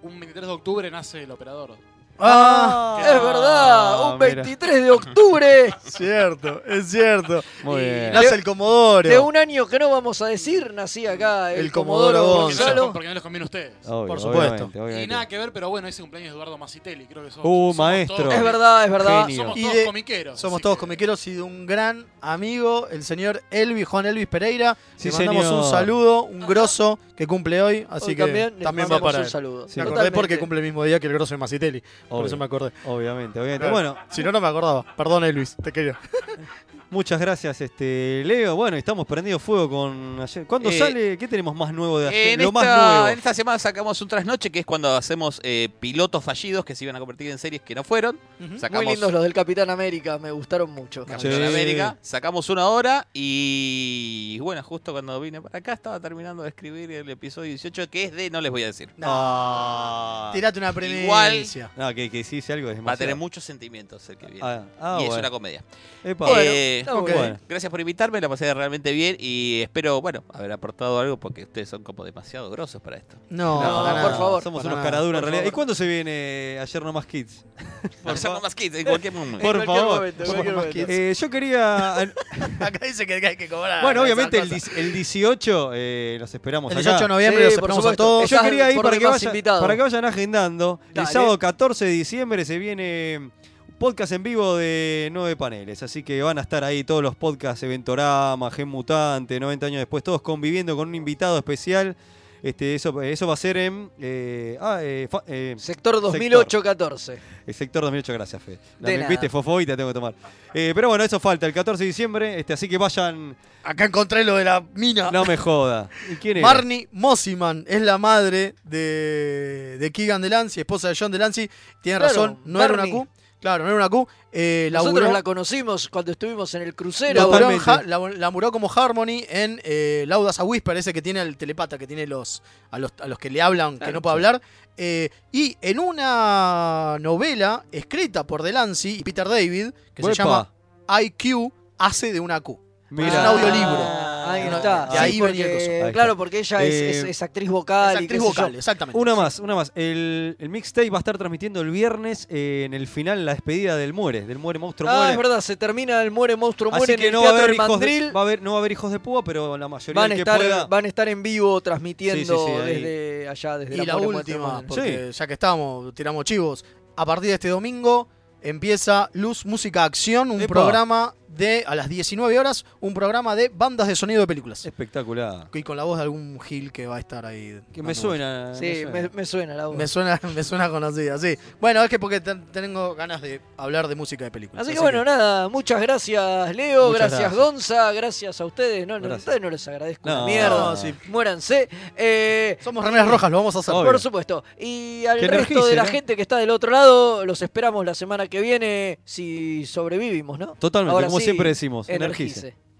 S19: Un 23 de octubre nace el operador.
S2: Ah,
S19: Que-
S2: es verdad,
S4: Ah,
S2: un 23 de octubre.
S3: Cierto, es cierto.
S4: Muy bien.
S3: Nace el Comodoro.
S2: De un año que no vamos a decir, nací acá el,
S3: El
S2: Comodoro,
S3: Comodoro
S19: porque, no
S2: Gonzalo.
S19: los, porque no los conviene a ustedes.
S4: Obvio,
S3: Por supuesto.
S4: obviamente, obviamente.
S19: Y nada que ver, pero bueno, ese cumpleaños de Eduardo Macitelli, creo que somos,
S4: Uh,
S19: somos
S4: maestro.
S19: todos-
S4: Es verdad, es verdad.
S19: Somos
S3: Y
S19: todos
S3: de-
S19: comiqueros.
S3: Somos todos comiqueros y de un gran amigo, el señor Elvis, Juan Elvis Pereira.
S4: Sí,
S3: le mandamos
S4: señor.
S3: un saludo, un grosso que cumple hoy, así
S2: Hoy
S3: que
S2: también
S3: también,
S2: le
S3: va
S2: mandamos
S3: para
S2: un
S3: él.
S2: saludo. Sí.
S3: Me acordé
S2: Totalmente.
S3: porque cumple el mismo día que el grosso de Macitelli, por
S4: Obvio.
S3: eso me acordé.
S4: Obviamente, obviamente.
S3: Claro.
S4: Bueno,
S3: si no, no me acordaba. Perdón, Elvis, te quería.
S4: Muchas gracias, este Leo. Bueno, estamos prendido fuego con ayer. ¿Cuándo
S5: Eh,
S4: sale? ¿Qué tenemos más nuevo de ayer?
S5: En,
S4: Lo
S5: esta,
S4: más nuevo.
S5: en esta semana sacamos un trasnoche, que es cuando hacemos eh, pilotos fallidos que se iban a convertir en series que no fueron. Sacamos
S2: Muy lindos los del Capitán América, me gustaron mucho.
S5: Capitán América, sacamos una hora y bueno, justo cuando vine para acá estaba terminando de escribir el episodio 18, que es de, no les voy a decir.
S4: Ah.
S3: Tirate una premisa.
S5: Igual
S4: No, Ah, que, que sí, si algo es
S5: va a
S4: demasiado.
S5: tener muchos sentimientos el que viene.
S4: Ah, ah,
S5: y es
S4: bueno.
S5: una comedia.
S4: Epa.
S5: Eh,
S4: Bueno, está muy
S5: ok.
S4: bueno.
S5: Gracias por invitarme, la pasé realmente bien y espero, bueno, haber aportado algo porque ustedes son como demasiado grosos para esto.
S3: No,
S4: No,
S3: para
S4: por
S3: nada,
S4: favor. Somos
S3: para
S4: unos
S3: nada,
S4: caraduras en
S3: por
S4: realidad. ¿Y
S3: favor.
S4: cuándo se viene ayer no más kids?
S5: Ayer no más kids, en cualquier momento.
S4: Por
S5: En cualquier
S4: favor.
S5: momento, en cualquier
S4: Por-
S5: momento.
S4: Eh, yo quería. an-
S3: Acá dice que hay que cobrar.
S4: bueno,
S3: Ah, esas
S4: obviamente el,
S3: cosas.
S4: dis- el 18 eh, los esperamos.
S3: El
S4: acá.
S3: 18 de noviembre Sí, los por esperamos a supuesto. todos.
S4: Yo
S3: Están
S4: quería ir
S3: por
S4: para que,
S3: demás
S4: vayan-
S3: invitados.
S4: para que vayan agendando.
S3: Dale.
S4: El sábado 14 de diciembre se viene mm, un podcast en vivo de nueve paneles. Así que van a estar ahí todos los podcasts, Eventorama, Gen Mutante, 90 años después, todos conviviendo con un invitado especial. Este, eso, eso va a ser en. eh, ah, eh, fa- eh,
S2: Sector 2008-14.
S4: El sector 2008, gracias, Fe. La
S2: De
S4: me-
S2: nada.
S4: viste, fofo y te tengo que tomar. Eh, pero bueno, eso falta, el 14 de diciembre, este, así que vayan.
S3: Acá encontré lo de la mina.
S4: No me joda. ¿Y quién era?
S3: Marnie Mossiman es la madre de, de Keegan Delancey, esposa de John Delancey. Tiene
S2: Claro,
S3: razón, no era una
S2: Marnie.
S3: Q. Claro, no era una Q. Eh,
S2: Nosotros
S3: laburó-
S2: la conocimos cuando estuvimos en el crucero.
S3: Laburó, en Ha- labu- laburó como Harmony en eh, Laudas a Whisper, ese que tiene el telepata, que tiene los a los, a los que le hablan, que
S2: Claro,
S3: no puede
S2: sí.
S3: hablar. Eh, y en una novela escrita por Delancey y Peter David, que
S4: Uepa.
S3: se llama IQ, hace de una Q.
S4: Mira.
S3: Es un audiolibro.
S2: Ahí
S3: Una-
S2: está.
S3: Ah, De ahí
S2: Sí,
S3: venía el
S2: porque-
S3: coso.
S4: Ahí está.
S2: Claro, porque ella es,
S4: Eh,
S2: es- es actriz vocal.
S3: es
S2: y qué
S3: actriz
S2: sé yo.
S3: vocal, exactamente.
S4: Una más, una más. El, el mixtape va a estar transmitiendo el viernes eh, en el final la despedida del Muere, del Muere Monstruo
S2: Ah,
S4: Muere.
S2: es verdad, se termina el Muere Monstruo Muere
S4: Así
S2: en
S4: que
S2: el
S4: no va a,
S2: Teatro
S4: haber
S2: del
S4: hijos
S2: Mandril.
S4: de, va, a haber, no va a haber hijos de púa, pero la mayoría
S2: Van a,
S4: del que
S2: estar,
S4: pueda.
S2: van a estar en vivo
S4: Sí,
S2: transmitiendo
S4: sí, sí, ahí.
S2: desde allá, desde
S3: Y la
S2: Muere Monstruo
S3: última,
S2: Muere.
S3: porque ya que estamos, tiramos chivos. A partir de este domingo empieza Luz Música Acción, un
S4: Epa.
S3: programa de, a las 19 horas, un programa de bandas de sonido de películas.
S4: Espectacular.
S3: Y con la voz de algún Gil que va a estar ahí.
S4: Que
S3: dando
S4: me
S3: Ah,
S4: suena.
S2: Sí, me, me suena la voz.
S3: vueltas. Me suena, me suena conocida, sí. Bueno, es que porque ten- tengo ganas de hablar de música de películas.
S2: Así que bueno, nada, muchas gracias Leo,
S3: Muchas
S2: gracias,
S3: gracias.
S2: Gonza, gracias a ustedes. No, no,
S3: Gracias.
S2: a ustedes no les agradezco una
S3: No.
S2: mierda.
S3: No, sí.
S2: Muéranse. Eh,
S3: Somos remeras rojas, lo vamos a hacer.
S2: Por supuesto. Y al
S3: Que
S2: resto de
S3: energice,
S2: la
S3: ¿no?
S2: gente que está del otro lado, los esperamos la semana que viene si sobrevivimos, ¿no?
S4: Totalmente,
S2: Ahora
S4: como
S2: sí,
S4: siempre decimos, energice.